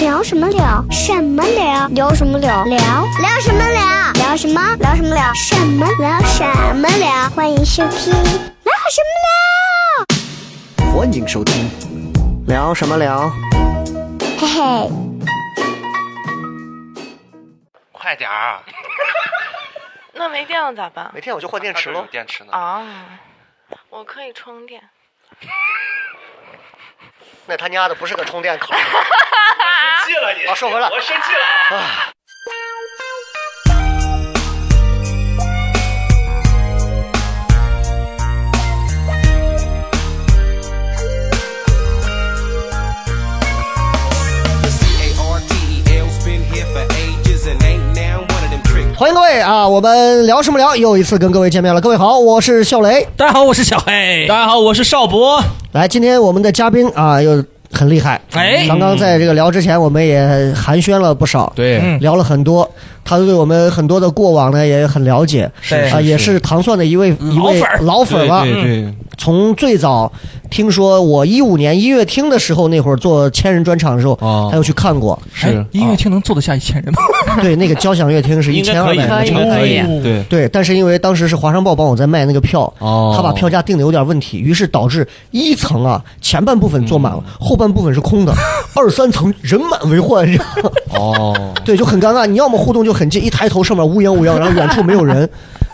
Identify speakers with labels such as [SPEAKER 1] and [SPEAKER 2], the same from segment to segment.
[SPEAKER 1] 聊什么聊？什么聊？聊什么聊？聊聊什么聊？聊什么？聊什么聊？什么聊？什么聊？欢迎收听聊什么
[SPEAKER 2] 欢迎收听。聊什么聊？
[SPEAKER 1] 聊？嘿嘿，
[SPEAKER 3] 快点儿！啊
[SPEAKER 4] 那没电了咋办？
[SPEAKER 2] 每天我就换电池
[SPEAKER 3] 有
[SPEAKER 2] 喽。
[SPEAKER 3] 电池呢。
[SPEAKER 4] 啊，我可以充电。
[SPEAKER 2] 那他娘的不是个充电口。
[SPEAKER 3] 生气了你
[SPEAKER 2] 啊说回来
[SPEAKER 3] 我生气了。
[SPEAKER 5] C-A-R-T-E-L's E been here for ages and ain't now one of them trick
[SPEAKER 2] 欢迎各位啊，我们聊什么聊？又一次跟各位见面了。各位好，我是笑雷。
[SPEAKER 6] 大家好，我是小黑。大家好，我是邵博。
[SPEAKER 2] 来，今天我们的嘉宾啊又很厉害。
[SPEAKER 6] 哎
[SPEAKER 2] 刚刚在这个聊之前，我们也寒暄了不少，
[SPEAKER 6] 对，
[SPEAKER 2] 聊了很多。他对我们很多的过往呢也很了解，
[SPEAKER 6] 是
[SPEAKER 2] 啊，
[SPEAKER 6] 是
[SPEAKER 2] 也是糖蒜的一位一位
[SPEAKER 6] 老粉儿
[SPEAKER 2] 老粉儿吧。
[SPEAKER 7] 对，
[SPEAKER 2] 从最早听说我一五年一月听的时候，那会儿做千人专场的时候，
[SPEAKER 7] 哦
[SPEAKER 2] 他又去看过。
[SPEAKER 7] 是
[SPEAKER 6] 哎音乐厅能坐得下一千人吗？
[SPEAKER 2] 对，那个交响乐厅是一千二百
[SPEAKER 4] 可以
[SPEAKER 2] 个
[SPEAKER 4] 应
[SPEAKER 2] 场
[SPEAKER 4] 该可
[SPEAKER 2] 地。
[SPEAKER 4] 以
[SPEAKER 7] 对，
[SPEAKER 2] 对，但是因为当时是华商报帮我在卖那个票，
[SPEAKER 7] 哦
[SPEAKER 2] 他把票价定的有点问题，于是导致一层啊前半部分坐满了，后半部分是空的，二三层人满为患，你知道吗
[SPEAKER 7] 哦，
[SPEAKER 2] 对，就很尴尬。你要么互动就很近，一抬头上面乌泱乌泱，然后远处没有人。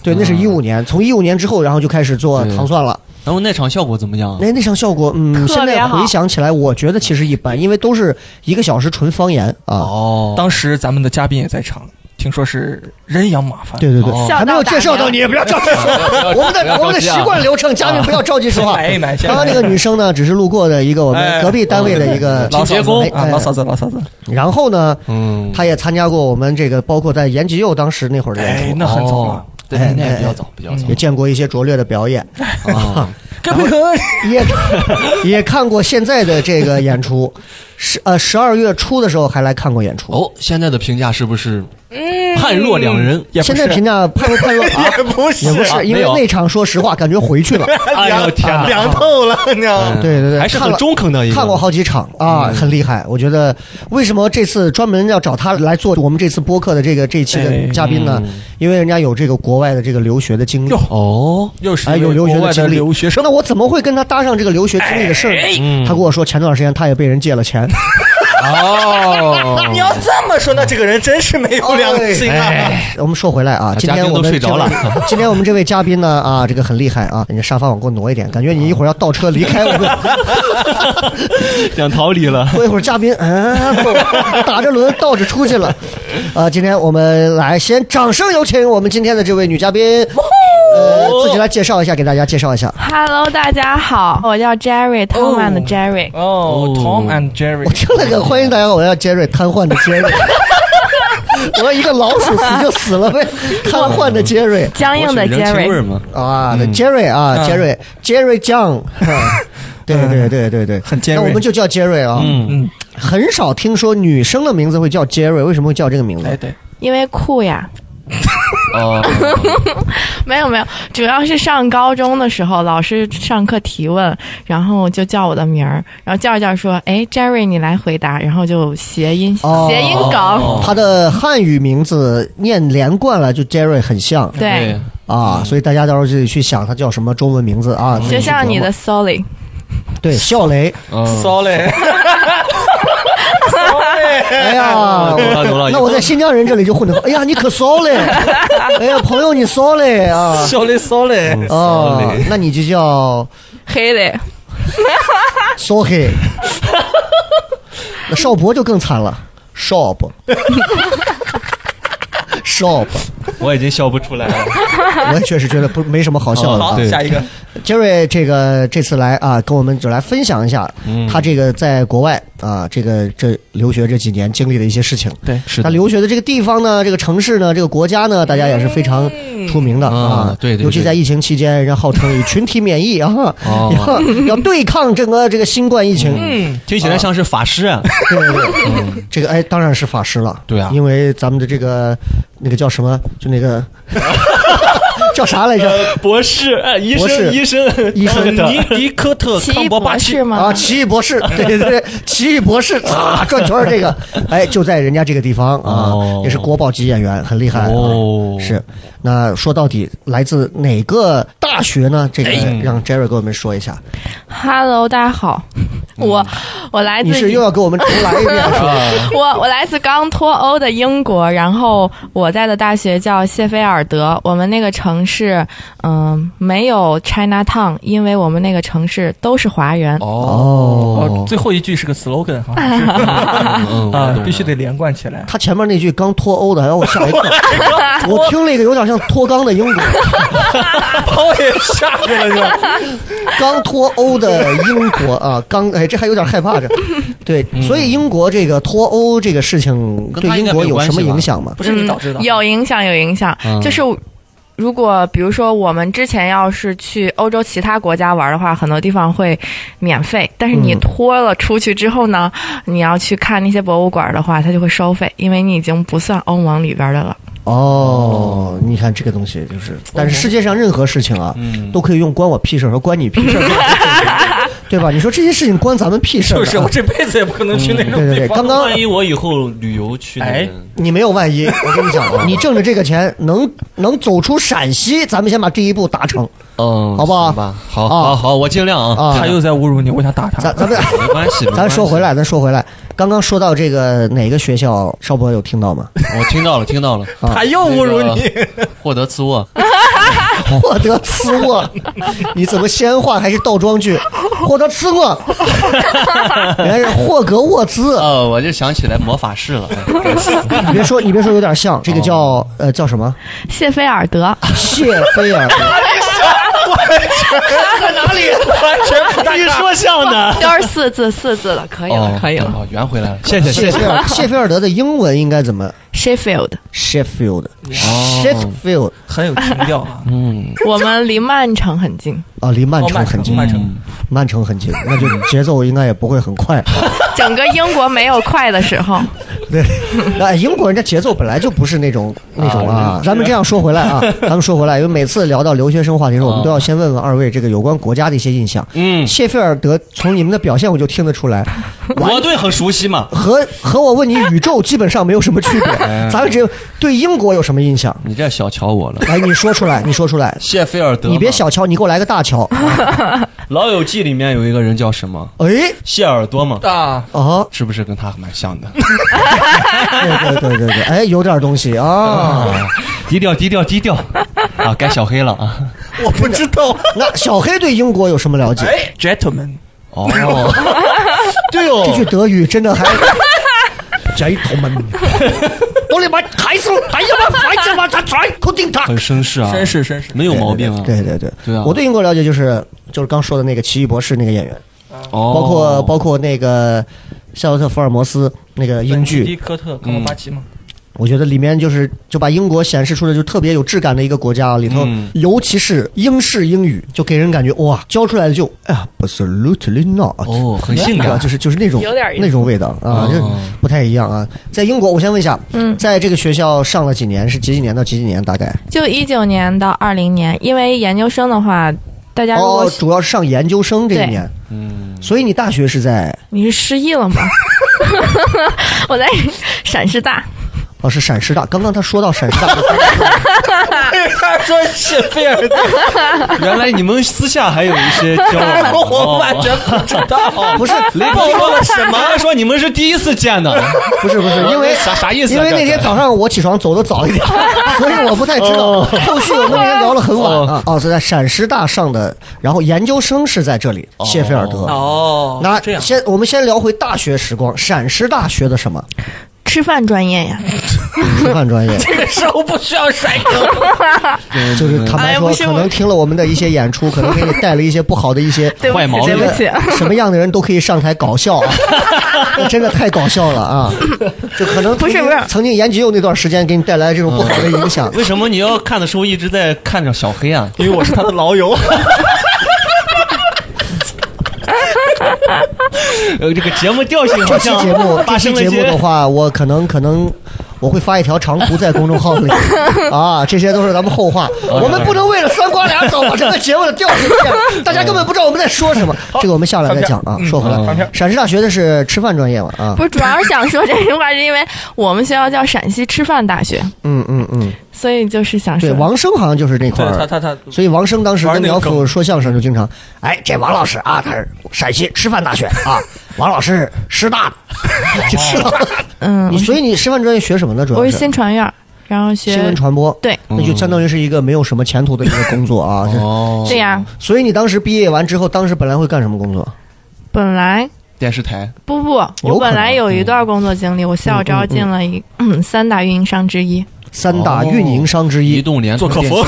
[SPEAKER 2] 对，那是一五年，从一五年之后，然后就开始做
[SPEAKER 7] 对
[SPEAKER 2] 糖蒜了。
[SPEAKER 7] 然后那场效果怎么样？
[SPEAKER 2] 那那场效果，嗯，
[SPEAKER 4] 特别
[SPEAKER 2] 现在
[SPEAKER 4] 好
[SPEAKER 2] 回想起来，我觉得其实一般，因为都是一个小时纯方言啊。
[SPEAKER 7] 哦，
[SPEAKER 6] 当时咱们的嘉宾也在场，听说是人仰马翻。
[SPEAKER 2] 对对对，
[SPEAKER 7] 哦
[SPEAKER 2] 还没有介绍到你，不要着急说话。我们的我们的习惯流程，嘉宾不要着急说话。
[SPEAKER 6] 先埋一埋先
[SPEAKER 2] 刚刚那个女生呢，只是路过的一个我们
[SPEAKER 6] 哎
[SPEAKER 2] 隔壁单位的一个
[SPEAKER 6] 老嫂子啊，老嫂
[SPEAKER 2] 子。
[SPEAKER 6] 子，老嫂子，
[SPEAKER 2] 然后呢，
[SPEAKER 7] 嗯，
[SPEAKER 2] 她也参加过我们这个，包括在延吉佑当时那会儿的演
[SPEAKER 6] 哎，
[SPEAKER 2] 出，
[SPEAKER 6] 那很早了，
[SPEAKER 7] 哦对，
[SPEAKER 2] 哎
[SPEAKER 7] 那也比
[SPEAKER 2] 哎
[SPEAKER 7] 较早，比较早
[SPEAKER 2] 也见过一些拙劣的表演，
[SPEAKER 7] 啊。
[SPEAKER 6] 该不可
[SPEAKER 2] 也也看过现在的这个演出。十呃十二月初的时候还来看过演出。
[SPEAKER 7] 哦，现在的评价是不是
[SPEAKER 4] 嗯
[SPEAKER 7] 判若两人？
[SPEAKER 6] 也不
[SPEAKER 2] 现在
[SPEAKER 6] 是
[SPEAKER 2] 评价判不判若也不是，也不
[SPEAKER 7] 啊
[SPEAKER 2] 是，因为
[SPEAKER 7] 没有
[SPEAKER 2] 那场说实话感觉回去了。
[SPEAKER 7] 哎呦天哪，
[SPEAKER 2] 凉
[SPEAKER 7] 透了呢
[SPEAKER 2] 对对对
[SPEAKER 7] 还是
[SPEAKER 2] 看
[SPEAKER 7] 很
[SPEAKER 2] 了
[SPEAKER 7] 中肯的一个。
[SPEAKER 2] 看过好几场啊，很厉害。我觉得为什么这次专门要找他来做我们这次播客的这个这一期的嘉宾呢？因为人家有这个国外的这个留学的经历
[SPEAKER 6] 哟。
[SPEAKER 7] 哦，
[SPEAKER 6] 又是
[SPEAKER 2] 哎，有留学
[SPEAKER 6] 国外
[SPEAKER 2] 经
[SPEAKER 6] 的
[SPEAKER 2] 历，
[SPEAKER 6] 留学生
[SPEAKER 2] 那，我怎么会跟他搭上这个留学经历的事儿呢？他跟我说，前段时间他也被人借了钱，
[SPEAKER 7] 哦，
[SPEAKER 6] 你要这么说，那这个人真是没有良心啊！
[SPEAKER 2] 哎我们说回来啊，今
[SPEAKER 7] 嘉宾
[SPEAKER 2] 天我
[SPEAKER 7] 都
[SPEAKER 2] 们
[SPEAKER 7] 睡
[SPEAKER 2] 这
[SPEAKER 7] 着
[SPEAKER 2] 位
[SPEAKER 7] 了
[SPEAKER 2] 今天我们这位嘉宾呢啊，这个很厉害啊，你沙发往过挪一点，感觉你一会儿要倒车离开我们。
[SPEAKER 7] 想逃离了。
[SPEAKER 2] 过一会儿嘉宾，嗯、走打着轮倒着出去了。呃，今天我们来先掌声有请我们今天的这位女嘉宾，呃，自己来介绍一下，给大家介绍一下。
[SPEAKER 4] Hello，大家好，我叫 Jerry，Tom and Jerry。
[SPEAKER 6] 哦，Tom and Jerry，
[SPEAKER 2] 我听了个欢迎大家好，我要杰瑞，瘫痪的杰瑞。我说一个老鼠死就死了呗，瘫痪的杰瑞
[SPEAKER 4] 僵硬的
[SPEAKER 7] 人情味儿
[SPEAKER 4] Jerry，
[SPEAKER 7] 嘛，
[SPEAKER 2] 啊，那杰瑞啊，杰瑞，杰瑞酱，对对对对对，
[SPEAKER 6] 很
[SPEAKER 2] 那我
[SPEAKER 6] Jerry
[SPEAKER 2] 们。就叫杰瑞啊。
[SPEAKER 7] 嗯，
[SPEAKER 6] 嗯，
[SPEAKER 2] 很少听说女生的名字会叫杰瑞，为什么会叫这个名字
[SPEAKER 6] 哎？对，
[SPEAKER 4] 因为酷呀。
[SPEAKER 7] 哦，
[SPEAKER 4] 没有没有，主要是上高中的时候，老师上课提问，然后就叫我的名儿，然后叫着叫着说：“哎，Jerry，你来回答。”然后就谐音、
[SPEAKER 2] 哦
[SPEAKER 4] 谐音梗，
[SPEAKER 2] 他的汉语名字念连贯了，就 Jerry 很像
[SPEAKER 4] 对，，
[SPEAKER 2] 啊，所以大家到时候自己去想他叫什么中文名字啊。自己
[SPEAKER 4] 就
[SPEAKER 2] 去
[SPEAKER 4] 像你
[SPEAKER 2] 琢
[SPEAKER 4] 的
[SPEAKER 2] 磨
[SPEAKER 4] Solly，
[SPEAKER 2] 对笑雷，
[SPEAKER 7] 嗯，
[SPEAKER 6] sorry，
[SPEAKER 2] 哎呀
[SPEAKER 7] 懂了懂了，
[SPEAKER 2] 那我在新疆人这里就混得，哎呀，你可骚嘞，哎呀，朋友你骚嘞啊
[SPEAKER 6] 小雷 sorry，
[SPEAKER 2] 啊，那你就叫
[SPEAKER 4] 黑的，
[SPEAKER 2] 骚黑。那邵博就更惨了，邵博，邵博，
[SPEAKER 7] 我已经笑不出来了。
[SPEAKER 2] 我也确实觉得不没什么好笑的啊
[SPEAKER 6] 好，。
[SPEAKER 7] 对
[SPEAKER 6] 下一个，
[SPEAKER 2] 杰瑞这个这次来啊，跟我们就来分享一下
[SPEAKER 7] 嗯
[SPEAKER 2] 他这个在国外啊，这个这留学这几年经历的一些事情。
[SPEAKER 6] 对，
[SPEAKER 7] 是
[SPEAKER 2] 他
[SPEAKER 7] 的，
[SPEAKER 2] 留学的这个地方呢，这个城市呢，这个国家呢，大家也是非常出名的啊
[SPEAKER 7] 啊。对对对
[SPEAKER 2] 尤其在疫情期间，人家号称以群体免疫啊，
[SPEAKER 7] 哦
[SPEAKER 2] 要要 对抗整个这个新冠疫情。
[SPEAKER 6] 嗯，
[SPEAKER 7] 听起来像是法师啊。
[SPEAKER 2] 对对对，这个哎，当然是法师了。
[SPEAKER 7] 对啊
[SPEAKER 2] 因为咱们的这个那个叫什么，就那个叫啥来着？
[SPEAKER 8] 博士，哎，医
[SPEAKER 2] 博士
[SPEAKER 8] 生，医生，
[SPEAKER 2] 医生
[SPEAKER 7] 呃
[SPEAKER 8] 尼
[SPEAKER 6] 迪科
[SPEAKER 2] 呃
[SPEAKER 6] 特
[SPEAKER 4] 奇异博士
[SPEAKER 2] 啊，
[SPEAKER 4] 吗？
[SPEAKER 2] 奇异博 士，对对对，奇异博士啊，转圈儿这个，哎，就在人家这个地方啊，
[SPEAKER 7] 哦
[SPEAKER 2] 也是国宝级演员，很厉害、啊。
[SPEAKER 7] 哦
[SPEAKER 2] 是，那说到底来自哪个大学呢？这个
[SPEAKER 7] 哎
[SPEAKER 2] 让 Jerry 给我们说一下。
[SPEAKER 4] Hello，大家好，我我来
[SPEAKER 2] 嗯
[SPEAKER 4] 自
[SPEAKER 2] 你是又要给我们重来一遍是吧？
[SPEAKER 4] 我我来自刚脱欧的英国，然后我在的大学叫谢菲尔德，我们那个城市嗯、没有 China Town，因为我们那个城市都是华人。
[SPEAKER 6] 哦，
[SPEAKER 2] 哦，
[SPEAKER 6] 最后一句是个 slogan 好像是
[SPEAKER 7] 嗯
[SPEAKER 6] 啊，必须得连贯起来。
[SPEAKER 2] 他前面那句刚脱欧的，哎让我吓一跳，我听了一个有点像脱肛的英国，
[SPEAKER 6] 把我也 吓着了，是吧？
[SPEAKER 2] 刚脱欧的英国啊，刚哎，这还有点害怕着。对，所以英国这个脱欧这个事情
[SPEAKER 7] 嗯跟
[SPEAKER 2] 对
[SPEAKER 7] 他应
[SPEAKER 2] 英
[SPEAKER 7] 该
[SPEAKER 2] 国
[SPEAKER 7] 没有
[SPEAKER 2] 有
[SPEAKER 7] 关
[SPEAKER 2] 什么
[SPEAKER 7] 系吧
[SPEAKER 2] 影响吗？
[SPEAKER 6] 不是你导致的，
[SPEAKER 4] 嗯有影响，有影响。
[SPEAKER 7] 嗯
[SPEAKER 4] 就是如果比如说我们之前要是去欧洲其他国家玩的话，很多地方会免费，但是你
[SPEAKER 2] 嗯
[SPEAKER 4] 脱了出去之后呢，你要去看那些博物馆的话，它就会收费，因为你已经不算欧盟里边的了。
[SPEAKER 2] 哦，你看这个东西就是，但是世界上任何事情啊，都可以用“关我屁事”儿和“关你屁事”儿，对吧？你说这些事情关咱们屁事儿呢？
[SPEAKER 6] 就是我这辈子也不可能去那种
[SPEAKER 2] 对对
[SPEAKER 6] 地
[SPEAKER 2] 对，
[SPEAKER 6] 方。
[SPEAKER 2] 刚刚
[SPEAKER 7] 万一我以后旅游去那边，
[SPEAKER 2] 你没有万一，我跟你讲啊，你挣着这个钱能能走出陕西，咱们先把第一步达成，
[SPEAKER 7] 嗯，
[SPEAKER 2] 好不好
[SPEAKER 7] 行吧，好，
[SPEAKER 2] 啊
[SPEAKER 7] 好，好，我尽量啊，
[SPEAKER 2] 啊
[SPEAKER 6] 他又在侮辱你，我想打他
[SPEAKER 2] 咱。咱们
[SPEAKER 7] 没关系，没关
[SPEAKER 2] 咱
[SPEAKER 7] 系
[SPEAKER 2] 说回，来，咱说回来，刚刚说到这个哪个学校，邵博有听到 吗？
[SPEAKER 7] 我听到了，听到了，
[SPEAKER 2] 啊
[SPEAKER 6] 他又侮辱你，
[SPEAKER 7] 获得次卧，
[SPEAKER 2] 获得次卧，你怎么先话还是倒装句？获得次卧，原来是霍格沃兹。
[SPEAKER 7] 呃，我就想起来魔法师了，哎该死
[SPEAKER 2] 你别说，你别说，有点像这个叫呃叫 什么？
[SPEAKER 4] 谢菲尔德，
[SPEAKER 2] 谢菲 尔德。
[SPEAKER 8] 你说像 呢？
[SPEAKER 4] 都是四字四字的，可以了，
[SPEAKER 7] 哦，
[SPEAKER 4] 可以了。
[SPEAKER 7] 哦，圆回来了，谢谢，
[SPEAKER 2] 谢
[SPEAKER 7] 谢
[SPEAKER 2] 菲
[SPEAKER 7] 谢，
[SPEAKER 2] 尔谢菲尔德的英文应该怎么
[SPEAKER 4] Sheffield，
[SPEAKER 2] 嗯？Sheffield 哦 Sheffield
[SPEAKER 6] 很有情调啊。
[SPEAKER 7] 嗯，
[SPEAKER 4] 我们离曼城很近，
[SPEAKER 2] 啊，离曼
[SPEAKER 6] 哦
[SPEAKER 2] 城很近，嗯
[SPEAKER 6] 曼城，
[SPEAKER 2] 曼城很近，那就节奏应该也不会很 快。
[SPEAKER 4] 整个英国没有快的时候。
[SPEAKER 2] 对，那英国人家节奏本来就不是那种那种啊。咱们这样说回来 啊，咱们说回来，因为每次聊到留学生话题的时候，我们都要先问问二位这个有关国家的一些印象。
[SPEAKER 7] 嗯
[SPEAKER 2] 谢菲尔德从你们的表现我就听得出来，
[SPEAKER 7] 我对很熟悉嘛，
[SPEAKER 2] 和和我问你宇宙基本上没有什么区 别。
[SPEAKER 7] 哎
[SPEAKER 2] 咱们只有对英国有什么印象？
[SPEAKER 7] 你这小瞧我了，
[SPEAKER 2] 来，你说出 来，你说出来，
[SPEAKER 7] 谢菲尔德嘛，
[SPEAKER 2] 你别小瞧，你给我来个大 瞧。
[SPEAKER 7] 《老友记》里面有一个人叫什么？
[SPEAKER 2] 哎，
[SPEAKER 7] 谢耳朵嘛，
[SPEAKER 6] 啊，
[SPEAKER 2] 啊，
[SPEAKER 7] 是不是跟他蛮像的？
[SPEAKER 2] 对对对对对，哎，有点东西 啊。
[SPEAKER 7] 低调，低调，低调啊！该小黑了啊！
[SPEAKER 6] 我不知 道。
[SPEAKER 2] 那小黑对英国有什么了解？
[SPEAKER 6] 哎 Gentlemen，
[SPEAKER 7] 哦，
[SPEAKER 2] 对哦，这句德语真的 还。Gentlemen，我里面还是哎呀妈，还他妈他全固定他。
[SPEAKER 7] 很绅士啊，
[SPEAKER 6] 绅士绅士，
[SPEAKER 7] 没有毛病啊。
[SPEAKER 2] 对对对，
[SPEAKER 7] 对啊
[SPEAKER 2] 我对英国了解就是就是刚说的那个奇异博士那个演员，
[SPEAKER 7] 哦，
[SPEAKER 2] 包括包括那个夏洛特·福尔摩斯那个英
[SPEAKER 6] 本迪
[SPEAKER 2] 剧，
[SPEAKER 6] 科特，康伯巴奇嘛，
[SPEAKER 2] 我觉得里面就是就把英国显示出了就特别有质感的一个国家啊，里头、
[SPEAKER 7] 嗯
[SPEAKER 2] 尤其是英式英语，就给人感觉哇，教出来的就哎呀，absolutely not，
[SPEAKER 7] 哦，很性
[SPEAKER 2] 啊
[SPEAKER 7] 感，
[SPEAKER 2] 就是就是那种
[SPEAKER 4] 有点意思
[SPEAKER 2] 那种味道啊，
[SPEAKER 7] 哦
[SPEAKER 2] 就不太一样啊。在英国，我先问一下，
[SPEAKER 4] 嗯
[SPEAKER 2] 在这个学校上了几年？是几几年到几几年？大概
[SPEAKER 4] 就一九年到二零年，因为研究生的话，大家如果、
[SPEAKER 2] 哦，主要是上研究生这一年，
[SPEAKER 7] 嗯，
[SPEAKER 2] 所以你大学是在
[SPEAKER 4] 你是失忆了吗？ 我在陕师大，
[SPEAKER 2] 哦，是陕师大。刚刚他说到陕师大，
[SPEAKER 6] 他说谢菲尔德，
[SPEAKER 7] 原来你们私下还有一些 交往。哦
[SPEAKER 6] 我
[SPEAKER 2] 啊
[SPEAKER 6] 完全不知道。
[SPEAKER 2] 不是
[SPEAKER 7] 雷暴说了什么？他说你们是第一次见的，
[SPEAKER 2] 不是不是，因为
[SPEAKER 7] 啥啥意思啊？
[SPEAKER 2] 因为那
[SPEAKER 7] 这
[SPEAKER 2] 天早上我起床走的早一点，所以我不太知道。后续我们那天聊了很晚啊，哦，是在陕师大上的，然后研究生是在这里，谢菲尔德。
[SPEAKER 6] 哦
[SPEAKER 2] 那
[SPEAKER 6] 这样，
[SPEAKER 2] 先我们先聊回大学时光，陕师大学的什么？
[SPEAKER 4] 吃饭专业呀。
[SPEAKER 2] 师范专业。
[SPEAKER 6] 这个时候不需要 甩哥。
[SPEAKER 2] 就是坦白
[SPEAKER 4] 哎
[SPEAKER 2] 说，
[SPEAKER 4] 不是
[SPEAKER 2] 可
[SPEAKER 4] 我
[SPEAKER 2] 能听了我们的一些演出，可能给你带了一些不好的一些
[SPEAKER 4] 对不
[SPEAKER 7] 坏毛
[SPEAKER 4] 起，
[SPEAKER 7] 病
[SPEAKER 4] 对不起。啊
[SPEAKER 2] 什么样的人都可以上台搞笑 啊！真的太搞笑了啊！就可能
[SPEAKER 4] 不
[SPEAKER 2] 曾
[SPEAKER 4] 是
[SPEAKER 2] 经
[SPEAKER 4] 不是
[SPEAKER 2] 曾经严吉佑那段时间给你带来这种不好的影响。
[SPEAKER 7] 为什么你要看的时候一直在看着小黑啊？
[SPEAKER 6] 因为我是他的老 友，
[SPEAKER 7] 呃，这个节目调性
[SPEAKER 2] 这
[SPEAKER 7] 好
[SPEAKER 2] 期
[SPEAKER 7] 像
[SPEAKER 2] 节目，这
[SPEAKER 7] 发
[SPEAKER 2] 期
[SPEAKER 7] 生 了
[SPEAKER 2] 节
[SPEAKER 7] 一
[SPEAKER 2] 目的
[SPEAKER 7] 些
[SPEAKER 2] 话，我可能可能我会发一条长图在公众 号里啊，这些都是咱们后话。我们不能为了三瓜俩枣把这个节目的调性变，大家根本不知道我们在说什么。这个我们下来再讲啊。说回来，
[SPEAKER 7] 嗯
[SPEAKER 2] 陕师大学的是吃饭专业嘛啊
[SPEAKER 4] 不，是，主要是想说这句话，是因为我们学校叫陕西吃饭大学，
[SPEAKER 2] 嗯嗯嗯，
[SPEAKER 4] 所以就是想说
[SPEAKER 2] 对，，王生好像就是那块
[SPEAKER 6] 对他
[SPEAKER 2] 儿。
[SPEAKER 6] 他他，
[SPEAKER 2] 所以王生当时
[SPEAKER 6] 玩
[SPEAKER 2] 跟
[SPEAKER 6] 那个
[SPEAKER 2] 苗
[SPEAKER 6] 梗
[SPEAKER 2] 阜说相声就经常，哎，这王老师啊，他是陕西师范大学啊，王老师师 大的，就师大的。
[SPEAKER 4] 嗯
[SPEAKER 2] 你，所以你师范专业学什么呢？主要
[SPEAKER 4] 我是新传院儿，然后学
[SPEAKER 2] 新闻传播，
[SPEAKER 4] 对
[SPEAKER 2] 那就相当于是一个没有什么前途的一个工作啊。 是
[SPEAKER 7] 哦，
[SPEAKER 4] 对呀，
[SPEAKER 2] 所以你当时毕业完之后，当时本来会干什么工作？
[SPEAKER 4] 本来
[SPEAKER 7] 电视台
[SPEAKER 4] 不不，
[SPEAKER 2] 有
[SPEAKER 4] 我
[SPEAKER 2] 可能
[SPEAKER 4] 本
[SPEAKER 2] 嗯
[SPEAKER 4] 来有一段工作经历，我校招进了一嗯 三大运营商之一，
[SPEAKER 2] 三大
[SPEAKER 7] 哦
[SPEAKER 2] 运营商之
[SPEAKER 7] 移
[SPEAKER 2] 一，
[SPEAKER 7] 动联
[SPEAKER 6] 做客服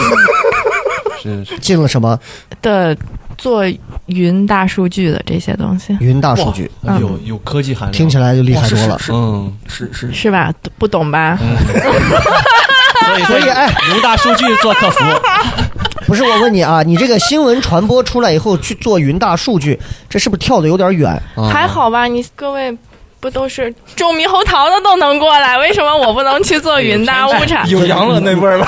[SPEAKER 7] 是是
[SPEAKER 2] 进了什么
[SPEAKER 4] 的做云大数据的这些东西，
[SPEAKER 2] 云大数据，
[SPEAKER 7] 哇有有科技含量，
[SPEAKER 2] 听起来就厉害多了。
[SPEAKER 6] 是
[SPEAKER 7] 嗯，
[SPEAKER 6] 是是
[SPEAKER 4] 是吧？不懂吧？
[SPEAKER 8] 所以
[SPEAKER 2] 所以哎，
[SPEAKER 8] 云大数据做客服，
[SPEAKER 2] 不是我问你啊，你这个新闻传播出来以后去做云大数据，这是不是跳的有点远？
[SPEAKER 7] 啊
[SPEAKER 4] 还好吧？你各位不都是种猕猴桃的都能过来，为什么我不能去做云
[SPEAKER 2] 哎
[SPEAKER 4] 大物产？
[SPEAKER 6] 有羊了那味 儿吧？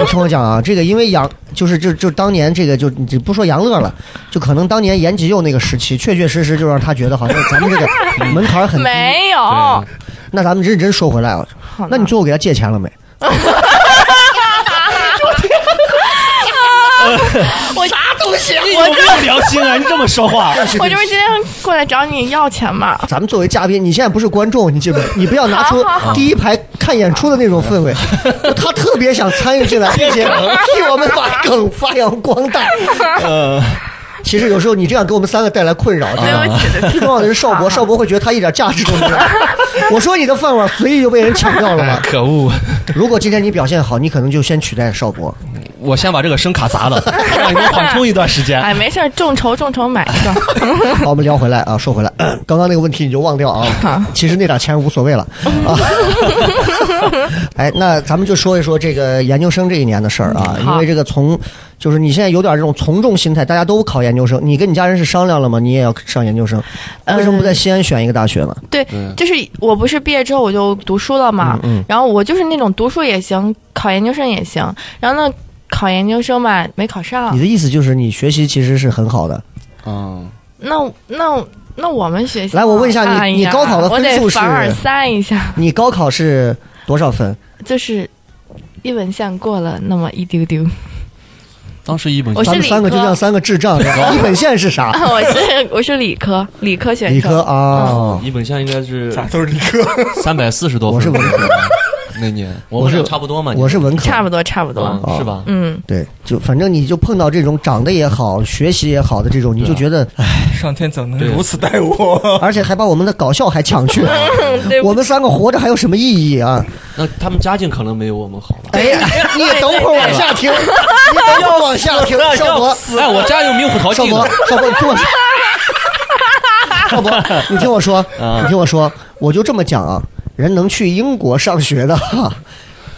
[SPEAKER 2] 你听我讲啊，这个因为杨就是就就当年这个就你不说杨乐了，就可能当年严吉佑那个时期，确确实实就让他觉得好像咱们这个门槛很低。
[SPEAKER 4] 没有，
[SPEAKER 2] 那咱们认真说回来啊，
[SPEAKER 4] 好
[SPEAKER 2] 那你最后给他借钱了没？
[SPEAKER 4] 我啥东西？
[SPEAKER 8] 我
[SPEAKER 4] 我
[SPEAKER 8] 没有良心啊！你这么说话，
[SPEAKER 2] 哎
[SPEAKER 4] 我这不是今天过来找你要钱吗？
[SPEAKER 2] 咱们作为嘉宾，你现在不是观众，你记不？你不要拿出
[SPEAKER 4] 好好
[SPEAKER 2] 第一排看演出的那种氛 围。他特别想参与进来，并且替我们把梗发扬光 大。其实有时候你这样给我们三个带来困扰。
[SPEAKER 4] 对 不起，对不起。
[SPEAKER 2] 最重要的是邵博，邵博会觉得他一点价值都没有。我说你的饭碗随意就被人抢掉了
[SPEAKER 7] 哎
[SPEAKER 2] 吗？
[SPEAKER 7] 可恶，
[SPEAKER 2] 如果今天你表现好，你可能就先取代邵博。
[SPEAKER 7] 我先把这个声卡砸了，让你们缓冲一段时间。
[SPEAKER 4] 哎，没事儿，众筹众筹买一 个。
[SPEAKER 2] 好，我们聊回来啊，说回来，刚刚那个问题你就忘掉啊。其实那点钱无所谓了啊。 哎，那咱们就说一说这个研究生这一年的事儿
[SPEAKER 4] 嗯
[SPEAKER 2] 啊，因为这个从就是你现在有点这种从众心态，大家都考研究生，你跟你家人是商量了吗？你也要上研究生，
[SPEAKER 4] 呃
[SPEAKER 2] 为什么不在西安选一个大学呢？
[SPEAKER 4] 对，就是我不是毕业之后我就读书了嘛，
[SPEAKER 2] 嗯
[SPEAKER 4] 然后我就是那种读书也行，考研究生也行，然后呢考研究生吧没考上
[SPEAKER 2] 你，的意思就是你学习其实是很好的，
[SPEAKER 7] 嗯，
[SPEAKER 4] 那那那我们学习
[SPEAKER 2] 来我问一下你
[SPEAKER 4] 哎呀
[SPEAKER 2] 你高考的分数是
[SPEAKER 4] 我得凡尔赛一下，
[SPEAKER 2] 你高考是多少分？
[SPEAKER 4] 就是。一本线过了那么一丢 丢，
[SPEAKER 7] 当时一本
[SPEAKER 4] 我是
[SPEAKER 2] 咱们
[SPEAKER 4] 理
[SPEAKER 2] 三个就
[SPEAKER 4] 科
[SPEAKER 2] 像三个智 障一样，一本线是啥？
[SPEAKER 4] 我是我是理科，理科嗯选
[SPEAKER 2] 理
[SPEAKER 4] 手
[SPEAKER 2] 科啊，
[SPEAKER 7] 一本线应该是
[SPEAKER 6] 都是理科，
[SPEAKER 7] 三百四十多分，
[SPEAKER 2] 我是文科，
[SPEAKER 7] 那年
[SPEAKER 2] 我
[SPEAKER 7] 我
[SPEAKER 2] 是
[SPEAKER 7] 们俩差不多嘛，
[SPEAKER 2] 我是啊文科，
[SPEAKER 4] 差不多差不
[SPEAKER 7] 你
[SPEAKER 4] 多，
[SPEAKER 7] 嗯是吧？
[SPEAKER 4] 嗯，
[SPEAKER 2] 对，就反正你就碰到这种长得也好、学习也好的这种，你就觉得，
[SPEAKER 6] 上天怎能如此待我？
[SPEAKER 2] 而且还把我们的搞笑还抢去了，
[SPEAKER 4] 对不
[SPEAKER 2] 我们三个活着还有什么意义啊？
[SPEAKER 7] 那他们家境可能没有我们好吧？
[SPEAKER 2] 哎，你等会儿往下听，你等会儿往下听，少博，
[SPEAKER 7] 哎，我家有猕猴桃
[SPEAKER 2] 少
[SPEAKER 7] 技
[SPEAKER 2] 博
[SPEAKER 7] 能，，
[SPEAKER 2] 少博，你听我说，少博，你听我说，你听我说，我就这么讲啊，人能去英国上学的，哈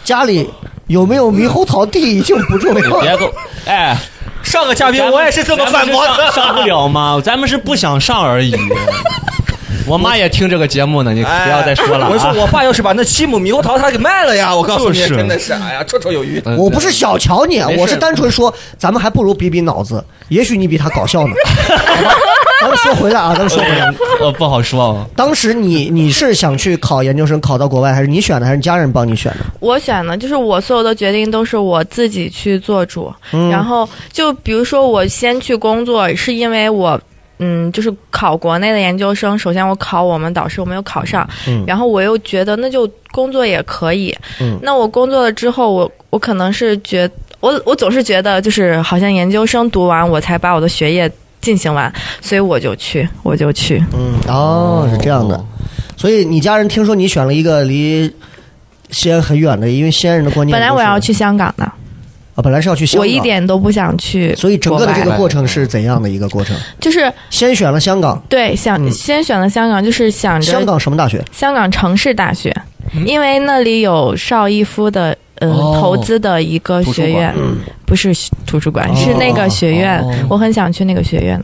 [SPEAKER 2] 家里有没有猕猴桃地已经不重要
[SPEAKER 8] 别
[SPEAKER 2] 了，
[SPEAKER 8] 够哎。
[SPEAKER 6] 上个嘉宾我也是这么反驳
[SPEAKER 8] 咱们是上
[SPEAKER 6] 的。
[SPEAKER 8] 上不了吗？咱们是不想上而 已。
[SPEAKER 7] 我妈也听这个节目呢，你不要再说了
[SPEAKER 6] 哎 我说
[SPEAKER 7] 啊！
[SPEAKER 6] 我爸要是把那七亩猕猴桃他给卖了呀，我告诉你，
[SPEAKER 7] 就是
[SPEAKER 6] 真的是哎呀，绰绰有余。
[SPEAKER 7] 嗯
[SPEAKER 2] 我不是小瞧你，啊，
[SPEAKER 7] 没事
[SPEAKER 2] 我是单纯说，咱们还不如比比脑子，也许你比他搞笑呢。好吧咱们说回来啊，咱们说回来，
[SPEAKER 7] 我呃不好说 啊。
[SPEAKER 2] 当时你你是想去考研究生，考到国外，还是你选的，还是你家人帮你选的？
[SPEAKER 4] 我选的就是我所有的决定都是我自己去做主，
[SPEAKER 2] 嗯
[SPEAKER 4] 然后就比如说我先去工作，是因为我。嗯，就是考国内的研究生，首先我考我们导师，我没有考上，然后我又觉得那就工作也可以。
[SPEAKER 2] 嗯
[SPEAKER 4] 那我工作了之后，我我可能是觉我我总是觉得就是好像研究生读完我才把我的学业进行完，所以我就去，我就去。
[SPEAKER 2] 嗯，哦，是这样的。所以你家人听说你选了一个离西安很远的，因为西安人的观念
[SPEAKER 4] 本来
[SPEAKER 2] 都
[SPEAKER 4] 我
[SPEAKER 2] 是
[SPEAKER 4] 要去香港的，
[SPEAKER 2] 啊，本来是要去香港，
[SPEAKER 4] 我一。点都不想去，
[SPEAKER 2] 所以整个的这
[SPEAKER 4] 国
[SPEAKER 2] 个
[SPEAKER 4] 外
[SPEAKER 2] 过程是怎样的一个过程？
[SPEAKER 4] 就是
[SPEAKER 2] 先选了香港，
[SPEAKER 4] 对，想、
[SPEAKER 2] 嗯
[SPEAKER 4] 先选了香港，就是想着
[SPEAKER 2] 香港嗯什么大学？
[SPEAKER 4] 香港城市大学，因为那里有邵逸夫的呃、
[SPEAKER 7] 哦
[SPEAKER 4] 投资的一个
[SPEAKER 7] 图书
[SPEAKER 4] 学院，不是学图书馆，
[SPEAKER 2] 嗯哦
[SPEAKER 4] 是那个学院，我很想去那个学院。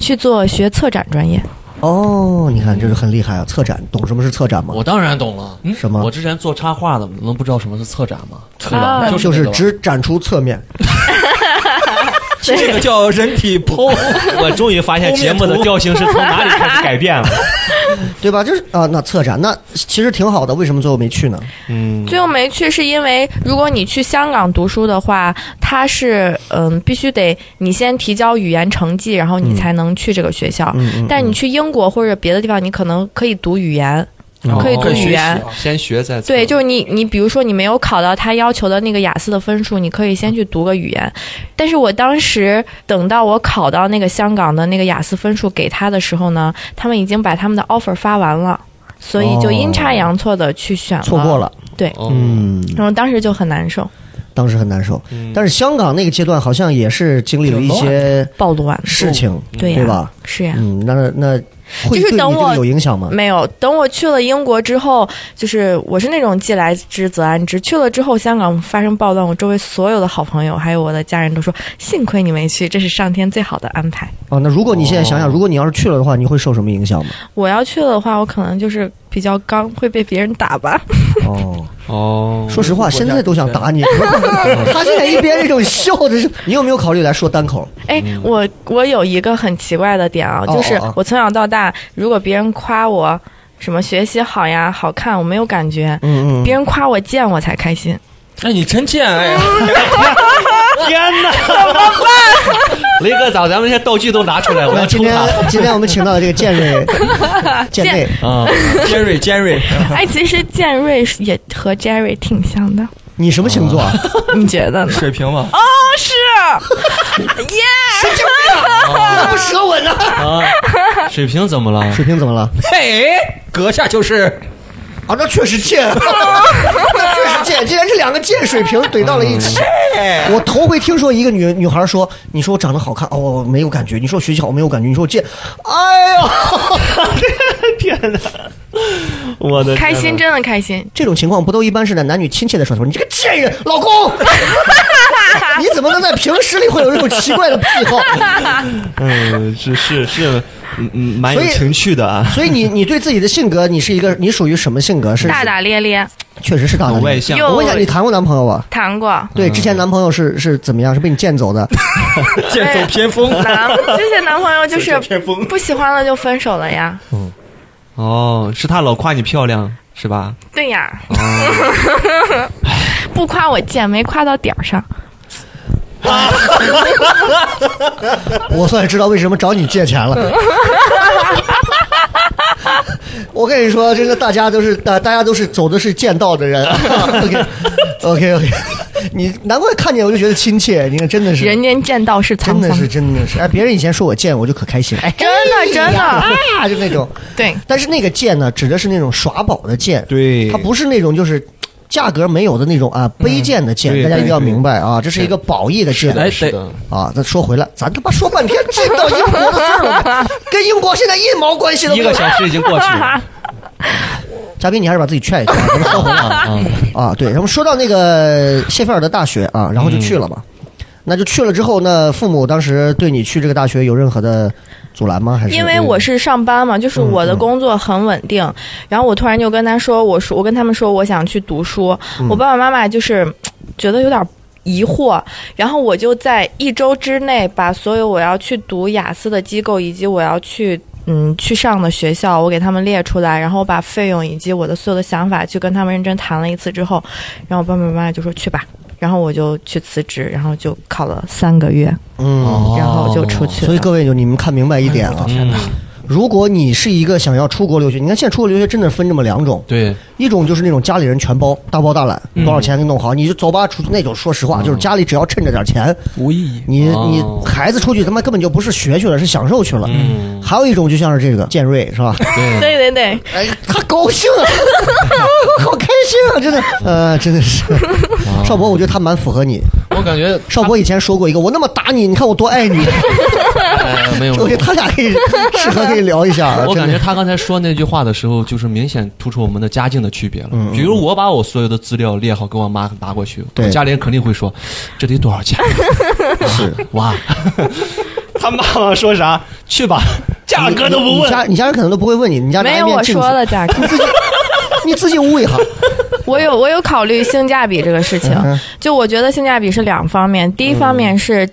[SPEAKER 4] 去做学策展专业，
[SPEAKER 2] 哦，你看这是很厉害啊！策展懂什么是策展吗？
[SPEAKER 7] 我当然懂了，嗯
[SPEAKER 2] 什么
[SPEAKER 7] 我之前做插画的，能不知道什么是策展吗？对吧？
[SPEAKER 4] 啊
[SPEAKER 2] 就是
[SPEAKER 7] 那个吧
[SPEAKER 2] 只展出侧面，
[SPEAKER 6] 这个叫人 体剖。
[SPEAKER 8] 我终于发现节目的调性是从哪里开始改变了。
[SPEAKER 2] 对吧？就是啊、那策展那其实挺好的，为什么最后没去呢？
[SPEAKER 8] 嗯，
[SPEAKER 4] 最后没去是因为，如果你去香港读书的话，它是嗯、必须得你先提交语言成绩，然后
[SPEAKER 2] 嗯
[SPEAKER 4] 你才能去这个学校。但你去英国或者别的地方，你可能可以读语言，可以读
[SPEAKER 6] 可以学
[SPEAKER 4] 语
[SPEAKER 6] 习
[SPEAKER 4] 言。
[SPEAKER 6] 啊
[SPEAKER 7] 先学再
[SPEAKER 4] 对，就是是你，你比如说你没有考到他要求的那个雅思的分数，你可以先去读个语言。但是我当时等到我考到那个香港的那个雅思分数给他的时候呢，他们已经把他们的 offer 发完了，所以就阴差阳错的去选了，
[SPEAKER 2] 错过了，
[SPEAKER 4] 对，
[SPEAKER 8] 哦
[SPEAKER 2] 嗯，
[SPEAKER 4] 然后当时就很难受，
[SPEAKER 2] 当时很难受。但是香港那个阶段好像也是经历了一些
[SPEAKER 4] 暴乱
[SPEAKER 2] 事情，
[SPEAKER 4] 嗯对呀
[SPEAKER 2] 对吧？
[SPEAKER 4] 是呀。
[SPEAKER 2] 嗯，那那会
[SPEAKER 4] 就
[SPEAKER 2] 对
[SPEAKER 4] 是
[SPEAKER 2] 你这
[SPEAKER 4] 等
[SPEAKER 2] 个
[SPEAKER 4] 我嗯
[SPEAKER 2] 有影响吗？
[SPEAKER 4] 没有，等我去了英国之后，就是我是那种既来之则安之。去了之后，香港发生暴乱，我周围所有的好朋友还有我的家人都说，幸亏你没去，这是上天最好的安排。
[SPEAKER 2] 啊，那如果你现在想想，如果你要是去了的话，你会受什么影响吗？
[SPEAKER 4] 我要去了的话，我可能就是比较刚，会被别人 打吧。
[SPEAKER 2] 哦，
[SPEAKER 8] 哦，
[SPEAKER 2] 说实话，现在都想打你。 他现在一边这种笑着是，你有没有考虑来说单口？
[SPEAKER 4] 哎，我我有一个很奇怪的点啊，
[SPEAKER 2] 哦
[SPEAKER 4] 就是
[SPEAKER 2] 哦哦
[SPEAKER 4] 我从小到大，如果别人夸我什么学习好呀、好看，我没有感觉。
[SPEAKER 2] 嗯
[SPEAKER 4] 别人夸我贱，我才 开心。
[SPEAKER 6] 哎，你真贱哎！
[SPEAKER 8] 天哪，怎么办？雷哥，咋咱们这些道具都拿出来？我
[SPEAKER 2] 那
[SPEAKER 8] 要
[SPEAKER 2] 今
[SPEAKER 8] 抽
[SPEAKER 2] 天
[SPEAKER 8] 他。
[SPEAKER 2] 今天我们请到的这个健 瑞，健瑞，
[SPEAKER 8] 啊，
[SPEAKER 6] 尖锐 尖锐，
[SPEAKER 4] 哎，其实建瑞也和 Jerry 挺像的，
[SPEAKER 2] 你什么星座啊？
[SPEAKER 4] 你觉得呢？
[SPEAKER 6] 水平嘛，
[SPEAKER 8] 哦
[SPEAKER 4] 不是，耶、
[SPEAKER 2] 那不舌吻呢？
[SPEAKER 8] 水平怎么了？
[SPEAKER 2] 水瓶怎么了？
[SPEAKER 6] 嘿，阁下就是
[SPEAKER 2] 啊，那确实贱， 那确实贱，竟然这两个贱水平怼到了一起。我头回听说一个女女孩说：“你说我长得好看，哦，我没有感觉；你说我学习好，我没有感觉；你说我贱，哎呦，
[SPEAKER 8] 我的天哪
[SPEAKER 4] 开心，真的开心。
[SPEAKER 2] 这种情况不都一般是在男女亲切的时候说你这个贱人，老 公，你怎么能在平时里会有这种奇怪的癖好？
[SPEAKER 8] 嗯， 是是是，嗯嗯，蛮有
[SPEAKER 2] 所以
[SPEAKER 8] 情趣的啊。
[SPEAKER 2] 所以你你对自己的性格，你是一个你属于什么性格？是
[SPEAKER 4] 大大咧咧，
[SPEAKER 2] 确实是大大咧
[SPEAKER 8] 外
[SPEAKER 2] 咧。
[SPEAKER 8] 向
[SPEAKER 4] 又
[SPEAKER 2] 我问一下，你谈过男朋友吧？
[SPEAKER 4] 谈过。
[SPEAKER 2] 对，
[SPEAKER 8] 嗯
[SPEAKER 2] 之前男朋友是是怎么样？是被你 贱走的？
[SPEAKER 6] 剑走偏锋。
[SPEAKER 4] 哎男之前男朋友就是不喜欢了就分手了呀，
[SPEAKER 8] 哦，是他老夸你漂亮是吧？
[SPEAKER 4] 对呀， 不夸我贱，没夸到点儿上。
[SPEAKER 2] 我算是知道为什么找你借钱了。 我跟你说，真的，大家都是大，大家都是走的是剑道的人。OK，OK，OK，、你难怪看见我就觉得亲切。你看，真的是，
[SPEAKER 4] 人间剑道是沧
[SPEAKER 2] 真的是，
[SPEAKER 4] 桑，
[SPEAKER 2] 真的是。哎，别人以前说我贱，我就可 开心。哎，
[SPEAKER 4] 真的真的，
[SPEAKER 2] 啊，就那种。
[SPEAKER 4] 对，
[SPEAKER 2] 但是那个贱呢，指的是那种耍宝的贱，
[SPEAKER 8] 对
[SPEAKER 2] 它不是那种就是。价格没有的那种啊，卑贱的贱，
[SPEAKER 8] 嗯对
[SPEAKER 2] 大家一定要
[SPEAKER 8] 对对
[SPEAKER 2] 明白啊，这是一个褒义的贱。
[SPEAKER 6] 哎，
[SPEAKER 7] 是
[SPEAKER 6] 对，
[SPEAKER 7] 的，
[SPEAKER 2] 啊，咱说回来，咱他妈说半天进到英国的事儿 了，跟英国现在一毛关系都没
[SPEAKER 8] 一
[SPEAKER 2] 有
[SPEAKER 8] 个。小时已经过去了。
[SPEAKER 2] 嘉宾，你还是把自己劝一劝，咱们说回来啊
[SPEAKER 8] 嗯，
[SPEAKER 2] 啊，对，然后说到那个谢菲尔德大学啊，然后就去了嘛。
[SPEAKER 8] 嗯
[SPEAKER 2] 那就去了之后呢，父母当时对你去这个大学有任何的阻拦吗？还是
[SPEAKER 4] 因为我是上班嘛，就是
[SPEAKER 2] 嗯
[SPEAKER 4] 我的工作很稳定，然后我突然就跟他说，我说我跟他们说我想去读书，
[SPEAKER 2] 嗯
[SPEAKER 4] 我爸爸妈妈就是嘖觉得有点。疑惑，然后我就在一周之内把所有我要去读雅思的机构以及我要去嗯去上的学校，我给他们列出来，然后我把费用以及我的所有的想法去跟他们认真谈了一次之后，然后我爸爸妈妈就说去吧，然后我就去辞职，然后就考了三个月，
[SPEAKER 8] 哦
[SPEAKER 2] 嗯，
[SPEAKER 4] 然后就出去了。
[SPEAKER 2] 所以各位就你们看明白一点啊，
[SPEAKER 8] 嗯
[SPEAKER 2] 如果你是一个想要出国留学，你看现在出国留学真的分这么两种，
[SPEAKER 7] 对，
[SPEAKER 2] 一种就是那种家里人全包，大包大揽，
[SPEAKER 8] 嗯
[SPEAKER 2] 多少钱给弄好，你就走吧。出去那种，说实话，就是家里只要趁着点钱，
[SPEAKER 6] 无意义。
[SPEAKER 2] 你
[SPEAKER 8] 哦
[SPEAKER 2] 你孩子出去他妈根本就不是学去了，是享受去了。
[SPEAKER 7] 嗯
[SPEAKER 2] 还有一种就像是这个建瑞 是吧？
[SPEAKER 4] 对对对，
[SPEAKER 2] 哎，他高兴啊， 好开心啊，真的，呃，真的是。
[SPEAKER 7] 哦
[SPEAKER 2] 少博，我觉得他蛮符合你。
[SPEAKER 7] 我感觉
[SPEAKER 2] 少博以前说过一个，我那么打你，你看我多爱 你。，
[SPEAKER 7] 哎没有
[SPEAKER 2] 我觉得他俩可以适合可以聊一下啊。真
[SPEAKER 7] 我感
[SPEAKER 2] 的
[SPEAKER 7] 觉他刚才说那句话的时候，就是明显突出我们的家境的区别了。比如我把我所有的资料列好，给我妈拿过去，
[SPEAKER 2] 嗯对
[SPEAKER 7] 啊 我家里人肯定会说，这得多少钱？是哇，
[SPEAKER 8] 他妈妈说啥？去 吧，价格都不
[SPEAKER 2] 你
[SPEAKER 8] 问。
[SPEAKER 2] 家你家人可能都不会问你，你家拿
[SPEAKER 4] 没
[SPEAKER 2] 一
[SPEAKER 4] 有
[SPEAKER 2] 面
[SPEAKER 4] 我
[SPEAKER 2] 镜子
[SPEAKER 4] 说，了价格，
[SPEAKER 2] 你自己悟 一下。
[SPEAKER 4] 我有我有考虑性价比这个事情
[SPEAKER 2] 嗯哼，嗯
[SPEAKER 4] 就我觉得性价比是两方面，第一方面是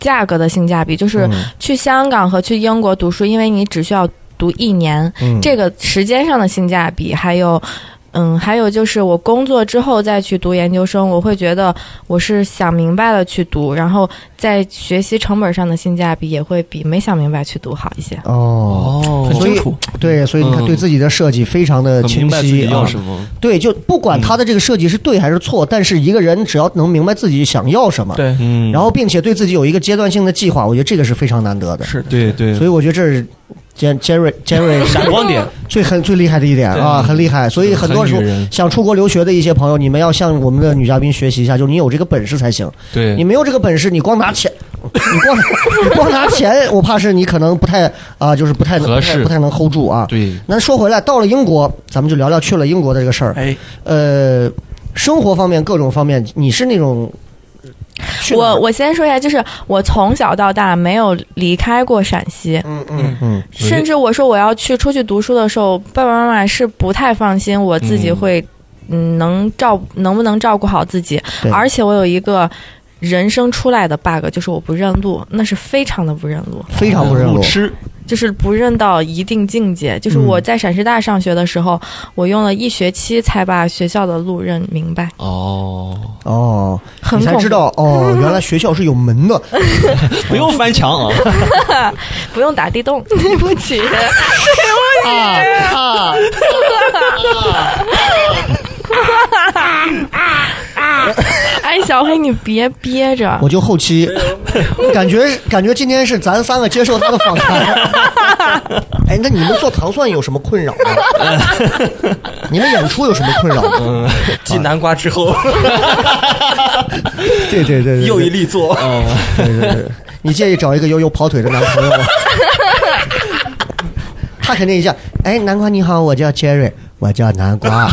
[SPEAKER 4] 价格的性价比，就是去香港和去英国读书，因为你只需要读一年，
[SPEAKER 2] 嗯
[SPEAKER 4] 这个时间上的性价比，还有。嗯，还有就是我工作之后再去读研究生，我会觉得我是想明白了去读，然后在学习成本上的性价比也会比没想明白去读好一些。
[SPEAKER 2] 哦，
[SPEAKER 7] 哦
[SPEAKER 6] 很
[SPEAKER 2] 所以
[SPEAKER 6] 清楚，
[SPEAKER 2] 对，所以你看
[SPEAKER 7] 嗯
[SPEAKER 2] 对自己的设计非常的
[SPEAKER 7] 很
[SPEAKER 2] 清
[SPEAKER 7] 明白自己
[SPEAKER 2] 晰
[SPEAKER 7] 要
[SPEAKER 2] 啊。
[SPEAKER 7] 什么。
[SPEAKER 2] 对，就不管他的这个设计是对还是错，但是一个人只要能明白自己想要什么，
[SPEAKER 6] 对，
[SPEAKER 7] 嗯，
[SPEAKER 2] 然后并且对自己有一个阶段性的计划，我觉得这个是非常难得的。
[SPEAKER 6] 是的，
[SPEAKER 7] 对对，
[SPEAKER 2] 所以我觉得这是杰杰瑞杰 瑞
[SPEAKER 7] 闪光点，
[SPEAKER 2] 最很最厉害的一点啊，
[SPEAKER 7] 对
[SPEAKER 2] 很厉害。所以很多时候
[SPEAKER 7] 很女人
[SPEAKER 2] 想出国留学的一些朋友，你们要向我们的女嘉宾学习一下，就是你有这个本事才行。
[SPEAKER 7] 对
[SPEAKER 2] 你没有这个本事，你光拿钱， 你光你光拿钱，我怕是你可能不太啊、就是不太能
[SPEAKER 7] 合适
[SPEAKER 2] 不太不太能 hold 住啊。
[SPEAKER 7] 对，
[SPEAKER 2] 那说回来，到了英国，咱们就聊聊去了英国的这个事儿。
[SPEAKER 6] 哎，
[SPEAKER 2] 呃，生活方面各种方面，你是那种去哪
[SPEAKER 4] 我
[SPEAKER 2] 儿
[SPEAKER 4] 我先说一下，就是我从小到大没有离开过陕西，
[SPEAKER 2] 嗯嗯嗯
[SPEAKER 4] 甚至我说我要去出去读书的时候，爸爸妈妈是不太放心我自己会，嗯，能照能不能照顾好自己
[SPEAKER 2] 对。
[SPEAKER 4] 而且我有一个人生出来的 bug，就是我不认路，那是非常的不认路，
[SPEAKER 2] 非常不认路
[SPEAKER 7] 路。痴，
[SPEAKER 4] 就是不认到一定境界。就是
[SPEAKER 2] 嗯
[SPEAKER 4] 我在陕师大上学的时候，我用了一学期才把学校的路认 明白，
[SPEAKER 7] 哦，
[SPEAKER 2] 哦，
[SPEAKER 4] 很
[SPEAKER 2] 你才
[SPEAKER 4] 恐
[SPEAKER 2] 知
[SPEAKER 4] 怖。
[SPEAKER 2] 道 哦，原来学校是有门的。
[SPEAKER 7] 不用翻墙啊，
[SPEAKER 4] 不用打地洞，对不起。哎，小黑，你别憋着
[SPEAKER 2] 我，就后 期感觉感觉今天是咱三个接受他的访谈。 哎，那你们做糖蒜有什么困扰吗？ 你们演出有什么困扰吗？
[SPEAKER 6] 继南瓜之 后
[SPEAKER 2] 对对对
[SPEAKER 6] 又一力作，
[SPEAKER 7] 哦
[SPEAKER 2] 对对对，你介意找一个悠悠跑腿的男朋友吗？ 他肯定一下，哎，南瓜你好，我叫 Jerry，我叫南瓜。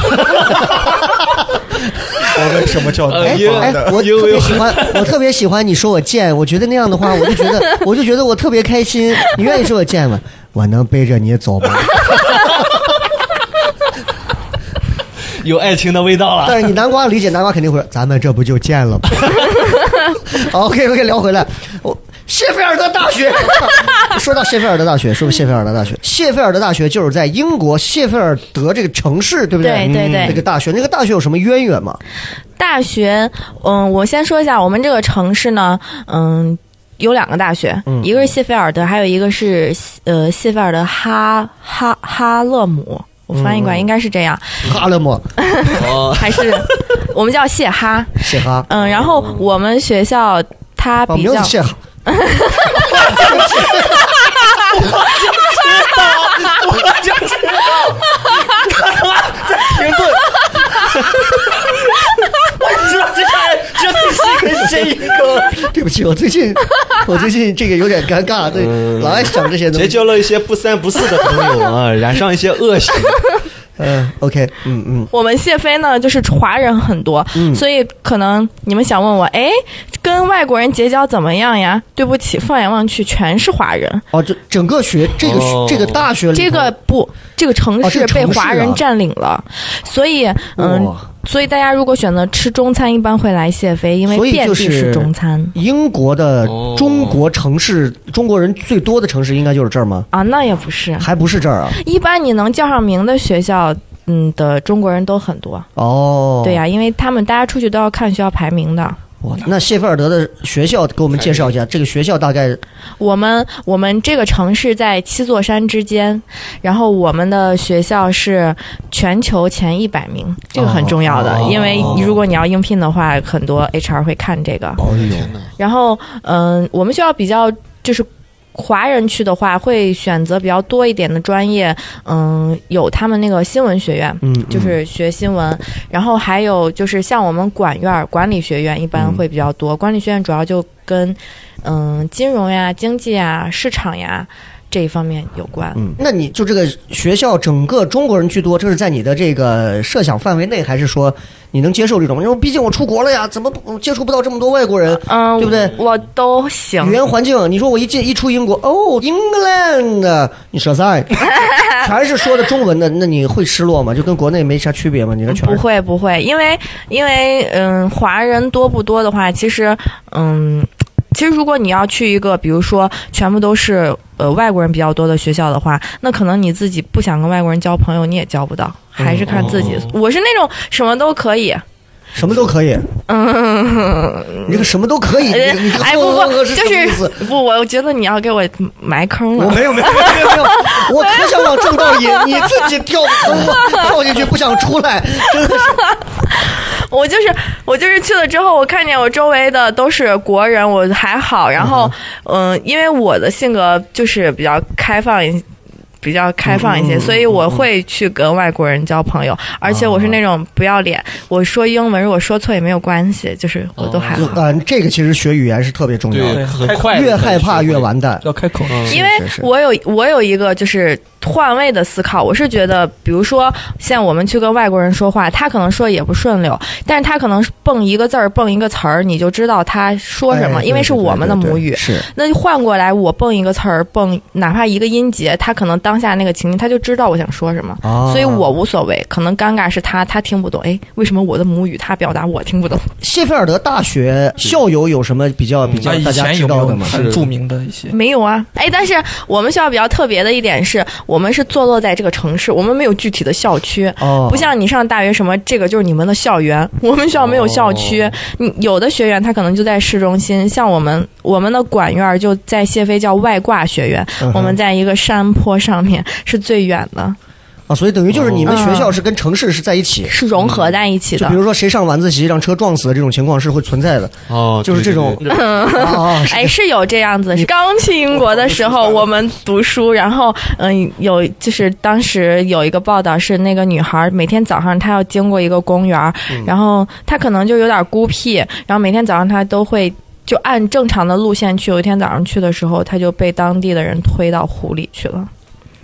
[SPEAKER 6] 我们什么叫
[SPEAKER 2] 哎哎，我特别喜欢，我特别喜欢你说我贱，我觉得那样的话，我就觉得，我就觉得我特别开心。你愿意说我贱吗？我能背着你走吗？
[SPEAKER 7] 有爱情的味道了。
[SPEAKER 2] 但是你南瓜理解，南瓜肯定会说，咱们这不就见了吗？OK OK，聊回来，我谢菲尔德大学。 说到谢菲尔德大学，说不谢菲尔德大学，谢菲尔德大学就是在英国谢菲尔德这个城市，对不
[SPEAKER 4] 对对对
[SPEAKER 2] 那个大学，那个大学有什么渊源吗？
[SPEAKER 4] 大学，嗯，我先说一下，我们这个城市呢，嗯，有两个大学，一个是谢菲尔德，还有一个是呃谢菲尔德哈哈哈勒姆，我翻译过来应该是这样，
[SPEAKER 2] 哈勒姆，
[SPEAKER 4] 还是我们叫谢哈，
[SPEAKER 2] 谢哈，啊
[SPEAKER 4] 嗯，然后我们学校它
[SPEAKER 2] 把
[SPEAKER 4] 比
[SPEAKER 2] 名
[SPEAKER 4] 较
[SPEAKER 2] 字哦谢 哈。
[SPEAKER 6] 停顿。我知道这个人绝对是一个谁一个，
[SPEAKER 2] 对不起，我最近我最近这个有点尴尬，对，老爱想这些东
[SPEAKER 8] 结
[SPEAKER 2] 西。
[SPEAKER 8] 交了一些不三不四的朋友啊，染上一些恶 习。
[SPEAKER 2] 嗯，OK，嗯嗯，
[SPEAKER 4] 我们谢飞呢，就是华人很多，所以可能你们想问我，哎，跟外国人结交怎么样呀？对不起，放眼望去全是华人，
[SPEAKER 2] 哦，这整个学这个
[SPEAKER 7] 哦
[SPEAKER 2] 这个大学里头，
[SPEAKER 4] 这个不，这个城
[SPEAKER 2] 哦这个
[SPEAKER 4] 市
[SPEAKER 2] 城市
[SPEAKER 4] 被
[SPEAKER 2] 啊
[SPEAKER 4] 华人占领了，所以嗯
[SPEAKER 2] 哇，
[SPEAKER 4] 所以大家如果选择吃中餐，一般会来谢飞，因为
[SPEAKER 2] 所以
[SPEAKER 4] 遍
[SPEAKER 2] 就
[SPEAKER 4] 地
[SPEAKER 2] 是
[SPEAKER 4] 是中餐。
[SPEAKER 2] 英国的
[SPEAKER 7] 哦
[SPEAKER 2] 中国城市，中国人最多的城市应该就是这儿吗？
[SPEAKER 4] 啊，那也不是，
[SPEAKER 2] 还不是这儿啊？
[SPEAKER 4] 一般你能叫上名的学校，嗯的中国人都很多，
[SPEAKER 2] 哦，
[SPEAKER 4] 对呀、因为他们大家出去都要看学校排名的。
[SPEAKER 2] 哇，那谢菲尔德的学校给我们介绍一下，这个学校大概
[SPEAKER 4] 我们我们这个城市在七座山之间，然后我们的学校是全球前一百名，这个很重要的，
[SPEAKER 7] 哦
[SPEAKER 4] 因为如果你要应聘的话，很多 HR 会看这个。
[SPEAKER 2] 哦呦，
[SPEAKER 4] 然后，嗯、我们学校比较就是。华人去的话，会选择比较多一点的专业，嗯，有他们那个新闻学院，
[SPEAKER 2] 嗯，
[SPEAKER 4] 就是学新闻，然后还有就是像我们管院儿、管理学院一般会比较多。管理学院主要就跟嗯金融呀、经济呀、市场呀这一方面有关。
[SPEAKER 2] 嗯，那你就这个学校整个中国人居多，这是在你的这个设想范围内，还是说你能接受这种？因为毕竟我出国了呀，怎么不接触不到这么多外国人？
[SPEAKER 4] 嗯，
[SPEAKER 2] 对不对
[SPEAKER 4] 我都行
[SPEAKER 2] 语。言环境，你说我一进一出英国，哦，England，你说 啥？全是说的中文的，那你会失落吗？就跟国内没啥区别吗？你这全
[SPEAKER 4] 不
[SPEAKER 2] 是
[SPEAKER 4] 会不会，因为因为嗯，华人多不多的话，其实嗯，其实如果你要去一个，比如说全部都是呃外国人比较多的学校的话，那可能你自己不想跟外国人交朋友，你也交不到，还是看自己。我是那种什么都可以，
[SPEAKER 2] 什么都可以，
[SPEAKER 4] 嗯，
[SPEAKER 2] 你这个什么都可以，
[SPEAKER 4] 呃
[SPEAKER 2] 你你这个
[SPEAKER 4] 哎不
[SPEAKER 2] 混
[SPEAKER 4] 不
[SPEAKER 2] 混合，是
[SPEAKER 4] 就
[SPEAKER 2] 什么意思？
[SPEAKER 4] 是不，我觉得你要给我埋坑
[SPEAKER 2] 我
[SPEAKER 4] 了。
[SPEAKER 2] 没有没有没有没有，我可想往正道引，你自己跳坑了，跳进去不想出来，真的是。
[SPEAKER 4] 我就是我就是去了之后，我看见我周围的都是国人，我还好。然后，嗯、因为我的性格就是比较开放一。比较开放一些，所以我会去跟外国人交朋友，而且我是那种不要脸，我说英文如果说错也没有关系，就是我都还
[SPEAKER 2] 就
[SPEAKER 4] 好。
[SPEAKER 2] 嗯，这个其实学语言是特别重要的，
[SPEAKER 7] 对，很快，
[SPEAKER 2] 越害怕越。完蛋。
[SPEAKER 6] 要开口了。
[SPEAKER 7] 嗯
[SPEAKER 4] 因为
[SPEAKER 2] 是是
[SPEAKER 4] 我有我有一个就是换位的思考，我是觉得，比如说像我们去跟外国人说话，他可能说得也不顺溜，但是他可能蹦一个字儿蹦一个词儿，你就知道他说什么，
[SPEAKER 2] 哎
[SPEAKER 4] 因为是我们的母语
[SPEAKER 2] 对对对对。是
[SPEAKER 4] 那就换过来，我蹦一个词儿，蹦哪怕一个音节，他可能当下那个情境，他就知道我想说什么，
[SPEAKER 2] 啊
[SPEAKER 4] 所以我无所谓。可能尴尬是他，他听不懂。哎，为什么我的母语他表达我听不懂？
[SPEAKER 2] 谢菲尔德大学校友有什么比较比较
[SPEAKER 6] 嗯那以
[SPEAKER 2] 大家
[SPEAKER 6] 前
[SPEAKER 2] 知
[SPEAKER 6] 有没
[SPEAKER 2] 道的
[SPEAKER 6] 有
[SPEAKER 2] 吗？
[SPEAKER 6] 很著名的一些？
[SPEAKER 4] 没有啊，哎，但是我们学校比较特别的一点是，我们是坐落在这个城市，我们没有具体的校区，
[SPEAKER 2] 哦，
[SPEAKER 4] 不像你上大学什么，这个就是你们的校园。我们学校没有校区，你有的学员他可能就在市中心，像我们我们的管院儿就在谢飞叫外挂学院，
[SPEAKER 2] 嗯哼
[SPEAKER 4] 我们在一个山坡上面是最远的，
[SPEAKER 2] 啊，所以等于就是你们
[SPEAKER 4] 哦
[SPEAKER 2] 学校是跟城市是在一起。
[SPEAKER 4] 是融合在一起
[SPEAKER 2] 就
[SPEAKER 4] 的。
[SPEAKER 2] 比如说谁上晚自习让车撞死的这种情况是会存在的
[SPEAKER 7] 哦，
[SPEAKER 2] 就是这种
[SPEAKER 7] 对对对
[SPEAKER 2] 啊，
[SPEAKER 4] 哎，是有这样子。是刚去英国的时候，我们读书，然后嗯，有就是当时有一个报道是那个女孩每天早上她要经过一个公园儿，然后她可能就有点孤僻，然后每天早上她都会。就按正常的路线去，有一天早上去的时候，她就被当地的人推到湖里去了。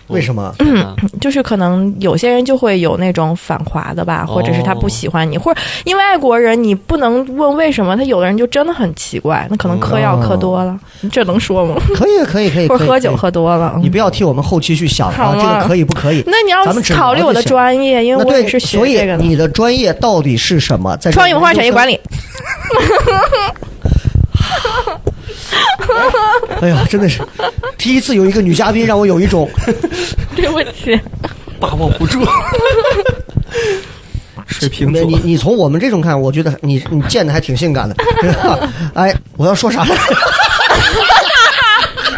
[SPEAKER 2] 为什么？
[SPEAKER 4] 就是可能有些人就会有那种反华的吧，或者是他不喜欢你，或者因为外国人你不能问为什么，他有的人就真的很奇怪，那可能嗑药嗑多了，这能说吗？
[SPEAKER 2] 可以可以可以，
[SPEAKER 4] 或
[SPEAKER 2] 可
[SPEAKER 4] 者
[SPEAKER 2] 以
[SPEAKER 4] 哎喝酒。
[SPEAKER 2] 可以
[SPEAKER 4] 喝多了。
[SPEAKER 2] 你不要替我们后期去想
[SPEAKER 4] 好
[SPEAKER 2] 啊，
[SPEAKER 4] 吗
[SPEAKER 2] 这个可以不可以？
[SPEAKER 4] 那你要
[SPEAKER 2] 咱们只
[SPEAKER 4] 考虑
[SPEAKER 2] 聊
[SPEAKER 4] 我
[SPEAKER 2] 就
[SPEAKER 4] 的
[SPEAKER 2] 行
[SPEAKER 4] 专业，因
[SPEAKER 2] 那
[SPEAKER 4] 为我也
[SPEAKER 2] 对，
[SPEAKER 4] 是学
[SPEAKER 2] 所以
[SPEAKER 4] 这个的。
[SPEAKER 2] 你的专业到底是什么？在这
[SPEAKER 4] 创意文化
[SPEAKER 2] 研究
[SPEAKER 4] 产业管
[SPEAKER 2] 生
[SPEAKER 4] 理，
[SPEAKER 2] 哎呀，真的是第一次有一个女嘉宾让我有一 种
[SPEAKER 4] 对不起，
[SPEAKER 6] 把握不住。水瓶
[SPEAKER 2] 没
[SPEAKER 6] 座
[SPEAKER 2] 哎你你从我们这种看，我觉得你你见的还挺性感的。 哎，我要说啥？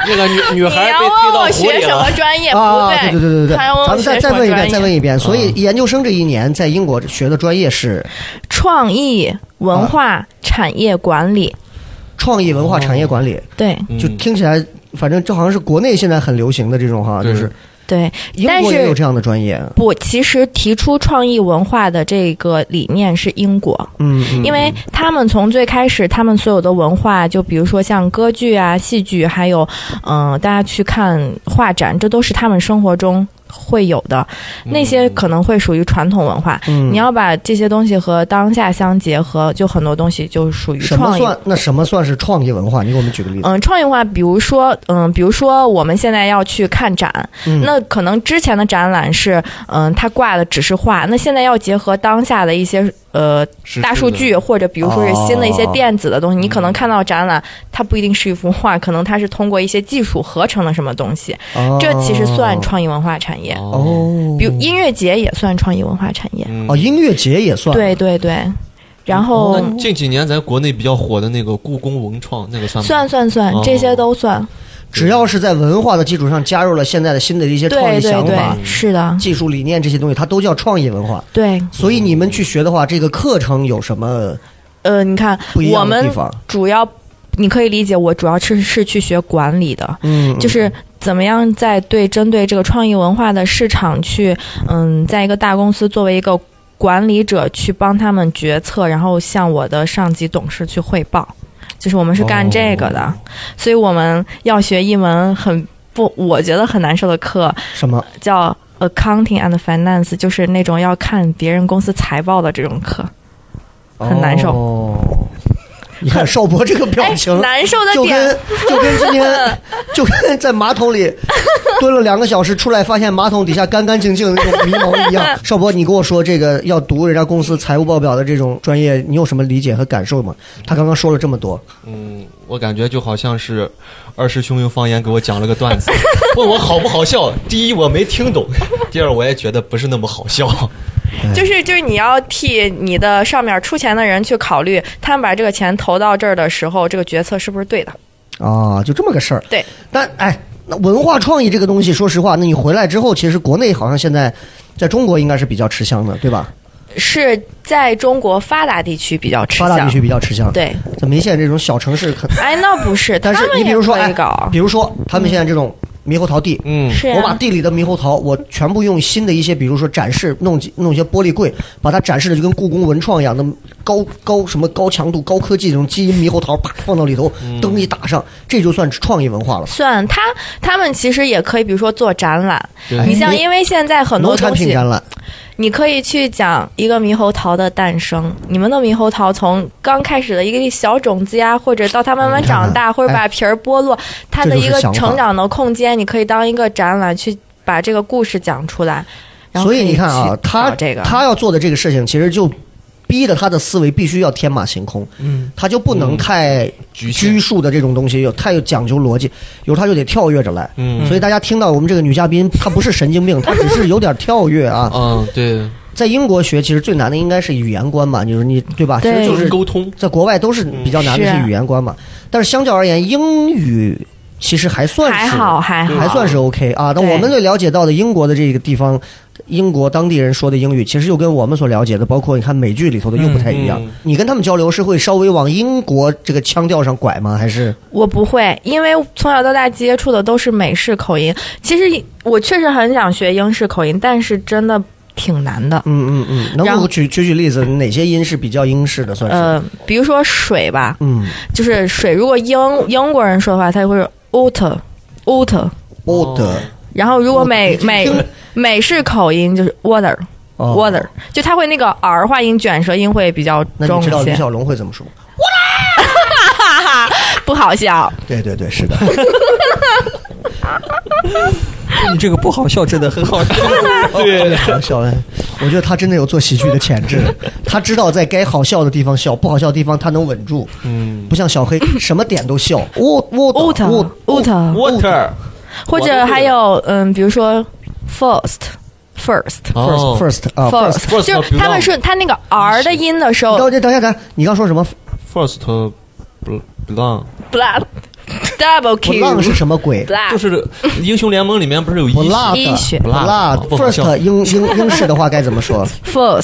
[SPEAKER 7] 那个女女
[SPEAKER 4] 你
[SPEAKER 7] 孩
[SPEAKER 4] 要
[SPEAKER 7] 被推
[SPEAKER 4] 问
[SPEAKER 7] 到
[SPEAKER 4] 我
[SPEAKER 7] 湖
[SPEAKER 4] 学
[SPEAKER 7] 里
[SPEAKER 4] 什
[SPEAKER 7] 了
[SPEAKER 4] 么。专业？
[SPEAKER 2] 啊，
[SPEAKER 4] 不
[SPEAKER 2] 对对对对对，
[SPEAKER 4] 还要问
[SPEAKER 2] 咱
[SPEAKER 4] 我
[SPEAKER 2] 们再
[SPEAKER 4] 学
[SPEAKER 2] 再
[SPEAKER 4] 什么
[SPEAKER 2] 问一
[SPEAKER 4] 专
[SPEAKER 2] 遍，再
[SPEAKER 4] 业？
[SPEAKER 2] 问一遍。所
[SPEAKER 7] 啊
[SPEAKER 2] 以研究生这一年在英国学的专业是
[SPEAKER 4] 创意文化产业管理，
[SPEAKER 2] 啊创意文化产业管理，
[SPEAKER 4] 对
[SPEAKER 2] 就听起来，反正这好像是国内现在很流行的这种哈，
[SPEAKER 7] 对
[SPEAKER 2] 就是
[SPEAKER 4] 对，
[SPEAKER 2] 英
[SPEAKER 4] 但
[SPEAKER 2] 国也
[SPEAKER 4] 是
[SPEAKER 2] 有这样的专业。
[SPEAKER 4] 不，其实提出创意文化的这个理念是英国，
[SPEAKER 2] 嗯，嗯
[SPEAKER 4] 因为他们从最开始，他们所有的文化，就比如说像歌剧啊、戏剧，还有嗯、呃大家去看画展，这都是他们生活中会有的。那些可能会属于传统文化，
[SPEAKER 2] 嗯
[SPEAKER 4] 你要把这些东西和当下相结合，就很多东西就属于
[SPEAKER 2] 什么
[SPEAKER 4] 创意。
[SPEAKER 2] 算那什么算是创意文化？你给我们举个例子。
[SPEAKER 4] 嗯，创意文化，比如说，嗯，比如说我们现在要去看展，
[SPEAKER 2] 嗯
[SPEAKER 4] 那可能之前的展览是，嗯，它挂的只是画，那现在要结合当下的一些呃
[SPEAKER 7] 是
[SPEAKER 4] 大
[SPEAKER 7] 是
[SPEAKER 4] 数
[SPEAKER 7] 的
[SPEAKER 4] 据，或者比如说是新的一些
[SPEAKER 2] 哦
[SPEAKER 4] 电子的东西，你可能看到展览，它不一定是一幅画，可能它是通过一些技术合成的什么东西，这其实算创意文化产业。
[SPEAKER 7] 哦，
[SPEAKER 2] 哦，
[SPEAKER 4] 比如音乐节也算创意文化产业，
[SPEAKER 7] 嗯
[SPEAKER 2] 哦，音乐节也算
[SPEAKER 4] 对对对，然
[SPEAKER 2] 哦
[SPEAKER 4] 后
[SPEAKER 7] 那近几年咱国内比较火的那个故宫文创，那个算吗
[SPEAKER 4] 算算算，
[SPEAKER 2] 哦
[SPEAKER 4] 这些都算，
[SPEAKER 2] 只要是在文化的基础上加入了现在的新的一些创
[SPEAKER 4] 对
[SPEAKER 2] 意
[SPEAKER 4] 对
[SPEAKER 2] 想
[SPEAKER 4] 对
[SPEAKER 2] 法、，
[SPEAKER 4] 是的，
[SPEAKER 2] 技术理念这些东西，它都叫创意文化。
[SPEAKER 4] 对。
[SPEAKER 2] 所以你们去学的话，这个课程有什么
[SPEAKER 4] 呃，你看
[SPEAKER 2] 不一
[SPEAKER 4] 我
[SPEAKER 2] 样的
[SPEAKER 4] 们
[SPEAKER 2] 地方？
[SPEAKER 4] 主要你可以理解，我主要是是去学管理的，
[SPEAKER 2] 嗯，
[SPEAKER 4] 就是怎么样在对针对这个创意文化的市场去，嗯，在一个大公司作为一个管理者去帮他们决策，然后向我的上级董事
[SPEAKER 2] 哦
[SPEAKER 4] 去汇报。就是我们是干这个的，所以我们要学一门很不，我觉得很难受的课
[SPEAKER 2] 什么？
[SPEAKER 4] 叫 Accounting and Finance，就是那种要看别人公司财报的这种课，很难受。
[SPEAKER 2] 哦你 看邵博这个表情，
[SPEAKER 4] 哎难受的
[SPEAKER 2] 哦就
[SPEAKER 4] 点
[SPEAKER 2] 跟就跟今 天就跟在马桶里蹲了两个小时，出来发现马桶底下干干净净的那种迷茫一 样。邵博，你跟我说这个要读人家公司财务报表的这种专业，你有什么理解和感受吗？他刚刚说了这么多，
[SPEAKER 7] 嗯，我感觉就好像是二师兄用方言给我讲了个段 子，问我好不好笑。第一，我没听懂； 第二，我也觉得不是那么好笑。
[SPEAKER 2] 哎
[SPEAKER 4] 就是就是你要替你的上面出钱的人去考虑，他们把这个钱投到这儿的时候，这个决策是不是对的？
[SPEAKER 2] 啊，就这么个事儿。
[SPEAKER 4] 对，
[SPEAKER 2] 但哎，那文化创意这个东西，说实话，那你回来之后，其实国内好像现在在中国应该是比较吃香的，对吧？
[SPEAKER 4] 是在中国发达地区比较吃
[SPEAKER 2] 发
[SPEAKER 4] 香。
[SPEAKER 2] 达地区比较吃香。，
[SPEAKER 4] 对，
[SPEAKER 2] 在明显这种小城市 可，
[SPEAKER 4] 哎，那不是，
[SPEAKER 2] 但是
[SPEAKER 4] 他们
[SPEAKER 2] 你比
[SPEAKER 4] 也
[SPEAKER 2] 如说，
[SPEAKER 4] 可
[SPEAKER 2] 哎
[SPEAKER 4] 以搞，，嗯
[SPEAKER 2] 比如说他们现在这种猕猴桃地，
[SPEAKER 7] 嗯，
[SPEAKER 4] 是
[SPEAKER 2] 我把
[SPEAKER 4] 啊，
[SPEAKER 2] 地里的猕猴桃，我全部用新的一些，比如说展示，弄几弄一些玻璃柜，把它展示的就跟故宫文创一样的高高什么高强度、高科技这种基因猕猴桃，啪放到里头，灯一打上，这就算是创意文化了。
[SPEAKER 4] 算他他们其实也可以，比如说做展览，
[SPEAKER 7] 对
[SPEAKER 4] 你像因为现在很
[SPEAKER 2] 哎农
[SPEAKER 4] 多
[SPEAKER 2] 产
[SPEAKER 4] 东
[SPEAKER 2] 品
[SPEAKER 4] 西，
[SPEAKER 2] 展览，
[SPEAKER 4] 你可以去讲一个猕猴桃的诞生。你们的猕猴桃从刚开始的一个小种子呀，或者到它慢慢长大，
[SPEAKER 2] 哎
[SPEAKER 4] 或者把皮儿剥落，它的一
[SPEAKER 2] 这就
[SPEAKER 4] 个
[SPEAKER 2] 是想法
[SPEAKER 4] 成长的空间，你可以当一个展览去把这个故事讲出来。然后
[SPEAKER 2] 所以你看
[SPEAKER 4] 可
[SPEAKER 2] 啊
[SPEAKER 4] 去，
[SPEAKER 2] 他
[SPEAKER 4] 搞嗯这个
[SPEAKER 2] 他要做的这个事情，其实就逼得他的思维必须要天马行空，嗯，他就不能太
[SPEAKER 7] 局限
[SPEAKER 2] 拘束的这种东西，有太有讲究逻辑，有时候他就得跳跃着来。
[SPEAKER 7] 嗯
[SPEAKER 2] 所以大家听到我们这个女嘉宾，她不是神经病，她只是有点跳跃啊。
[SPEAKER 7] 嗯，对，
[SPEAKER 2] 在英国学，其实最难的应该是语言观吧，就是你对吧？其
[SPEAKER 4] 对
[SPEAKER 2] 实就是
[SPEAKER 7] 沟通。
[SPEAKER 2] 在国外都是比较难的
[SPEAKER 4] 嗯
[SPEAKER 2] 是
[SPEAKER 4] 是
[SPEAKER 2] 语言观嘛。但是相较而言，英语其实还算是
[SPEAKER 4] 还好还好，
[SPEAKER 2] 还算是 OK 啊。但
[SPEAKER 4] 对
[SPEAKER 2] 我们所了解到的英国的这个地方，英国当地人说的英语，其实又跟我们所了解的，包括你看美剧里头的又不太一样。
[SPEAKER 7] 嗯嗯
[SPEAKER 2] 你跟他们交流是会稍微往英国这个腔调上拐吗？还是
[SPEAKER 4] 我不会，因为从小到大接触的都是美式口音。其实我确实很想学英式口音，但是真的挺难的。
[SPEAKER 2] 嗯嗯嗯，能
[SPEAKER 4] 然
[SPEAKER 2] 不
[SPEAKER 4] 后
[SPEAKER 2] 举举举例子，哪些音是比较英式的算是？
[SPEAKER 4] 呃，比如说水吧，
[SPEAKER 2] 嗯
[SPEAKER 4] 就是水，如果英英国人说的话，他就会是 water water，
[SPEAKER 2] ，old
[SPEAKER 4] 然后如果美美美式口音就是 water
[SPEAKER 2] 哦
[SPEAKER 4] water，就他会那个 r 化音卷舌音会比较
[SPEAKER 2] 那
[SPEAKER 4] 重
[SPEAKER 2] 你知道
[SPEAKER 4] 一
[SPEAKER 2] 李
[SPEAKER 4] 些，
[SPEAKER 2] 小龙会怎么说？
[SPEAKER 4] 不好笑。
[SPEAKER 2] 对对对，是的。
[SPEAKER 6] 你这个不好笑，真的很好 笑。
[SPEAKER 2] 对，好笑哎！我觉得他真的有做喜剧的潜质，他知道在该好笑的地方笑，不好笑的地方他能稳住。嗯，不像小黑什么点都笑。我我
[SPEAKER 4] water
[SPEAKER 2] 哦我
[SPEAKER 4] water，
[SPEAKER 7] Water
[SPEAKER 4] 或者还有嗯，比如说 first first
[SPEAKER 7] 哦
[SPEAKER 2] first first 啊 first。
[SPEAKER 4] first，
[SPEAKER 7] first
[SPEAKER 4] 就是他们说他那个 r 的音的时
[SPEAKER 2] 你
[SPEAKER 4] 候
[SPEAKER 2] 等等一下，等一下，你刚说什么？
[SPEAKER 7] first bl- belong，
[SPEAKER 4] ，blood double
[SPEAKER 2] 不浪是
[SPEAKER 4] q
[SPEAKER 2] 什么鬼？
[SPEAKER 7] 就
[SPEAKER 4] blood
[SPEAKER 7] 是英雄联盟里面不是有
[SPEAKER 2] 不
[SPEAKER 7] 医
[SPEAKER 2] 辣
[SPEAKER 4] 医学
[SPEAKER 2] 的，不辣的。
[SPEAKER 7] 不好笑
[SPEAKER 2] first 英英英式的话该怎么说
[SPEAKER 4] first，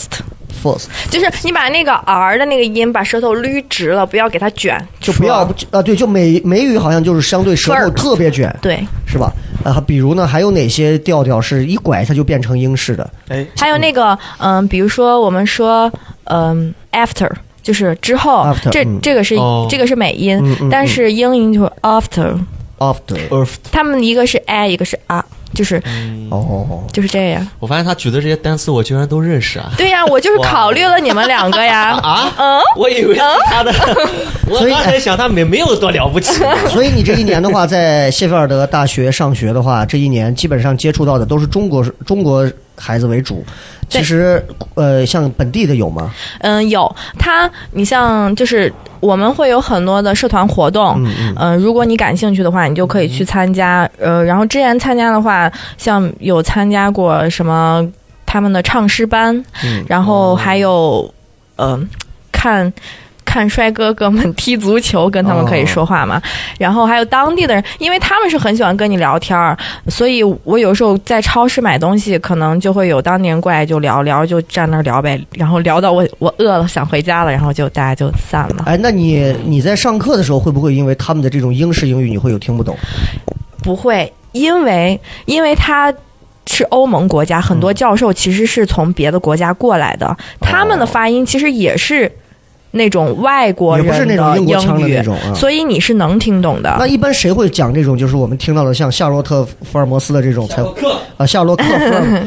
[SPEAKER 2] ？first
[SPEAKER 4] 就是你把那个 r 的那个音把舌头捋直了，不要给它卷，
[SPEAKER 2] 就不要啊，对，就美美语好像就是相对舌头
[SPEAKER 4] First
[SPEAKER 2] 特别 卷，
[SPEAKER 4] 对，
[SPEAKER 2] 是吧？啊，比如呢，还有哪些调调是一拐它就变成英式的？
[SPEAKER 6] 哎，
[SPEAKER 4] 还有那个，嗯，比如说我们说，嗯，after 就是之后
[SPEAKER 2] After，
[SPEAKER 4] 这
[SPEAKER 2] 嗯
[SPEAKER 4] 这个是、
[SPEAKER 7] 哦
[SPEAKER 4] 这个是美音，
[SPEAKER 2] 嗯嗯
[SPEAKER 4] 但是英音就是 after，
[SPEAKER 2] after
[SPEAKER 7] Earth。
[SPEAKER 4] 他们一个是 a 一个是 r，就是
[SPEAKER 2] 哦，
[SPEAKER 4] 就是这样。
[SPEAKER 7] 我发现他举的这些单词我居然都认识啊！
[SPEAKER 4] 对呀、我就是考虑了你们两个呀。
[SPEAKER 7] 啊，
[SPEAKER 4] 嗯，
[SPEAKER 7] 我以为 他的，我
[SPEAKER 2] 所以哎
[SPEAKER 7] 刚才想他没没有多了 不起。
[SPEAKER 2] 所以你这一年的话，在谢菲尔德大学上学的话，这一年基本上接触到的都是中国中国孩子为主。
[SPEAKER 4] 对
[SPEAKER 2] 其实，呃，像本地的有吗？
[SPEAKER 4] 嗯，有它，你像就是我们会有很多的社团活动，嗯如果你感兴趣的话，你就可以去参加。呃，然后之前参加的话，像有参加过什么他们的唱诗班，
[SPEAKER 2] 嗯
[SPEAKER 4] 然后还有呃看。看帅哥哥们踢足球，跟他们可以说话嘛。然后还有当地的人，因为他们是很喜欢跟你聊天儿，所以我有时候在超市买东西，可能就会有当地人过来就聊聊，就站那儿聊呗，然后聊到我我饿了想回家了，然后就大家就散了。
[SPEAKER 2] 哎，那你你在上课的时候，会不会因为他们的这种英式英语，你会有听不懂？
[SPEAKER 4] 不会，因为因为他。是欧盟国
[SPEAKER 2] 嗯
[SPEAKER 4] 家，
[SPEAKER 2] 哦
[SPEAKER 4] 很多教授其实是从别的国家过来的，他们的发音其实也是那种外国
[SPEAKER 2] 也
[SPEAKER 4] 人
[SPEAKER 2] 不是那种英
[SPEAKER 4] 英
[SPEAKER 2] 国腔的
[SPEAKER 4] 语，
[SPEAKER 2] 那种啊。
[SPEAKER 4] 所以你是能听懂
[SPEAKER 2] 那
[SPEAKER 4] 的。
[SPEAKER 2] 一般谁会讲这种？就是我们听到的像夏洛特·福尔摩斯的这种才啊，夏洛克·福尔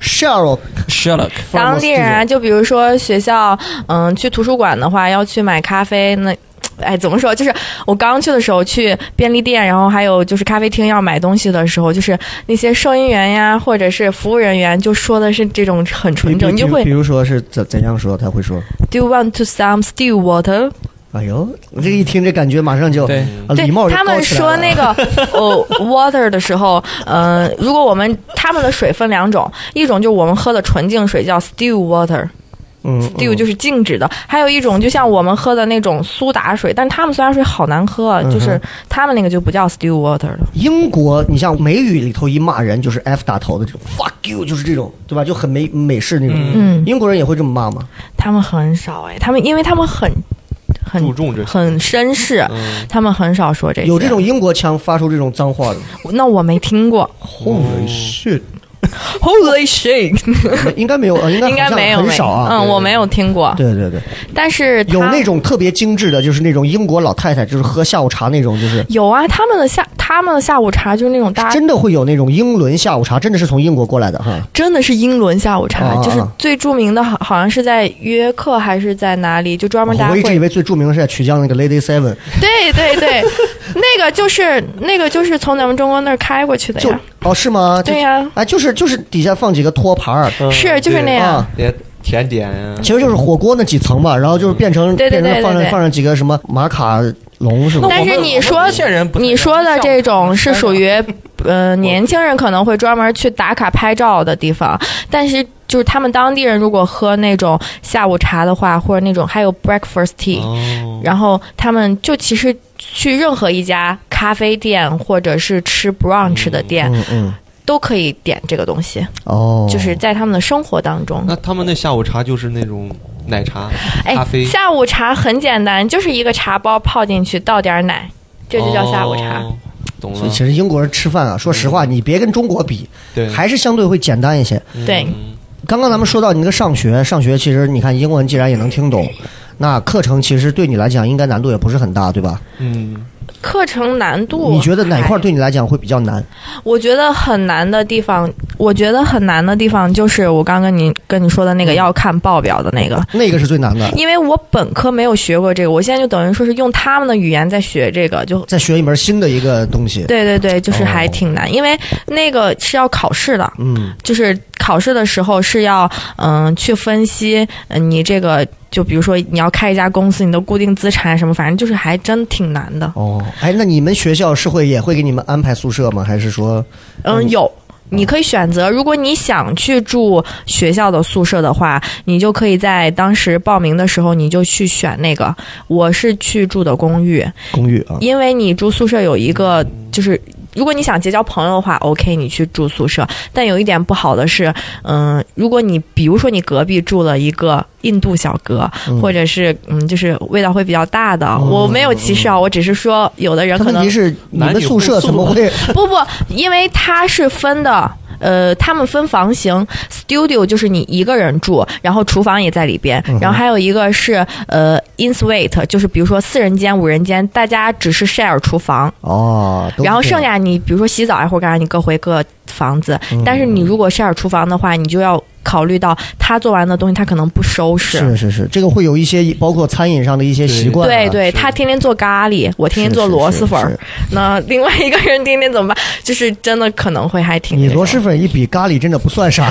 [SPEAKER 2] 夏洛
[SPEAKER 6] Sherlock，
[SPEAKER 2] 福尔
[SPEAKER 4] 当
[SPEAKER 2] 摩斯
[SPEAKER 4] 地
[SPEAKER 2] 这
[SPEAKER 4] 人啊，
[SPEAKER 2] 种。
[SPEAKER 4] 就比如说学校，嗯，去图书馆的话要去买咖啡，那。哎，怎么说？就是我刚去的时候，去便利店，然后还有就是咖啡厅要买东西的时候，就是那些收银员呀，或者是服务人员，就说的是这种很纯正，你
[SPEAKER 2] 比
[SPEAKER 4] 就
[SPEAKER 2] 比
[SPEAKER 4] 会
[SPEAKER 2] 比如说是怎怎样说，他会说，
[SPEAKER 4] Do you want to some still water？
[SPEAKER 2] 哎呦，我这一听这感觉马上就
[SPEAKER 6] 对
[SPEAKER 2] 啊
[SPEAKER 4] 对
[SPEAKER 2] 礼貌就
[SPEAKER 4] 他
[SPEAKER 2] 高
[SPEAKER 4] 们
[SPEAKER 2] 起来
[SPEAKER 4] 说
[SPEAKER 2] 了
[SPEAKER 4] 那 个呃 water 的时候，呃，如果我们他们的水分两种，一种就是我们喝的纯净水叫 still water，still、
[SPEAKER 2] 嗯，嗯
[SPEAKER 4] 就是静止的，还有一种就像我们喝的那种苏打水，但是他们苏打水好难喝啊，
[SPEAKER 2] 嗯哼
[SPEAKER 4] 就是他们那个就不叫 still water 了。
[SPEAKER 2] 英国，你像美语里头一骂人就是 F 打头的这种 fuck you，就是这种，对吧？就很美美式那种。
[SPEAKER 4] 嗯，
[SPEAKER 2] 英国人也会这么骂吗？
[SPEAKER 4] 他们很少哎，他们因为他们很很
[SPEAKER 7] 注重这些
[SPEAKER 4] 很绅士，
[SPEAKER 7] 嗯，
[SPEAKER 4] 他们很少说这些。
[SPEAKER 2] 有这种英国腔发出这种脏话的吗
[SPEAKER 4] 那我没 听过
[SPEAKER 2] ？Holy shit！
[SPEAKER 4] ，Holy shit，
[SPEAKER 2] 应该没有，呃应该
[SPEAKER 4] 应该
[SPEAKER 2] 好像
[SPEAKER 4] 没有
[SPEAKER 2] 很
[SPEAKER 4] 没有，
[SPEAKER 2] 少啊。
[SPEAKER 4] 嗯，我没有听过，
[SPEAKER 2] 对对对，
[SPEAKER 4] 但是
[SPEAKER 2] 有
[SPEAKER 4] 他
[SPEAKER 2] 那种特别精致的，就是那种英国老太太，就是喝下午茶那种，就是
[SPEAKER 4] 有啊，他们的下他们的下午茶就是那种大家
[SPEAKER 2] 真的会有那种英伦下午茶，真的是从英国过来的哈。
[SPEAKER 4] 真的是英伦下午茶，
[SPEAKER 2] 啊啊啊
[SPEAKER 4] 就是最著名的，好好像是在约克还是在哪里，就专门大家
[SPEAKER 2] 啊我一直以
[SPEAKER 4] 会。
[SPEAKER 2] 为最著名的是在曲江那个 Lady Seven，
[SPEAKER 4] 对 对对，那个就是那个就是从咱们中国那儿开过去的
[SPEAKER 2] 就
[SPEAKER 4] 呀。
[SPEAKER 2] 哦是吗？就
[SPEAKER 4] 啊对啊呀，
[SPEAKER 2] 哎，就是就是底下放几个托盘儿，
[SPEAKER 4] 是就是那
[SPEAKER 7] 嗯对
[SPEAKER 4] 样
[SPEAKER 2] 啊。
[SPEAKER 7] 连甜点啊
[SPEAKER 2] 其实就是火锅那几层嘛，然后就是变成
[SPEAKER 4] 对对对
[SPEAKER 2] 变成放
[SPEAKER 4] 对
[SPEAKER 2] 上
[SPEAKER 4] 对
[SPEAKER 2] 放上几个什么马卡龙是吧？
[SPEAKER 4] 但是你说
[SPEAKER 6] 现人不太
[SPEAKER 4] 你说的这种是 属于呃年轻人可能会专门去打卡拍照的地方，但是就是他们当地人如果喝那种下午茶的话，或者那种还有 breakfast tea，、
[SPEAKER 7] 哦，
[SPEAKER 4] 然后他们就其实去任何一家咖啡店或者是吃 brunch 的店、
[SPEAKER 2] 嗯嗯
[SPEAKER 4] 都可以点这个东西，
[SPEAKER 2] 哦，嗯
[SPEAKER 4] 啊就是在他们的生活当中。
[SPEAKER 7] 那他们那下午茶就是那种奶茶、
[SPEAKER 4] 哎
[SPEAKER 7] 咖，啡，
[SPEAKER 4] 下午茶很简单，就是一个茶包泡进去，倒点儿奶，这就叫下午茶。
[SPEAKER 7] 哦，懂
[SPEAKER 2] 所以
[SPEAKER 7] 了
[SPEAKER 2] 其，实英国人吃饭啊，说实
[SPEAKER 4] 嗯
[SPEAKER 2] 话，你别跟中国比，
[SPEAKER 7] 对，
[SPEAKER 2] 还是相对会简单一些。
[SPEAKER 4] 对
[SPEAKER 7] 嗯
[SPEAKER 2] 刚刚咱们说到你那个上学，上学其实你看英文既然也能听懂，那课程其实对你来讲应该难度也不是很大，对吧？
[SPEAKER 7] 嗯，
[SPEAKER 4] 课程难度，哎
[SPEAKER 2] 你觉得哪块儿？对你来讲会比较难？
[SPEAKER 4] 我觉得很难的地方，我觉得很难的地方就是我刚跟你跟你说的那
[SPEAKER 2] 嗯
[SPEAKER 4] 个要看报表的那个，
[SPEAKER 2] 那个是最难的。
[SPEAKER 4] 因为我本科没有学过这个，我现在就等于说是用他们的语言在学这个，就
[SPEAKER 2] 再学一门新的一个东西，
[SPEAKER 4] 对对对，就是还
[SPEAKER 2] 哦
[SPEAKER 4] 挺难，因为那个是要考试的，
[SPEAKER 2] 嗯，
[SPEAKER 4] 就是考试的时候是要嗯、去分析嗯、你这个，就比如说你要开一家公司，你的固定资产什么，反正就是还真挺难的。
[SPEAKER 2] 哦，哎，那你们学校是会也会给你们安排宿舍吗？还是说，
[SPEAKER 4] 嗯，有。你可以选择，如果你想去住学校的宿舍的话，你就可以在当时报名的时候，你就去选那个。我是去住的公寓，
[SPEAKER 2] 公寓啊？
[SPEAKER 4] 因为你住宿舍有一个就是。如果你想结交朋友的话，OK，你去住宿舍。但有一点不好的是，嗯、如果你比如说你隔壁住了一个印度小哥，
[SPEAKER 2] 嗯
[SPEAKER 4] 或者是嗯，就是味道会比较大的，我没有歧视啊，我只是说有的人
[SPEAKER 2] 嗯他
[SPEAKER 4] 可
[SPEAKER 2] 问
[SPEAKER 4] 能
[SPEAKER 2] 题是你们宿舍怎么会？
[SPEAKER 4] 不不，因为它是分的。呃，他们分房型，studio 就是你一个人住，然后厨房也在里边，
[SPEAKER 2] 嗯
[SPEAKER 4] 然后还有一个是呃 in suite，就是比如说四人间、五人间，大家只是 share 厨房，
[SPEAKER 2] 哦，都是
[SPEAKER 4] 然后
[SPEAKER 2] 这
[SPEAKER 4] 剩
[SPEAKER 2] 样
[SPEAKER 4] 下你比如说洗澡啊或者干啥，你各回各房子。
[SPEAKER 2] 嗯
[SPEAKER 4] 但是你如果 share 厨房的话，你就要考虑到他做完的东西他可能不收拾，
[SPEAKER 2] 是是是，这个会有一些包括餐饮上的一些习惯啊，
[SPEAKER 4] 对对，
[SPEAKER 7] 是
[SPEAKER 4] 他天天做咖喱，我天天做螺蛳粉
[SPEAKER 2] 是
[SPEAKER 4] 儿
[SPEAKER 2] 是，
[SPEAKER 4] 那另外一个人天天怎么办？就是真的可能会还挺
[SPEAKER 2] 你
[SPEAKER 4] 那
[SPEAKER 2] 螺
[SPEAKER 4] 种
[SPEAKER 2] 蛳粉一比咖喱真的不算 啥，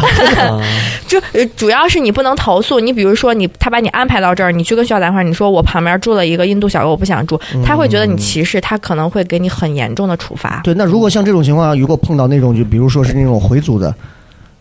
[SPEAKER 4] 就呃主要是你不能投诉。你比如说你他把你安排到这儿，你去跟学校谈话，你说我旁边住了一个印度小哥，我不想住，
[SPEAKER 2] 嗯
[SPEAKER 4] 他会觉得你歧视，他可能会给你很严重的处罚。
[SPEAKER 2] 对，那如果像这种情况，如果碰到那种就比如说是那种回族的，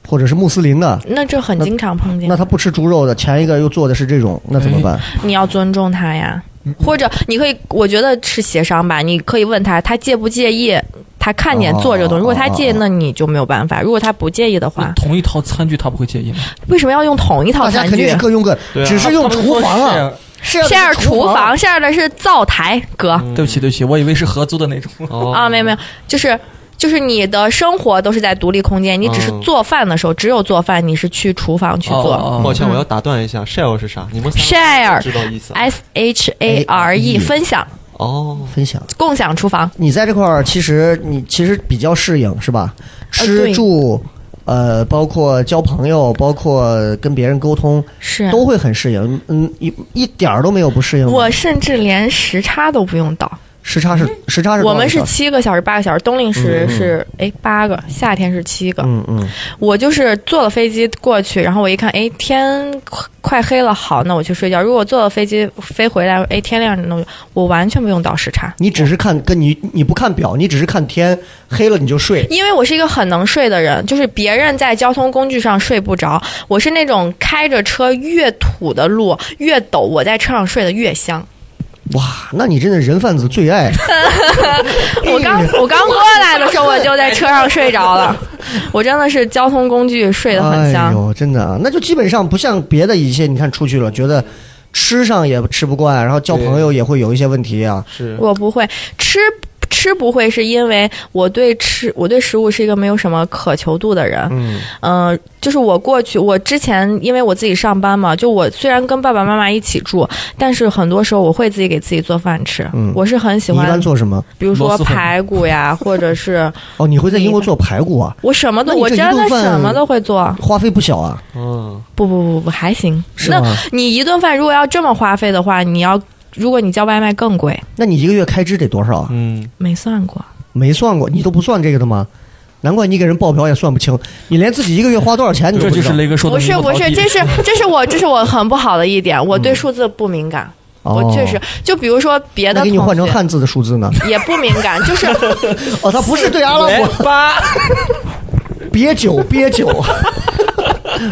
[SPEAKER 2] 或者是穆斯林的，
[SPEAKER 4] 那这很经常碰见
[SPEAKER 2] 那，他不吃猪肉的，前一个又做的是这种，那
[SPEAKER 4] 嗯
[SPEAKER 2] 怎么办？
[SPEAKER 4] 你要尊重他呀，或者你可以，我觉得是协商吧，你可以问他，他介不介意。他看见做这个东
[SPEAKER 2] 哦
[SPEAKER 4] 西，如果他介意
[SPEAKER 2] 哦，哦
[SPEAKER 4] 那你就没有办法；如果他不介意的话，
[SPEAKER 6] 同一套餐具他不会介意吗？
[SPEAKER 4] 为什么要用同一套
[SPEAKER 2] 大家
[SPEAKER 4] 餐
[SPEAKER 2] 肯定
[SPEAKER 4] 具
[SPEAKER 2] 是各用各，
[SPEAKER 7] 对啊
[SPEAKER 2] 只是用厨房啊，是要
[SPEAKER 4] ？share
[SPEAKER 2] 厨
[SPEAKER 4] 厨房，share 的是灶台，哥啊
[SPEAKER 6] 嗯对不起对不起，我以为是合租的那种。
[SPEAKER 7] 哦
[SPEAKER 4] 啊，没有没有，就是就是你的生活都是在独立空间，你只是
[SPEAKER 7] 嗯
[SPEAKER 4] 做饭的时候，只有做饭你是去厨房去做。
[SPEAKER 6] 哦
[SPEAKER 7] 抱歉，我要打断一下，share 是啥？你们仨
[SPEAKER 2] 嗯
[SPEAKER 4] Share
[SPEAKER 7] 知道意思啊？
[SPEAKER 2] 哎
[SPEAKER 4] S H A R E 分享
[SPEAKER 7] 哦，
[SPEAKER 2] 分享。
[SPEAKER 4] 共享厨房，
[SPEAKER 2] 你在这块儿，其实你其实比较适应是吧？吃
[SPEAKER 4] 对
[SPEAKER 2] 住，呃，包括交朋友，包括跟别人沟通，
[SPEAKER 4] 是
[SPEAKER 2] 都会很适应。嗯，一一点儿都没有不适应的。
[SPEAKER 4] 我甚至连时差都不用倒，
[SPEAKER 2] 时差是时差是多
[SPEAKER 4] 我
[SPEAKER 2] 少
[SPEAKER 4] 们是
[SPEAKER 2] 个小时
[SPEAKER 4] 七个小时、八个小时，冬令时是哎八个，夏天是七个。
[SPEAKER 2] 嗯嗯，
[SPEAKER 4] 我就是坐了飞机过去，然后我一看，哎，天快快黑了，好，那我去睡觉。如果坐了飞机飞回来，哎，天亮了，那我就我完全不用倒时差。
[SPEAKER 2] 你只是看跟你你不看表，你只是看天黑了你就睡。
[SPEAKER 4] 因为我是一个很能睡的人，就是别人在交通工具上睡不着，我是那种开着车越土的路越陡，我在车上睡得越香。
[SPEAKER 2] 哇，那你真的人贩子最爱。
[SPEAKER 4] 我 刚我刚过来的时候，我就在车上睡着了，我真的是交通工具睡得很
[SPEAKER 2] 哎
[SPEAKER 4] 香。
[SPEAKER 2] 呦，真的啊，那就基本上不像别的一些，你看出去了，觉得吃上也吃不惯，然后交朋友也会有一些问题啊。
[SPEAKER 7] 是
[SPEAKER 4] 我不会吃吃不会，是因为我对吃我对食物是一个没有什么渴求度的人。
[SPEAKER 2] 嗯，
[SPEAKER 4] 嗯，就是我过去，我之前因为我自己上班嘛，就我虽然跟爸爸妈妈一起住，但是很多时候我会自己给自己做饭吃。
[SPEAKER 2] 嗯
[SPEAKER 4] 我是很喜
[SPEAKER 2] 你一
[SPEAKER 4] 欢
[SPEAKER 2] 般，做什么？
[SPEAKER 4] 比如说
[SPEAKER 6] 螺蛳粉
[SPEAKER 4] 排骨 呀，或者是
[SPEAKER 2] 哦，你会在英国做排骨啊？
[SPEAKER 4] 我什么都，
[SPEAKER 2] 那你
[SPEAKER 4] 我
[SPEAKER 2] 这
[SPEAKER 4] 真
[SPEAKER 2] 一
[SPEAKER 4] 的
[SPEAKER 2] 顿饭
[SPEAKER 4] 什么都会做。
[SPEAKER 2] 花费不小啊，
[SPEAKER 7] 嗯，
[SPEAKER 4] 不不不不，还行。
[SPEAKER 2] 是
[SPEAKER 4] 那
[SPEAKER 2] 吗？
[SPEAKER 4] 你一顿饭如果要这么花费的话，你要如果你叫外卖更贵，
[SPEAKER 2] 那你一个月开支得多少啊？
[SPEAKER 7] 嗯，
[SPEAKER 4] 没算过。
[SPEAKER 2] 没算过，你都不算这个的吗？难怪你给人报表也算不清，你连自己一个月花多少钱你都
[SPEAKER 6] 这
[SPEAKER 2] 不
[SPEAKER 6] 就
[SPEAKER 2] 知道嗯
[SPEAKER 6] 是雷哥说的啊
[SPEAKER 4] 不是
[SPEAKER 6] 猕猴
[SPEAKER 4] 不
[SPEAKER 6] 桃
[SPEAKER 4] 是，
[SPEAKER 6] 地
[SPEAKER 4] 这是 这是我这是我很不好的一点，我对数字不敏感。我确实
[SPEAKER 2] 哦，
[SPEAKER 4] 就比如说别的
[SPEAKER 2] 那给
[SPEAKER 4] 同
[SPEAKER 2] 你换成
[SPEAKER 4] 学
[SPEAKER 2] 汉字的数字呢？
[SPEAKER 4] 也不敏感，就是
[SPEAKER 2] 哦， 它不是对阿拉
[SPEAKER 7] 哎
[SPEAKER 2] 伯，
[SPEAKER 6] 八
[SPEAKER 2] 别 酒憋酒，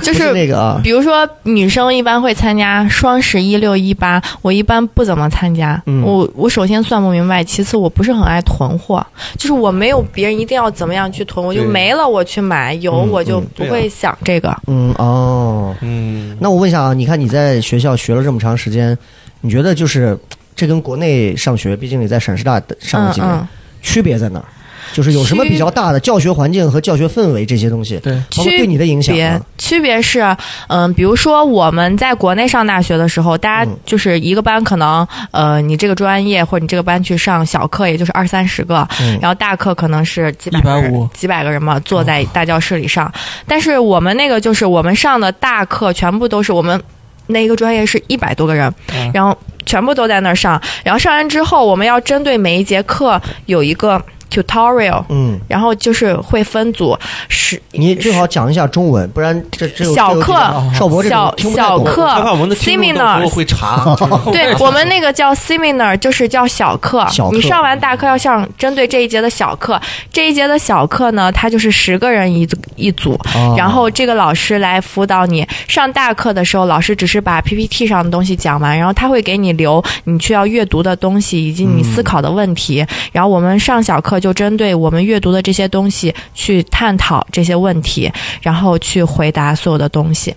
[SPEAKER 4] 就
[SPEAKER 2] 不是那个啊
[SPEAKER 4] 比如说女生一般会参加双十一、六一八，我一般不怎么参加。
[SPEAKER 2] 嗯
[SPEAKER 4] 我我首先算不明白，其次我不是很爱囤货，就是我没有别人一定要怎么样去囤，我就
[SPEAKER 7] 对
[SPEAKER 4] 没了我去买，有我就不
[SPEAKER 7] 对啊
[SPEAKER 4] 会想这个。
[SPEAKER 2] 嗯哦。
[SPEAKER 7] 嗯，
[SPEAKER 2] 那我问一下啊，你看你在学校学了这么长时间，你觉得就是这跟国内上学，毕竟你在陕师大上过几年，
[SPEAKER 4] 嗯嗯
[SPEAKER 2] 区别在哪儿？就是有什么比较大的教学环境和教学氛围这些东西，
[SPEAKER 6] 对，
[SPEAKER 2] 包括对你的影响、
[SPEAKER 4] 别
[SPEAKER 2] 啊？
[SPEAKER 4] 区别是，嗯、比如说我们在国内上大学的时候，大家
[SPEAKER 2] 嗯
[SPEAKER 4] 就是一个班可能，呃，你这个专业或者你这个班去上小课，也就是二三十个，
[SPEAKER 2] 嗯哦
[SPEAKER 4] 然后大课可能是几百个人
[SPEAKER 6] 150
[SPEAKER 4] 几百个人嘛，坐在大教室里上。但是我们那个就是我们上的大课全部都是我们那一个专业是一百多个人，
[SPEAKER 6] 嗯
[SPEAKER 4] 然后全部都在那儿上，然后上完之后，我们要针对每一节课有一个 tutorial。
[SPEAKER 2] 嗯，
[SPEAKER 4] 然后就是会分组，是
[SPEAKER 2] 你最好讲一下中文，不然这这有
[SPEAKER 4] 小
[SPEAKER 2] 这有
[SPEAKER 4] 课
[SPEAKER 2] 这个少哦博这种
[SPEAKER 4] 小
[SPEAKER 2] 听不太懂
[SPEAKER 4] 小课
[SPEAKER 7] 害怕我们的听众到时候
[SPEAKER 4] seminars
[SPEAKER 7] 会查，
[SPEAKER 4] 对我们那个叫 seminar，就是叫小课。
[SPEAKER 2] 小课
[SPEAKER 4] 你上完大课要上针对这一节的小课，这一节的小课呢，它就是十个人一组一组，
[SPEAKER 2] 哦
[SPEAKER 4] 然后这个老师来辅导你。上大课的时候，老师只是把 PPT 上的东西讲完，然后他会给你留你需要阅读的东西以及你思考的问题。
[SPEAKER 2] 嗯
[SPEAKER 4] 然后我们上小课就针对我们阅读的这些东西去探讨这些问题，然后去回答所有的东西。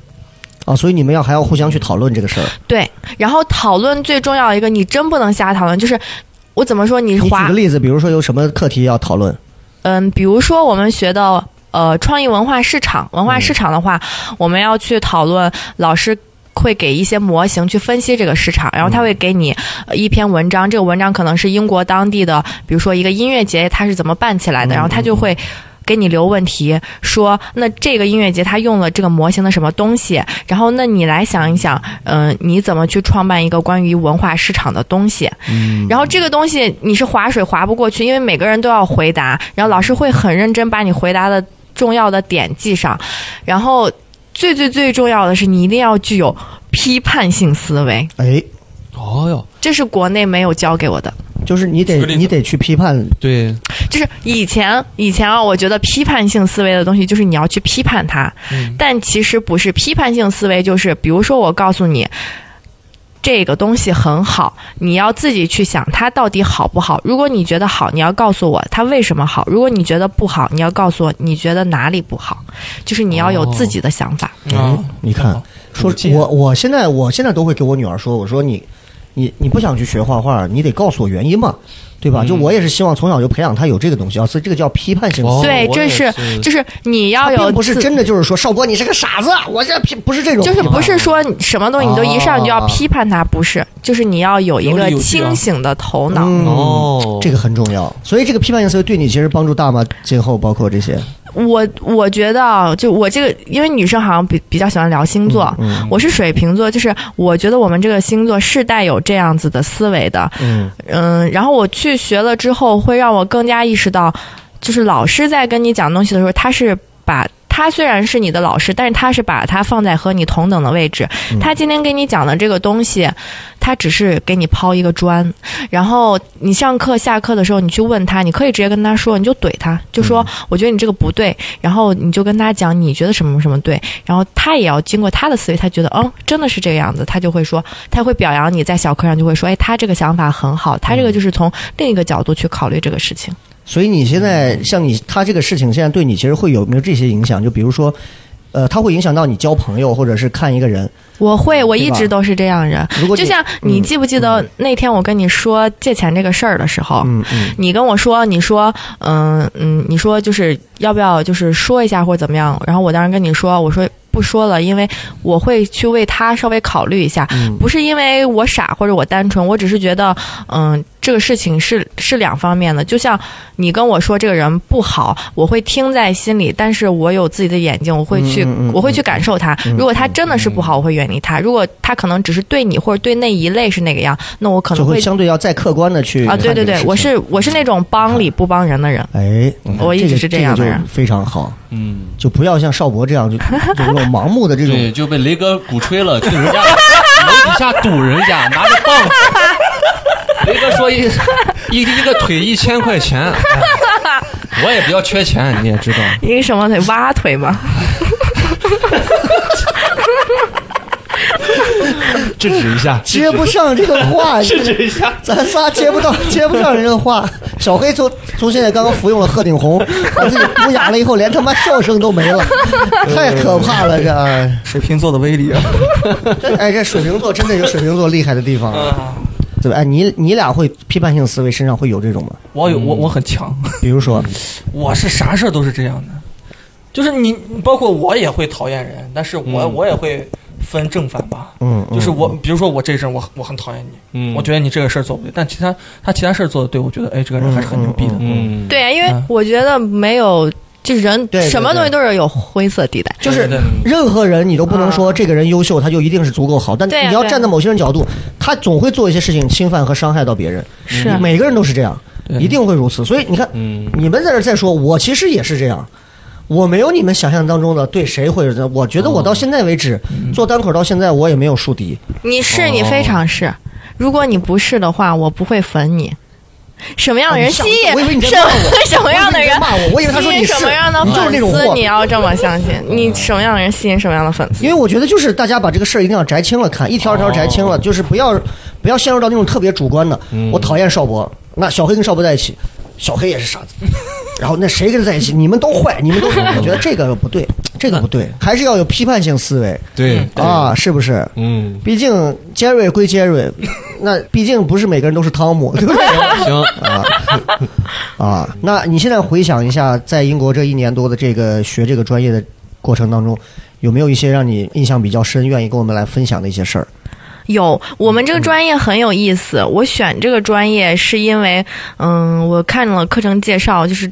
[SPEAKER 2] 啊，所以你们要还要互相去讨论这个事儿。
[SPEAKER 4] 对，然后讨论最重要一个，你真不能瞎讨论，就是。我怎么说？你
[SPEAKER 2] 你举
[SPEAKER 4] 划
[SPEAKER 2] 个例子，比如说有什么课题要讨论？
[SPEAKER 4] 嗯，比如说我们学的呃创意文化市场，文化市场的话，我们要去讨论老师。会给一些模型去分析这个市场，然后他会给你呃一篇文章，这个文章可能是英国当地的，比如说一个音乐节它是怎么办起来的，然后他就会给你留问题，说那这个音乐节它用了这个模型的什么东西，然后那你来想一想，嗯、你怎么去创办一个关于文化市场的东西？然后这个东西你是划水划不过去，因为每个人都要回答，然后老师会很认真把你回答的重要的点记上，然后最最最重要的是你一定要具有批判性思维，
[SPEAKER 2] 哎，
[SPEAKER 7] 哦哟，
[SPEAKER 4] 这是国内没有教给我的。
[SPEAKER 2] 就是你
[SPEAKER 7] 举
[SPEAKER 2] 得
[SPEAKER 7] 个例子
[SPEAKER 2] 你得去批判，
[SPEAKER 7] 对，
[SPEAKER 4] 就是以前以前啊，我觉得批判性思维的东西就是你要去批判它，但其实不是批判性思维，就是比如说我告诉你。这个东西很好，你要自己去想它到底好不好。如果你觉得好，你要告诉我它为什么好；如果你觉得不好，你要告诉我你觉得哪里不好。就是你要有自己的想法。
[SPEAKER 6] 啊，
[SPEAKER 2] 你看，说
[SPEAKER 7] 不见
[SPEAKER 2] 我我现在我现在都会给我女儿说，我说你你你不想去学画画，你得告诉我原因嘛。对吧？
[SPEAKER 7] 嗯
[SPEAKER 2] 就我也是希望从小就培养他有这个东西啊，所以这个叫批判性思
[SPEAKER 7] 哦
[SPEAKER 2] 维。
[SPEAKER 4] 对，
[SPEAKER 7] 我
[SPEAKER 4] 这
[SPEAKER 7] 也
[SPEAKER 4] 是
[SPEAKER 7] 是
[SPEAKER 4] 就是你要
[SPEAKER 2] 他
[SPEAKER 4] 有
[SPEAKER 2] 并不是
[SPEAKER 4] 自
[SPEAKER 2] 真的啊就是说少波你是个傻子，我这批不是这种，
[SPEAKER 4] 就是不是说你什么东西你都一上来就要
[SPEAKER 2] 啊
[SPEAKER 4] 批判它，不是，就是你要有一
[SPEAKER 6] 有理
[SPEAKER 4] 个
[SPEAKER 6] 有据啊
[SPEAKER 4] 清醒的头脑。
[SPEAKER 2] 嗯
[SPEAKER 7] 哦
[SPEAKER 2] 这个很重要。所以这个批判性思维对你其实帮助大吗？今后包括这些，
[SPEAKER 4] 我我觉得啊，就我这个，因为女生好像比比较喜欢聊星座，
[SPEAKER 2] 嗯
[SPEAKER 4] 我是水瓶座，就是我觉得我们这个星座是带有这样子的思维的，
[SPEAKER 2] 嗯
[SPEAKER 4] 嗯，然后我去学了之后，会让我更加意识到，就是老师在跟你讲东西的时候，他是把。他虽然是你的老师，但是他是把他放在和你同等的位置。他今天给你讲的这个东西，他只是给你抛一个砖，然后你上课下课的时候，你去问他，你可以直接跟他说，你就怼他，就说、我觉得你这个不对，然后你就跟他讲你觉得什么什么对，然后他也要经过他的思维，他觉得嗯真的是这个样子，他就会说他会表扬你，在小课上就会说，哎，他这个想法很好，他
[SPEAKER 2] 嗯
[SPEAKER 4] 这个就是从另一个角度去考虑这个事情。
[SPEAKER 2] 所以你现在像你他这个事情，现在对你其实会有没有这些影响？就比如说，呃，他会影响到你交朋友，或者是看一个人。
[SPEAKER 4] 我会，我一
[SPEAKER 2] 对吧
[SPEAKER 4] 直都是这样人。
[SPEAKER 2] 如果你嗯
[SPEAKER 4] 就像你记不记得那天我跟你说借钱这个事儿的时候，
[SPEAKER 2] 嗯嗯
[SPEAKER 4] 你跟我说，你说，嗯嗯，你说就是要不要就是说一下或者怎么样？然后我当时跟你说，我说不说了，因为我会去为他稍微考虑一下，
[SPEAKER 2] 嗯
[SPEAKER 4] 不是因为我傻或者我单纯，我只是觉得，嗯，这个事情是是两方面的。就像你跟我说这个人不好，我会听在心里，但是我有自己的眼睛，我会去，
[SPEAKER 2] 嗯嗯嗯嗯
[SPEAKER 4] 我会去感受他。如果他真的是不好，我会远离他；如果他可能只是对你或者对那一类是那个样，那我可
[SPEAKER 2] 就
[SPEAKER 4] 能
[SPEAKER 2] 会相对要再客观的去
[SPEAKER 4] 啊，对
[SPEAKER 2] 看这个
[SPEAKER 4] 对对
[SPEAKER 2] 事，情
[SPEAKER 4] 我是我是那种帮理不帮人的人。
[SPEAKER 2] 哎，你看
[SPEAKER 4] 我一直
[SPEAKER 2] 这个
[SPEAKER 4] 是这样的
[SPEAKER 2] 个就
[SPEAKER 4] 人
[SPEAKER 2] 非常好，
[SPEAKER 8] 嗯，
[SPEAKER 2] 就不要像邵博这样就 就那种盲目的这
[SPEAKER 8] 对，
[SPEAKER 2] 种。
[SPEAKER 8] 就被雷哥鼓吹了，去人家楼底下堵人家，拿着棒 子。雷哥说一一一个腿一千块钱，哎我也比较缺钱，你也知道。
[SPEAKER 4] 一个什么腿蛙腿吗？
[SPEAKER 2] 嗯
[SPEAKER 7] 制止一 下，
[SPEAKER 2] 接不上这个话，制止一下，咱仨接不到， 接不上人家的话。小黑从从现在刚刚服用了鹤顶红， 把自己补哑了以后，连他妈笑声都没了，太可怕了这。哎
[SPEAKER 6] 水瓶座的威力啊！
[SPEAKER 2] 这哎，这水瓶座真的有水瓶座厉害的地方，啊对吧？哎，你你俩会批判性思维身上会有这种吗？
[SPEAKER 6] 我有我
[SPEAKER 8] 嗯
[SPEAKER 6] 我很强，
[SPEAKER 2] 比如说，
[SPEAKER 6] 我是啥事儿都是这样的，就是你包括我也会讨厌人，但是我、
[SPEAKER 8] 嗯
[SPEAKER 6] 我也会分正反吧。
[SPEAKER 2] 嗯，嗯
[SPEAKER 6] 就是我，比如说我这事儿，我很我很讨厌你，
[SPEAKER 7] 嗯
[SPEAKER 6] 我觉得你这个事儿做不对，但其他他其他事儿做的对，我觉得哎，这个人还是很牛逼的。
[SPEAKER 7] 嗯，
[SPEAKER 4] 对啊，因为我觉得没有，就人
[SPEAKER 2] 对对
[SPEAKER 4] 什么东西都是有灰色地带。
[SPEAKER 2] 就是
[SPEAKER 6] 对
[SPEAKER 2] 任何人，你都不能说这个人优秀，他就一定是足够好。但
[SPEAKER 4] 啊对呀
[SPEAKER 2] 你要
[SPEAKER 4] 对呀
[SPEAKER 2] 站在某些人角度，他总会做一些事情侵犯和伤害到别人。
[SPEAKER 4] 是啊
[SPEAKER 2] 每个人都是这样，
[SPEAKER 6] 对
[SPEAKER 2] 一定会如此。所以你看，
[SPEAKER 7] 嗯
[SPEAKER 2] 你们在这儿再说，我其实也是这样。我没有你们想象当中的对谁会，我觉得我到现在为止、
[SPEAKER 6] 嗯
[SPEAKER 2] 做单口到现在，我也没有树敌。
[SPEAKER 4] 你是
[SPEAKER 2] 哦
[SPEAKER 4] 你非常是，如果你不是的话，我不会粉你。什么样的人
[SPEAKER 2] 哦你
[SPEAKER 4] 吸
[SPEAKER 2] 想
[SPEAKER 4] 引
[SPEAKER 2] 我以为你在
[SPEAKER 4] 什
[SPEAKER 2] 骂我
[SPEAKER 4] 么 什么样的人
[SPEAKER 2] 我以为你在骂我我以为他说
[SPEAKER 4] 吸
[SPEAKER 2] 你
[SPEAKER 4] 引
[SPEAKER 2] 是
[SPEAKER 4] 什么样的
[SPEAKER 2] 你就是
[SPEAKER 4] 粉
[SPEAKER 2] 那种
[SPEAKER 4] 丝？
[SPEAKER 2] 货
[SPEAKER 4] 你要这么相信，你什么样的人吸引什么样的粉丝？
[SPEAKER 2] 因为我觉得就是大家把这个事儿一定要摘清了看，一条一条摘清
[SPEAKER 7] 哦
[SPEAKER 2] 了，就是不要不要陷入到那种特别主观的。
[SPEAKER 7] 嗯
[SPEAKER 2] 我讨厌邵博，那小黑跟邵博在一起，小黑也是 傻子，然后那谁跟他在一起，你们都坏，你们都，我觉得这个不对，这个不对，还是要有批判性思维
[SPEAKER 7] 嗯对
[SPEAKER 2] 啊，，是不是？
[SPEAKER 7] 嗯，
[SPEAKER 2] 毕竟杰瑞归杰瑞，那毕竟不是每个人都是汤姆，对 不对？
[SPEAKER 7] 行，
[SPEAKER 2] 啊，那你现在回想一下，在英国这一年多的这个学这个专业的过程当中，有没有一些让你印象比较深、愿意跟我们来分享的一些事儿？
[SPEAKER 4] 有，我们这个专业很有意思。我选这个专业是因为，嗯，我看了课程介绍，就是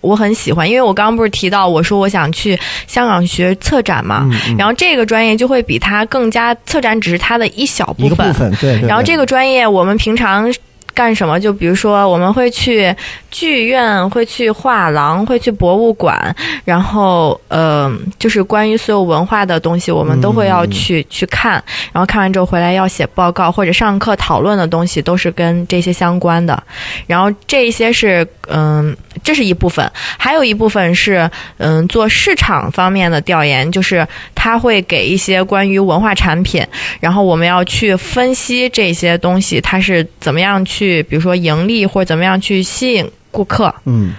[SPEAKER 4] 我很喜欢，因为我刚刚不是提到我说我想去香港学策展嘛，啊
[SPEAKER 2] 嗯
[SPEAKER 4] 然后这个专业就会比它更加策展只是它的一小
[SPEAKER 2] 一个部分，对对对
[SPEAKER 4] 然后这个专业我们平常干什么？就比如说我们会去剧院，会去画廊，会去博物馆，然后呃，就是关于所有文化的东西，我们都会要去、去看。然后看完之后回来要写报告，或者上课讨论的东西都是跟这些相关的。然后这一些是嗯、这是一部分，还有一部分是嗯、做市场方面的调研，就是他会给一些关于文化产品，然后我们要去分析这些东西它是怎么样去，比如说盈利或者怎么样去吸引顾客，
[SPEAKER 2] 嗯，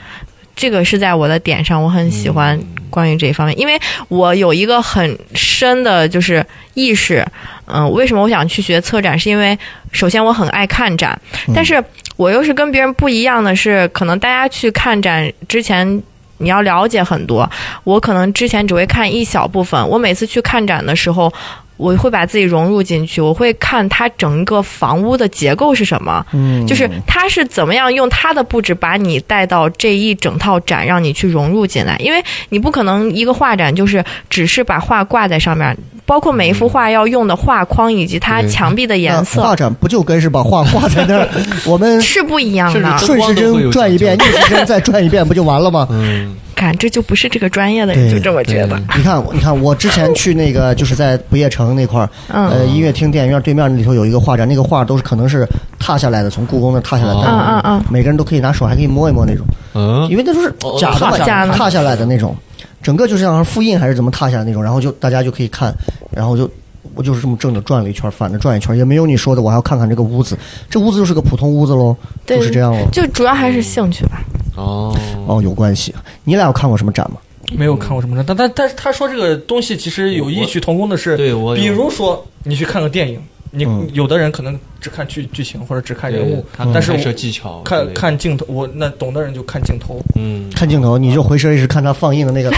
[SPEAKER 4] 这个是在我的点上，我很喜欢关于这一方面，因为我有一个很深的就是意识，嗯、为什么我想去学策展，是因为首先我很爱看展，但是我又是跟别人不一样的是，可能大家去看展之前。你要了解很多，我可能之前只会看一小部分。我每次去看展的时候，我会把自己融入进去，我会看它整个房屋的结构是什么，
[SPEAKER 2] 嗯，
[SPEAKER 4] 就是它是怎么样用它的布置把你带到这一整套展，让你去融入进来。因为你不可能一个画展就是只是把画挂在上面，包括每一幅画要用的画框以及它
[SPEAKER 7] 对
[SPEAKER 4] 墙壁的颜
[SPEAKER 2] 那
[SPEAKER 4] 色
[SPEAKER 2] 画展不就跟是把画挂在 那儿，我们
[SPEAKER 4] 是不一样
[SPEAKER 7] 甚至
[SPEAKER 4] 的。
[SPEAKER 2] 顺时针转一遍，逆时针再转一遍，不就完了吗？
[SPEAKER 7] 嗯，
[SPEAKER 4] 看，这就不是这个专业的人
[SPEAKER 2] 对
[SPEAKER 4] 就这么觉得。
[SPEAKER 2] 你看，我你看，我之前去那个就是在不夜城那块儿，
[SPEAKER 4] 嗯
[SPEAKER 2] 呃，音乐厅、电影院对面那里头有一个画展，那个画都是可能是踏下来的，从故宫那踏下来的，
[SPEAKER 7] 哦
[SPEAKER 2] 但是
[SPEAKER 4] 嗯嗯嗯
[SPEAKER 2] 每个人都可以拿手还可以摸一摸那种，
[SPEAKER 7] 嗯，
[SPEAKER 2] 因为那都是
[SPEAKER 6] 哦
[SPEAKER 2] 假的嘛，
[SPEAKER 4] 踏下来的
[SPEAKER 2] 踏下来的那种，整个就是像是复印还是怎么踏下来那种，然后就大家就可以看，然后就。我就是这么正着转了一圈，反着转一圈，也没有你说的，我还要看看这个屋子，这屋子就是个普通屋子喽，
[SPEAKER 4] 对
[SPEAKER 2] 就是这样喽。
[SPEAKER 4] 就主要还是兴趣吧。
[SPEAKER 7] 哦，
[SPEAKER 2] 哦，有关系。你俩有看过什么展吗？
[SPEAKER 6] 没有看过什么的，但但但是他说这个东西其实有异曲同工的是，
[SPEAKER 7] 对我有
[SPEAKER 6] 比如说你去看个电影，你
[SPEAKER 2] 嗯
[SPEAKER 6] 有的人可能只看剧剧情或者只看人物，
[SPEAKER 7] 看
[SPEAKER 6] 但是
[SPEAKER 7] 拍
[SPEAKER 6] 我
[SPEAKER 7] 摄技巧之类
[SPEAKER 6] 看
[SPEAKER 7] 的，
[SPEAKER 6] 看镜头，我那懂的人就看镜头，
[SPEAKER 7] 嗯，
[SPEAKER 2] 看镜头，你就回身一直看他放映的 那个。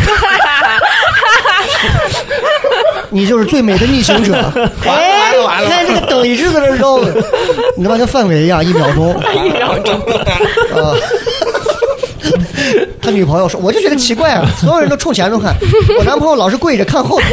[SPEAKER 2] 你就是最美的逆行 者。哎，你看这个等一直在这绕，你他妈跟范伟一样，一秒钟。 一秒钟。啊。他女朋友说：“我就觉得奇怪啊，所有人都冲前头看，我男朋友老是跪着看后头。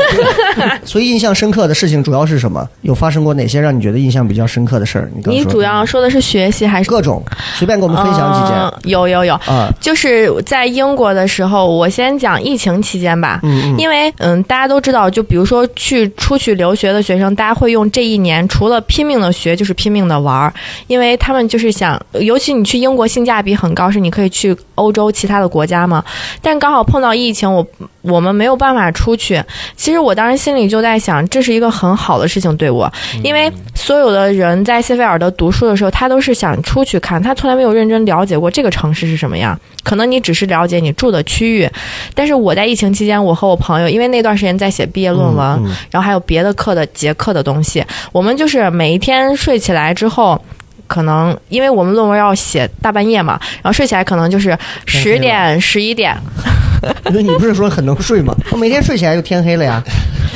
[SPEAKER 2] 所以印象深刻的事情主要是什么？有发生过哪些让你觉得印象比较深刻的事儿？你刚
[SPEAKER 4] 你
[SPEAKER 2] 说
[SPEAKER 4] 主要说的是学习还是
[SPEAKER 2] 各种，随便给我们分享几件
[SPEAKER 4] 嗯有有有，
[SPEAKER 2] 啊。
[SPEAKER 4] 就是在英国的时候，我先讲疫情期间吧，
[SPEAKER 2] 嗯嗯
[SPEAKER 4] 因为嗯，大家都知道，就比如说去出去留学的学生，大家会用这一年除了拼命的学，就是拼命的玩儿，因为他们就是想，尤其你去英国性价比很高，是你可以去欧洲其他的国家嘛。但刚好碰到疫情，我我们没有办法出去。其实我当时心里就在想，这是一个很好的事情对我，因为所有的人在谢菲尔德读书的时候，他都是想出去看，他从来没有认真了解过这个城市是什么样。可能你只是了解你住的区域，但是我在疫情期间，我和我朋友，因为那段时间在写毕业论文，然后还有别的课的结课的东西，我们就是每一天睡起来之后。可能因为我们论文要写大半夜嘛，然后睡起来可能就是十点十一点，
[SPEAKER 2] 因为你不是说很能睡吗？ 我每天睡起来就天黑了呀。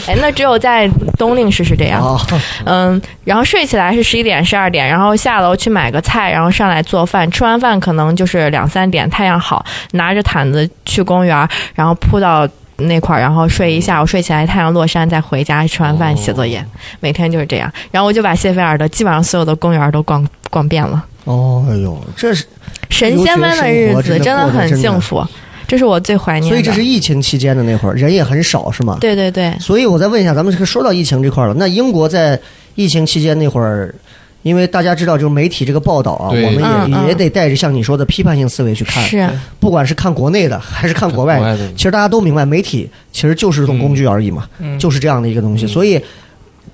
[SPEAKER 4] 哎，那只有在冬令时是这样。
[SPEAKER 2] 啊，
[SPEAKER 4] 嗯，然后睡起来是十一点、十二点，然后下楼去买个菜，然后上来做饭。吃完饭可能就是两三点，太阳好，拿着毯子去公园，然后铺到那块儿，然后睡一下午。睡起来太阳落山，再回家吃完饭写作
[SPEAKER 2] 哦
[SPEAKER 4] 业，每天就是这样。然后我就把谢菲尔德基本上所有的公园都逛逛遍了，
[SPEAKER 2] 哦哎呦，这是
[SPEAKER 4] 神仙般的日
[SPEAKER 2] 留学生活真的
[SPEAKER 4] 子真
[SPEAKER 2] 过得
[SPEAKER 4] 很
[SPEAKER 2] 真的
[SPEAKER 4] 幸福，这是我最怀念的。
[SPEAKER 2] 所以这是疫情期间的那会儿，人也很少是吗？。
[SPEAKER 4] 对对对，
[SPEAKER 2] 所以我再问一下，咱们这个说到疫情这块儿了，那英国在疫情期间那会儿，因为大家知道就是媒体这个报道啊，我
[SPEAKER 7] 对
[SPEAKER 2] 们也、
[SPEAKER 4] 嗯嗯
[SPEAKER 2] 也得带着像你说的批判性思维去看，
[SPEAKER 4] 是
[SPEAKER 2] 不管是看国内的还是看国外
[SPEAKER 7] 国
[SPEAKER 2] 的，
[SPEAKER 7] 外的
[SPEAKER 2] 其实大家都明白，媒体其实就是一种工具而已嘛，
[SPEAKER 6] 嗯，
[SPEAKER 2] 就是这样的一个东西，所以。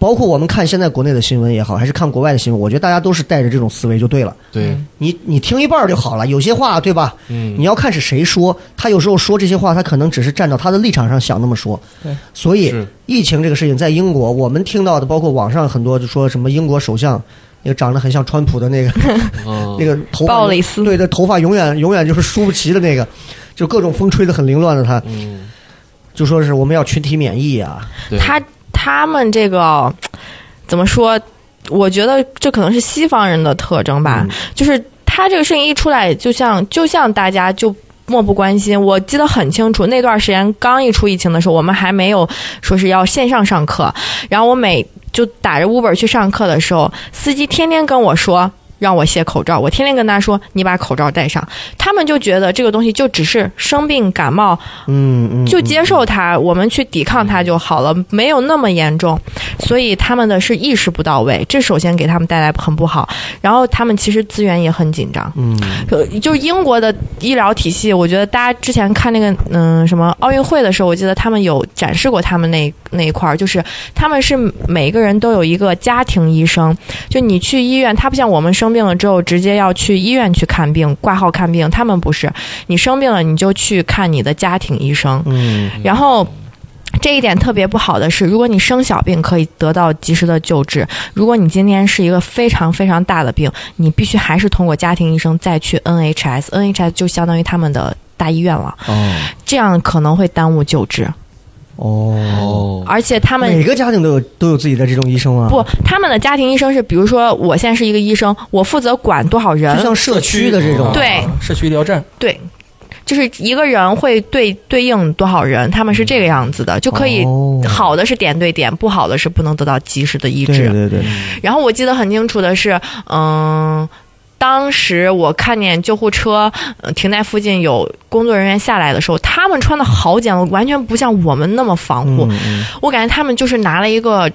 [SPEAKER 2] 包括我们看现在国内的新闻也好，还是看国外的新闻，我觉得大家都是带着这种思维就对了。
[SPEAKER 7] 对，
[SPEAKER 2] 你你听一半儿就好了，有些话对吧？
[SPEAKER 7] 嗯
[SPEAKER 2] 你要看是谁说，他有时候说这些话，他可能只是站到他的立场上想那么说。
[SPEAKER 6] 对，
[SPEAKER 2] 所以
[SPEAKER 7] 是
[SPEAKER 2] 疫情这个事情在英国，我们听到的，包括网上很多就说什么英国首相那个长得很像川普的 那个
[SPEAKER 7] 嗯
[SPEAKER 2] 那个头发，
[SPEAKER 4] 鲍里斯
[SPEAKER 2] 对对，头发永远永远就是梳不齐的那个，就各种风吹得很凌乱的他，
[SPEAKER 7] 嗯，
[SPEAKER 2] 就说是我们要群体免疫啊。
[SPEAKER 7] 对，
[SPEAKER 4] 他他们这个怎么说？我觉得这可能是西方人的特征吧，就是他这个事情一出来，就像就像大家就。漠不关心，我记得很清楚，那段时间刚一出疫情的时候，我们还没有说是要线上上课，然后我每就打着 Uber 去上课的时候，司机天天跟我说让我卸口罩，我天天跟他说你把口罩戴上，他们就觉得这个东西就只是生病感冒，
[SPEAKER 2] 嗯嗯，
[SPEAKER 4] 就接受它，我们去抵抗它就好了，没有那么严重。所以他们的是意识不到位，这首先给他们带来很不好。然后他们其实资源也很紧张，
[SPEAKER 2] 嗯
[SPEAKER 4] 呃就是英国的医疗体系，我觉得大家之前看那个嗯、什么奥运会的时候，我记得他们有展示过他们那那一块儿，就是他们是每个人都有一个家庭医生，就你去医院，他不像我们生病了之后直接要去医院去看病挂号看病，他们不是，你生病了你就去看你的家庭医生，
[SPEAKER 2] 嗯
[SPEAKER 4] 然后。这一点特别不好的是，如果你生小病可以得到及时的救治，如果你今天是一个非常非常大的病，你必须还是通过家庭医生再去 NHS，NHS 就相当于他们的大医院了，
[SPEAKER 2] 哦
[SPEAKER 4] 这样可能会耽误救治，
[SPEAKER 2] 哦，
[SPEAKER 7] 哦，
[SPEAKER 4] 而且他们
[SPEAKER 2] 每个家庭都有都有自己的这种医生啊，
[SPEAKER 4] 不，他们的家庭医生是，比如说，我现在是一个医生，我负责管多少人
[SPEAKER 2] 就，像社区的这种，
[SPEAKER 4] 对
[SPEAKER 6] 啊社区医疗站，
[SPEAKER 4] 对，就是一个人会对对应多少人，他们是这个样子的，就可以
[SPEAKER 2] 哦
[SPEAKER 4] 好的是点对点，不好的是不能得到及时的医
[SPEAKER 2] 对
[SPEAKER 4] 治。
[SPEAKER 2] 对对，
[SPEAKER 4] 然后我记得很清楚的是，嗯。当时我看见救护车、呃、停在附近有工作人员下来的时候，他们穿的好简陋，完全不像我们那么防护。
[SPEAKER 2] 嗯嗯
[SPEAKER 4] 我感觉他们就是拿了一个，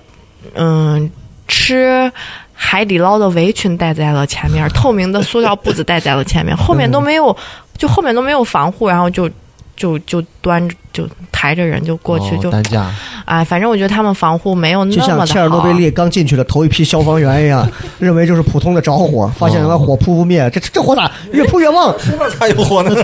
[SPEAKER 4] 嗯，吃海底捞的围裙戴在了前面，透明的塑料布子戴在了
[SPEAKER 2] 嗯
[SPEAKER 4] 前面，后面都没有，就后面都没有防护，然后就就就端着就抬着人就过去，
[SPEAKER 7] 哦
[SPEAKER 4] 就
[SPEAKER 7] 担 架，
[SPEAKER 4] 哎，反正我觉得他们防护没有
[SPEAKER 2] 就
[SPEAKER 4] 那么
[SPEAKER 2] 像
[SPEAKER 4] 的
[SPEAKER 2] 切尔诺
[SPEAKER 4] 好
[SPEAKER 2] 贝。利刚进去的头一批消防员一 样，认为就是普通的着火，发现他
[SPEAKER 4] 哦
[SPEAKER 2] 妈火扑不灭，这这火咋越扑越旺？
[SPEAKER 6] 还有火呢。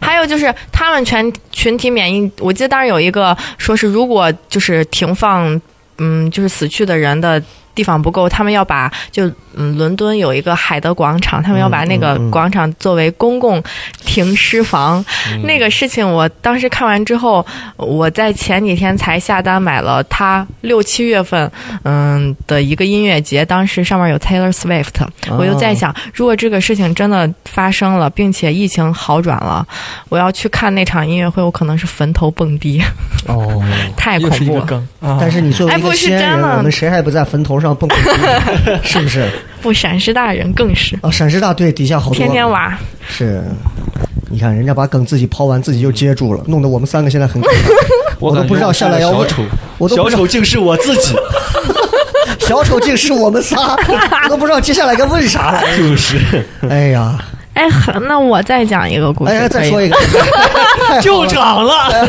[SPEAKER 4] 还有就是他们全群体免疫，我记得当时有一个说是如果就是停放，嗯，就是死去的人的。地方不够，他们要把就嗯，伦敦有一个海德广场，他们要把那个广场作为公共停尸房。那个事情，我当时看完之后，我在前几天才下单买了他六七月份嗯的一个音乐节，当时上面有 Taylor Swift，我就
[SPEAKER 6] 哦
[SPEAKER 4] 在想，如果这个事情真的发生了，并且疫情好转了，我要去看那场音乐会，我可能是坟头蹦迪，
[SPEAKER 2] 哦，
[SPEAKER 4] 太
[SPEAKER 6] 又
[SPEAKER 4] 恐
[SPEAKER 6] 是一
[SPEAKER 4] 怖
[SPEAKER 6] 个
[SPEAKER 4] 了，
[SPEAKER 6] 梗啊！
[SPEAKER 2] 但是你作为
[SPEAKER 4] 哎
[SPEAKER 2] 一个
[SPEAKER 4] 不是
[SPEAKER 2] 西安
[SPEAKER 4] 真
[SPEAKER 2] 人，
[SPEAKER 4] 的
[SPEAKER 2] 我们谁还不在坟头上蹦过迪？ 是不是？
[SPEAKER 4] 不，陕师大人更是
[SPEAKER 2] 啊，陕师大队底下好多
[SPEAKER 4] 天天娃。
[SPEAKER 2] 是。你看，人家把梗自己抛完，自己就接住了，弄得我们三个现在很尴 尬。我都
[SPEAKER 7] 感
[SPEAKER 2] 不知
[SPEAKER 7] 觉
[SPEAKER 2] 道下来要
[SPEAKER 7] 小
[SPEAKER 2] 问
[SPEAKER 7] 丑，
[SPEAKER 2] 我都不
[SPEAKER 7] 小
[SPEAKER 2] 知道
[SPEAKER 7] 丑竟是我自 己，
[SPEAKER 2] 小丑竟是我们仨，我都不知道接下来该问啥了。
[SPEAKER 7] 就是
[SPEAKER 2] 哎呀，
[SPEAKER 4] 哎，好那我再讲一个故事，
[SPEAKER 2] 哎，再
[SPEAKER 4] 可以
[SPEAKER 2] 说一个，
[SPEAKER 7] 救场了，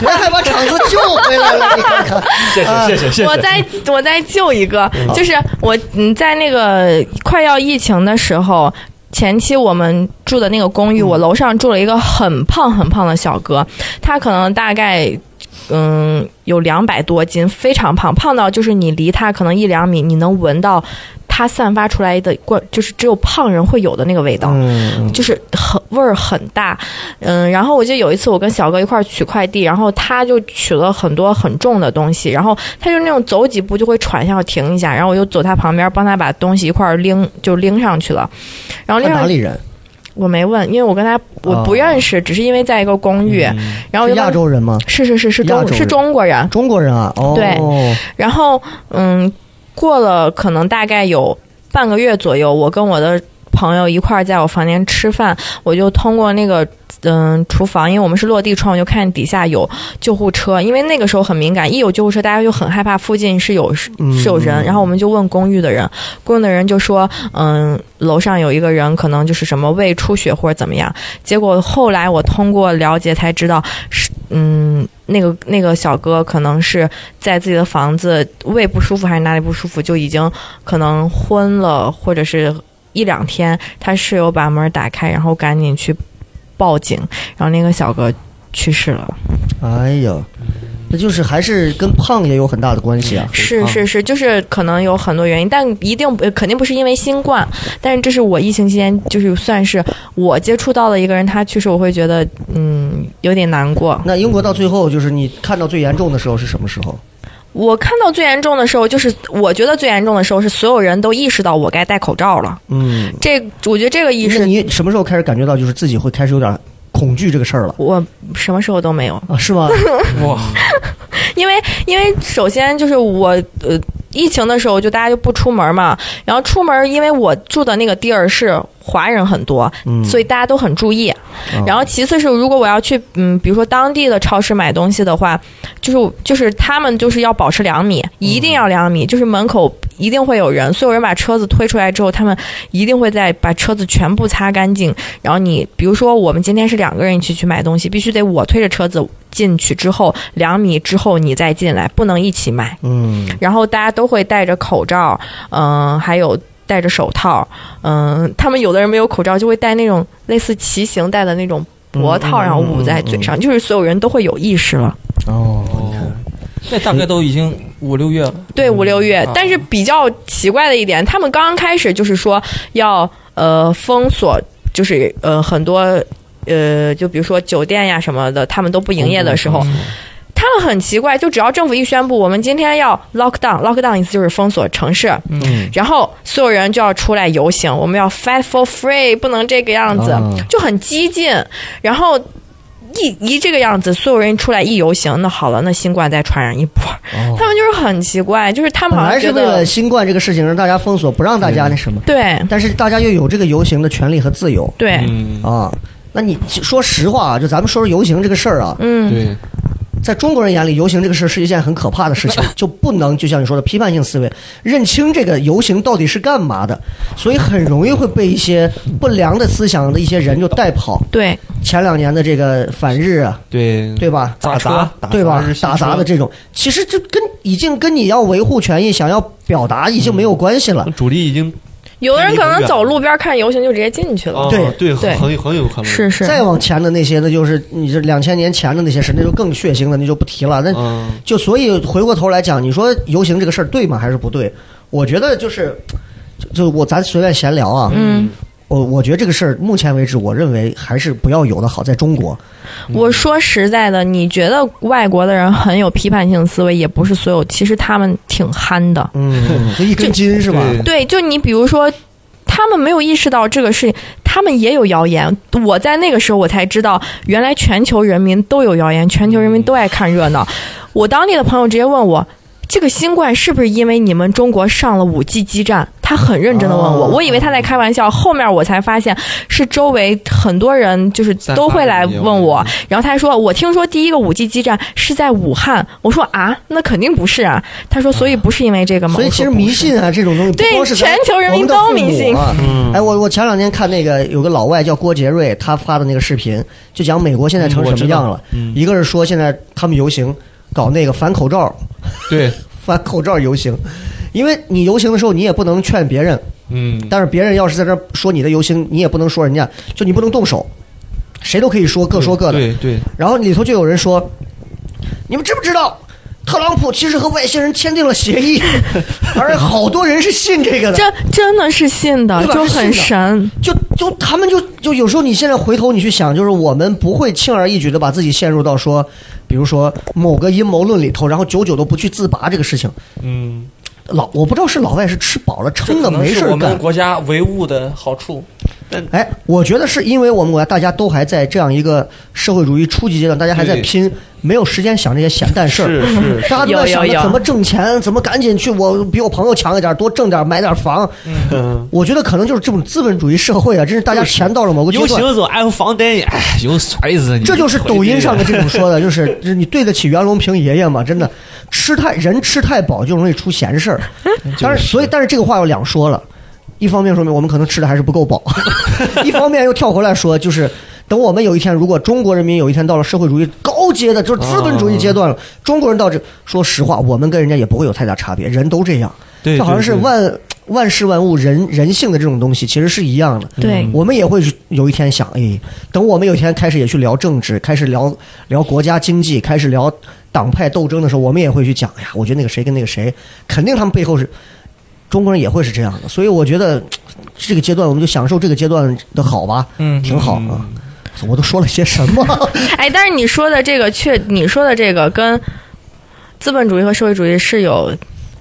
[SPEAKER 2] 人还把场子救回来了，你看看。
[SPEAKER 7] 谢谢谢谢谢
[SPEAKER 4] 我
[SPEAKER 7] 谢。
[SPEAKER 4] 再我再救一个，就是我嗯，在那个快要疫情的时候。前期我们住的那个公寓，
[SPEAKER 7] 嗯
[SPEAKER 4] 我楼上住了一个很胖很胖的小哥，他可能大概嗯有两百多斤，非常胖，胖到就是你离他可能一两米，你能闻到他散发出来的怪，就是只有胖人会有的那个味道。
[SPEAKER 2] 嗯，
[SPEAKER 4] 就是很味儿很大，嗯，然后我记得有一次我跟小哥一块儿取快递，然后他就取了很多很重的东西，然后他就那种走几步就会喘一下，停一下，然后我就走他旁边帮他把东西一块儿拎，就拎上去了，然后
[SPEAKER 2] 他
[SPEAKER 4] 拎
[SPEAKER 2] 哪
[SPEAKER 4] 上
[SPEAKER 2] 里人？
[SPEAKER 4] 我没问，因为我跟他我不认识，只是因为在一个公寓，
[SPEAKER 7] 嗯
[SPEAKER 4] 然后我
[SPEAKER 2] 哦嗯是
[SPEAKER 4] 就问
[SPEAKER 2] 亚洲人吗？
[SPEAKER 4] 是是是是
[SPEAKER 2] 亚洲
[SPEAKER 4] 中
[SPEAKER 2] 人
[SPEAKER 4] 是中国人，
[SPEAKER 2] 中国人啊？哦，
[SPEAKER 4] 对然后嗯，过了可能大概有半个月左右，我跟我的朋友一块儿在我房间吃饭，我就通过那个。嗯，厨房，因为我们是落地窗，我就看底下有救护车，因为那个时候很敏感，一有救护车，大家就很害怕附近是有是
[SPEAKER 2] 嗯
[SPEAKER 4] 有人，然后我们就问公寓的人，公寓的人就说，嗯，楼上有一个人可能就是什么胃出血或者怎么样，结果后来我通过了解才知道，是嗯，那个那个小哥可能是在自己的房子胃不舒服还是哪里不舒服，就已经可能昏了，或者是一两天，他室友把门打开，然后赶紧去报警，然后那个小哥去世了。
[SPEAKER 2] 哎呦，那就是还是跟胖也有很大的关系啊。
[SPEAKER 4] 是是是，就是可能有很多原因，但一定不肯定不是因为新冠，但是这是我疫情期间就是算是我接触到的一个人，他去世，我会觉得嗯有点难过。
[SPEAKER 2] 那英国到最后就是你看到最严重的时候是什么时候？
[SPEAKER 4] 我看到最严重的时候，就是我觉得最严重的时候是所有人都意识到我该戴口罩了。
[SPEAKER 2] 嗯，
[SPEAKER 4] 这我觉得这个意
[SPEAKER 2] 那
[SPEAKER 4] 识
[SPEAKER 2] 你什么时候开始感觉到就是自己会开始有点恐惧这个事儿了？
[SPEAKER 4] 我什么时候都没有，
[SPEAKER 2] 啊，是 吗？
[SPEAKER 6] 哇，
[SPEAKER 4] 因为因为首先就是我呃。疫情的时候，就大家就不出门嘛，然后出门，因为我住的那个地儿是华人很多，
[SPEAKER 2] 嗯，
[SPEAKER 4] 所以大家都很注意。
[SPEAKER 2] 啊
[SPEAKER 4] 然后其次是，如果我要去嗯，比如说当地的超市买东西的话，就是就是他们就是要保持两米，一定要两米，就是门口一定会有人，所有人把车子推出来之后，他们一定会再把车子全部擦干净。然后你比如说我们今天是两个人一起去买东西，必须得我推着车子进去之后两米之后你再进来，不能一起买。
[SPEAKER 2] 嗯，
[SPEAKER 4] 然后大家都会戴着口罩，嗯、还有戴着手套，嗯、他们有的人没有口罩，就会戴那种类似骑行戴的那种脖套，
[SPEAKER 2] 嗯嗯
[SPEAKER 4] 然后捂在嘴上，就是所有人都会有意识了。
[SPEAKER 2] 哦，你看，
[SPEAKER 6] 那大概都已经五六月了。
[SPEAKER 2] 嗯
[SPEAKER 4] 对五六月
[SPEAKER 6] 啊，
[SPEAKER 4] 但是比较奇怪的一点，他们刚刚开始就是说要呃封锁，就是呃很多呃就比如说酒店呀什么的，他们都不营业的时
[SPEAKER 2] 嗯
[SPEAKER 4] 候。他们很奇怪，就只要政府一宣布我们今天要 lock down，lock down 意思就是封锁城市，
[SPEAKER 6] 嗯，
[SPEAKER 4] 然后所有人就要出来游行，我们要 fight for free，不能这个样子，
[SPEAKER 2] 啊
[SPEAKER 4] 就很激进。然后一一这个样子，所有人出来一游行，那好了，那新冠再传染一波，他们就是很奇怪，就是他们
[SPEAKER 2] 哦本
[SPEAKER 4] 好
[SPEAKER 2] 来
[SPEAKER 4] 像
[SPEAKER 2] 是
[SPEAKER 4] 觉
[SPEAKER 2] 为了
[SPEAKER 4] 得
[SPEAKER 2] 新冠这个事情让大家封锁，不让大家那什么，
[SPEAKER 4] 对
[SPEAKER 2] 但是大家又有这个游行的权利和自由
[SPEAKER 4] 对，
[SPEAKER 7] 嗯，
[SPEAKER 2] 啊。那你说实话啊，就咱们说说游行这个事儿啊，
[SPEAKER 4] 嗯，
[SPEAKER 7] 对，
[SPEAKER 2] 在中国人眼里，游行这个事儿是一件很可怕的事 情，就不能就像你说的批判性思维，认清这个游行到底是干嘛的，所以很容易会被一些不良的思想的一些人就带跑。
[SPEAKER 4] 对
[SPEAKER 2] 前两年的这个反日啊，
[SPEAKER 7] 对，
[SPEAKER 2] 对吧？
[SPEAKER 7] 打嗯砸，
[SPEAKER 2] 对吧
[SPEAKER 7] 日？系
[SPEAKER 2] 打砸
[SPEAKER 7] 车
[SPEAKER 2] 的这种，其实这跟已经跟你要维护权益、想要表达已经没有关系了。
[SPEAKER 7] 主力已经
[SPEAKER 4] 有的人可能走路边看游行就直接进去了，
[SPEAKER 7] 哦
[SPEAKER 2] 对
[SPEAKER 7] 对
[SPEAKER 4] 对
[SPEAKER 7] 很很有可能
[SPEAKER 4] 是是，
[SPEAKER 2] 再往前的那些，那就是你这两千年前的那些事，那就更血腥的，那就不提了。那
[SPEAKER 7] 嗯
[SPEAKER 2] 就所以回过头来讲，你说游行这个事儿对吗？还是不对？我觉得就是，就就我咱随便闲聊啊。
[SPEAKER 4] 嗯，
[SPEAKER 2] 我我觉得这个事儿，目前为止，我认为还是不要有的好。在中国，
[SPEAKER 4] 我说实在的，你觉得外国的人很有批判性思维，也不是所有，其实他们挺憨的，
[SPEAKER 2] 嗯， 就一根筋是吧？
[SPEAKER 7] 对
[SPEAKER 4] 对，就你比如说，他们没有意识到这个事情，他们也有谣言。我在那个时候我才知道，原来全球人民都有谣言，全球人民都爱看热闹。我当地的朋友直接问我。这个新冠是不是因为你们中国上了五 G 基站？他很认真的问我，
[SPEAKER 2] 哦
[SPEAKER 4] 我以为他在开玩笑，后面我才发现是周围很多人就是
[SPEAKER 7] 散
[SPEAKER 4] 都
[SPEAKER 7] 发
[SPEAKER 4] 会
[SPEAKER 7] 的
[SPEAKER 4] 来
[SPEAKER 7] 也有
[SPEAKER 4] 问
[SPEAKER 2] 嗯
[SPEAKER 4] 我，然后他还说，我听说第一个五 G 基站是在武汉，我说啊，那肯定不是啊。他说，所以不是因为这个吗？
[SPEAKER 2] 所以
[SPEAKER 4] 我
[SPEAKER 2] 其
[SPEAKER 4] 说
[SPEAKER 2] 实
[SPEAKER 4] 不
[SPEAKER 2] 迷
[SPEAKER 4] 是
[SPEAKER 2] 信啊这种东西，不
[SPEAKER 4] 对
[SPEAKER 2] 光是咱
[SPEAKER 4] 全球人民都迷信
[SPEAKER 2] 我们的父
[SPEAKER 7] 嗯
[SPEAKER 2] 母啊。哎，我我前两天看那个有个老外叫郭杰瑞，他发的那个视频，就讲美国现在成什么样了。一个是说现在他们游行搞那个反口罩，
[SPEAKER 7] 对，
[SPEAKER 2] 反口罩游行，因为你游行的时候你也不能劝别人，
[SPEAKER 7] 嗯，
[SPEAKER 2] 但是别人要是在这儿说你的游行，你也不能说人家，就你不能动手，谁都可以说，各说各的。
[SPEAKER 7] 对对，
[SPEAKER 2] 然后里头就有人说：“你们知不知道，特朗普其实和外星人签订了协议， 而好多人是信这个的。
[SPEAKER 4] 这 真的是信的，
[SPEAKER 2] 对吧
[SPEAKER 4] 就很神。
[SPEAKER 2] 就就他们就就有时候你现在回头你去想，就是我们不会轻而易举的把自己陷入到说，比如说某个阴谋论里头，然后久久都不去自拔这个事情。
[SPEAKER 7] 嗯，
[SPEAKER 2] 老我不知道是老外是吃饱了撑
[SPEAKER 6] 这
[SPEAKER 2] 的
[SPEAKER 6] 可能
[SPEAKER 2] 没事
[SPEAKER 6] 是
[SPEAKER 2] 儿
[SPEAKER 6] 我
[SPEAKER 2] 干
[SPEAKER 6] 们，国家唯物的好处。
[SPEAKER 2] 哎，我觉得是因为我们国家大家都还在这样一个社会主义初级阶段，大家还在
[SPEAKER 7] 对
[SPEAKER 2] 拼，没有时间想这些闲蛋事儿。
[SPEAKER 7] 嗯是是是，
[SPEAKER 2] 大家都在想着
[SPEAKER 4] 有有有
[SPEAKER 2] 怎么挣钱，怎么赶紧去我比我朋友强一点，多挣点，买点房。
[SPEAKER 7] 嗯，
[SPEAKER 2] 我觉得可能就是这种资本主义社会啊，真是大家钱到了某个阶
[SPEAKER 9] 有
[SPEAKER 2] 段，
[SPEAKER 9] 行走，俺有房贷，哎，有啥意思？你
[SPEAKER 2] 这就是抖音上的这种说的，就是就是你对得起袁隆平爷爷吗？真的，吃太人吃太饱就容易出闲事儿。但是所以，但是这个话有两说了，一方面说明我们可能吃的还是不够饱，一方面又跳回来说，就是等我们有一天，如果中国人民有一天到了社会主义高阶的，就是资本主义阶段了，中国人到这，说实话，我们跟人家也不会有太大差别，人都这样。
[SPEAKER 7] 对，
[SPEAKER 2] 这好像
[SPEAKER 7] 对
[SPEAKER 2] 是
[SPEAKER 7] 对
[SPEAKER 2] 万万事万物人人性的这种东西，其实是一样的。
[SPEAKER 4] 对
[SPEAKER 6] 嗯
[SPEAKER 2] 我们也会有一天想，哎，等我们有一天开始也去聊政治，开始聊聊国家经济，开始聊党派斗争的时候，我们也会去讲，哎呀，我觉得那个谁跟那个谁，肯定他们背后是中国人也会是这样的。所以我觉得这个阶段我们就享受这个阶段的好吧，
[SPEAKER 6] 嗯
[SPEAKER 2] 挺好啊。我都说了些什么？
[SPEAKER 4] 哎，但是你说的这个，确你说的这个跟资本主义和社会主义是有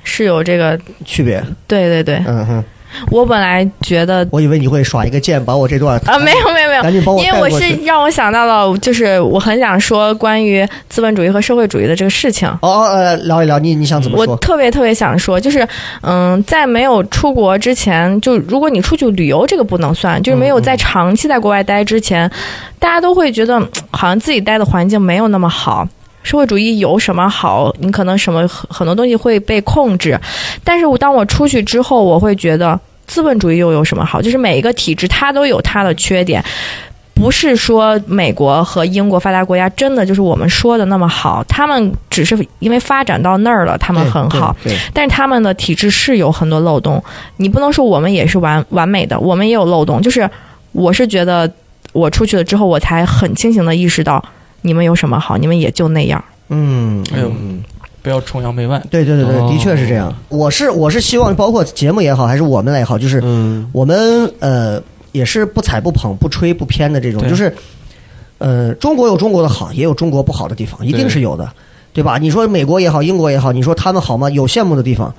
[SPEAKER 4] 是有这个，
[SPEAKER 2] 区别？
[SPEAKER 4] 对对对。
[SPEAKER 2] 嗯哼，
[SPEAKER 4] 我本来觉得
[SPEAKER 2] 我以为你会耍一个剑，把我这段
[SPEAKER 4] 啊，没有没有没有，
[SPEAKER 2] 赶紧哎帮我
[SPEAKER 4] 因
[SPEAKER 2] 带
[SPEAKER 4] 为我
[SPEAKER 2] 过
[SPEAKER 4] 是
[SPEAKER 2] 去
[SPEAKER 4] 让我想到了，就是我很想说关于资本主义和社会主义的这个事情。
[SPEAKER 2] 哦哦呃，聊一聊你你想怎么
[SPEAKER 4] 我
[SPEAKER 2] 说？
[SPEAKER 4] 特别特别想说，就是嗯，在没有出国之前，就如果你出去旅游，这个不能算，就是没有
[SPEAKER 2] 嗯
[SPEAKER 4] 在长期在国外待之前，大家都会觉得嗯好像自己待的环境没有那么好。社会主义有什么好？你可能什么很很多东西会被控制，但是我当我出去之后，我会觉得资本主义又有什么好？就是每一个体制它都有它的缺点，不是说美国和英国发达国家真的就是我们说的那么好，他们只是因为发展到那儿了，他们很好，
[SPEAKER 2] 对，对
[SPEAKER 4] 但是他们的体制是有很多漏洞。你不能说我们也是完完美的，我们也有漏洞。就是我是觉得我出去了之后，我才很清醒的意识到你们有什么好，你们也就那样。
[SPEAKER 2] 嗯，
[SPEAKER 6] 哎呦，不要崇洋媚外。
[SPEAKER 2] 对对对对，
[SPEAKER 7] 哦
[SPEAKER 2] 的确是这样。我是我是希望，包括节目也好，还是我们来也好，就是
[SPEAKER 7] 嗯，
[SPEAKER 2] 我们呃也是不踩不捧、不吹不偏的这种，
[SPEAKER 6] 对
[SPEAKER 2] 就是呃中国有中国的好，也有中国不好的地方，一定是有的，对吧？你说美国也好，英国也好，你说他们好吗？有羡慕的地方，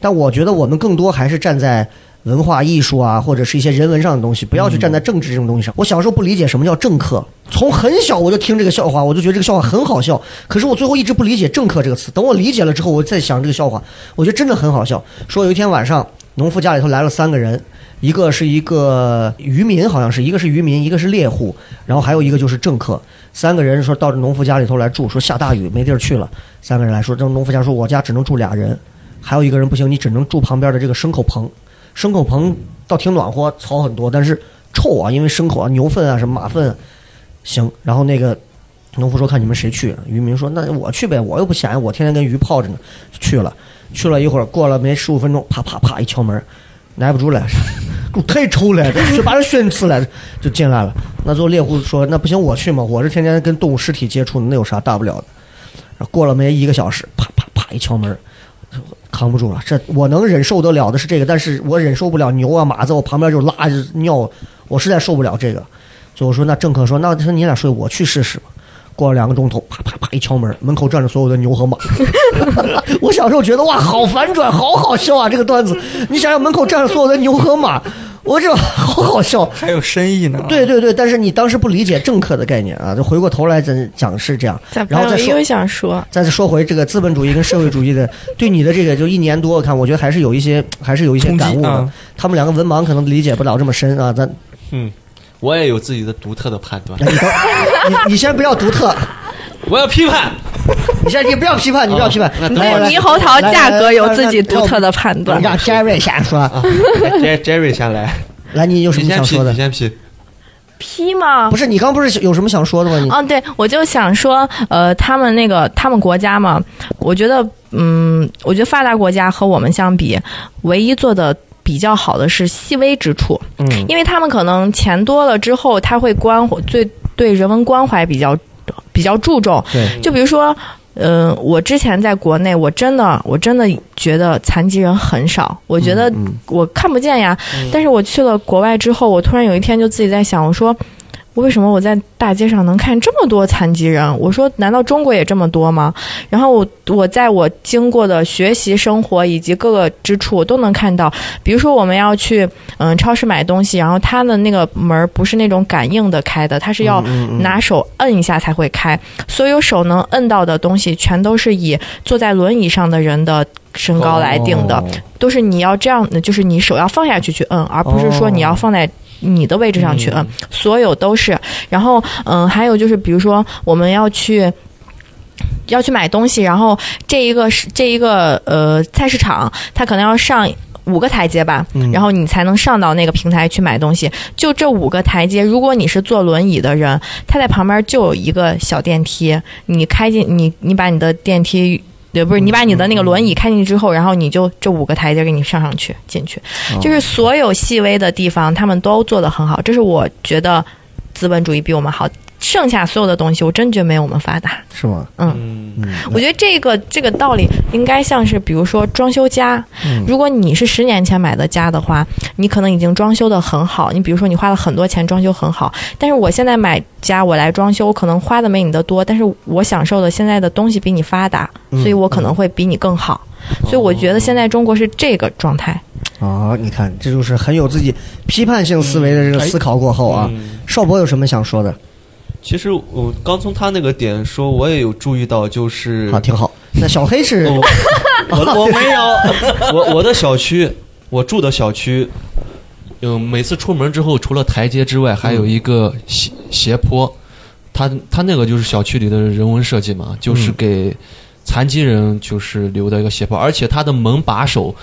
[SPEAKER 2] 但我觉得我们更多还是站在。文化艺术啊，或者是一些人文上的东西，不要去站在政治这种东西上。我小时候不理解什么叫政客，从很小我就听这个笑话，我就觉得这个笑话很好笑。可是我最后一直不理解“政客”这个词。等我理解了之后，我再想这个笑话，我觉得真的很好笑。说有一天晚上，农夫家里头来了三个人，一个是一个渔民，好像是一个是渔民，一个是猎户，然后还有一个就是政客。三个人说到这农夫家里头来住，说下大雨没地儿去了。三个人来说，这农夫家说我家只能住俩人，还有一个人不行，你只能住旁边的这个牲口棚。牲口棚倒挺暖和，草很多，但是臭啊，因为牲口啊、牛粪啊、什么马粪啊、行，然后那个农夫说看你们谁去，渔民说那我去呗，我又不闲，我天天跟鱼泡着呢，去了。去了一会儿，过了没十五分钟，啪啪啪一敲门，耐不住了，给我 太臭了，这把人熏死了，就进来了。那最后猎户说：“那不行，我去嘛，我是天天跟动物尸体接触的，那有啥大不了的？”然后过了没一个小时，啪啪啪一敲门，扛不住了。这我能忍受得了的是这个，但是我忍受不了牛啊马在我旁边就拉着尿，我实在受不了这个。最后说：“那政客说，那说你俩睡，我去试试吧。”过了两个钟头，啪啪啪一敲门，门口站着所有的牛和马。我小时候觉得哇，好反转，好好笑啊！这个段子，你想想门口站着所有的牛和马，我这好好笑。
[SPEAKER 6] 还有深意呢。
[SPEAKER 2] 对对对，但是你当时不理解政客的概念啊，就回过头来咱讲是这样，
[SPEAKER 4] 咋
[SPEAKER 2] 然
[SPEAKER 4] 办？
[SPEAKER 2] 后
[SPEAKER 4] 我
[SPEAKER 2] 再说
[SPEAKER 4] 又想说，
[SPEAKER 2] 再说回这个资本主义跟社会主义的对你的这个就一年多，我看我觉得还是有一些还是有一些
[SPEAKER 6] 冲击
[SPEAKER 2] 感悟的。
[SPEAKER 6] 啊
[SPEAKER 2] 他们两个文盲可能理解不了这么深啊，咱哎
[SPEAKER 7] 我也有自己的独特的判断，
[SPEAKER 2] 你等你你先不要独特，
[SPEAKER 7] 我要批判。
[SPEAKER 2] 你先你不要批判，你不要批判。
[SPEAKER 7] 啊那等
[SPEAKER 2] 来
[SPEAKER 7] 会儿
[SPEAKER 2] 来
[SPEAKER 4] 猕猴桃
[SPEAKER 2] 来
[SPEAKER 4] 价
[SPEAKER 2] 来
[SPEAKER 4] 格
[SPEAKER 2] 来
[SPEAKER 4] 有
[SPEAKER 2] 让
[SPEAKER 4] 自己独特的判断
[SPEAKER 2] 让。让 Jerry 先说，啊
[SPEAKER 7] Jer- 啊哎 Jerry 先来，
[SPEAKER 2] 来，你有什
[SPEAKER 7] 你
[SPEAKER 2] 么
[SPEAKER 7] 先
[SPEAKER 2] 想
[SPEAKER 7] 批，
[SPEAKER 2] 说的
[SPEAKER 7] 你？先批。
[SPEAKER 4] P 吗
[SPEAKER 2] 不？是你刚不是有什么想说的吗？你
[SPEAKER 6] 啊
[SPEAKER 4] 哦，对，我就想说，呃，他们那个他们国家嘛，我觉得，嗯，我觉得发达国家和我们相比，唯一做的。比较好的是细微之处，
[SPEAKER 2] 嗯，
[SPEAKER 4] 因为他们可能钱多了之后，他会关怀对对人文关怀比较比较注重。
[SPEAKER 2] 对，
[SPEAKER 4] 就比如说，呃，我之前在国内，我真的我真的觉得残疾人很少，我
[SPEAKER 2] 嗯
[SPEAKER 4] 觉得我看不见呀。但是我去了国外之后，我突然有一天就自己在想，我说。为什么我在大街上能看这么多残疾人？我说，难道中国也这么多吗？然后我我在我经过的学习、生活以及各个之处，我都能看到。比如说，我们要去嗯、超市买东西，然后它的那个门儿不是那种感应的开的，它是要拿手摁一下才会开。所有手能摁到的东西，全都是以坐在轮椅上的人的身高来定的，
[SPEAKER 2] 哦
[SPEAKER 4] 都是你要这样，就是你手要放下去去摁，而不是说你要放在。你的位置上去摁，所有都是。然后，嗯，还有就是，比如说我们要去要去买东西，然后这一个是这一个呃菜市场，它可能要上五个台阶吧，然后你才能上到那个平台去买东西。就这五个台阶，如果你是坐轮椅的人，他在旁边就有一个小电梯，你开进你你把你的电梯。对，不是你把你的那个轮椅开进去之后，然后你就这五个台阶给你上上去进去，就是所有细微的地方，他们都做得很好。这是我觉得资本主义比我们好，剩下所有的东西，我真觉得没有我们发达。
[SPEAKER 2] 是吗？
[SPEAKER 7] 嗯，
[SPEAKER 2] 嗯，
[SPEAKER 4] 我觉得这个这个道理应该像是，比如说装修家，如果你是十年前买的家的话，你可能已经装修的很好，你比如说你花了很多钱装修很好，但是我现在买家我来装修，我可能花的没你的多，但是我享受的现在的东西比你发达，所以我可能会比你更好，所以我觉得现在中国是这个状态。
[SPEAKER 2] 哦，你看，这就是很有自己批判性思维的这个思考过后啊。
[SPEAKER 7] 嗯
[SPEAKER 2] 邵博有什么想说的？
[SPEAKER 7] 其实我刚从他那个点说，我也有注意到，就是
[SPEAKER 2] 好，挺好。那小黑是
[SPEAKER 7] 我我我没有，我我的小区，我住的小区，嗯，每次出门之后，除了台阶之外，还有一个斜斜坡，它它那个就是小区里的人文设计嘛，就是给残疾人就是留的一个斜坡，而且它的门把手。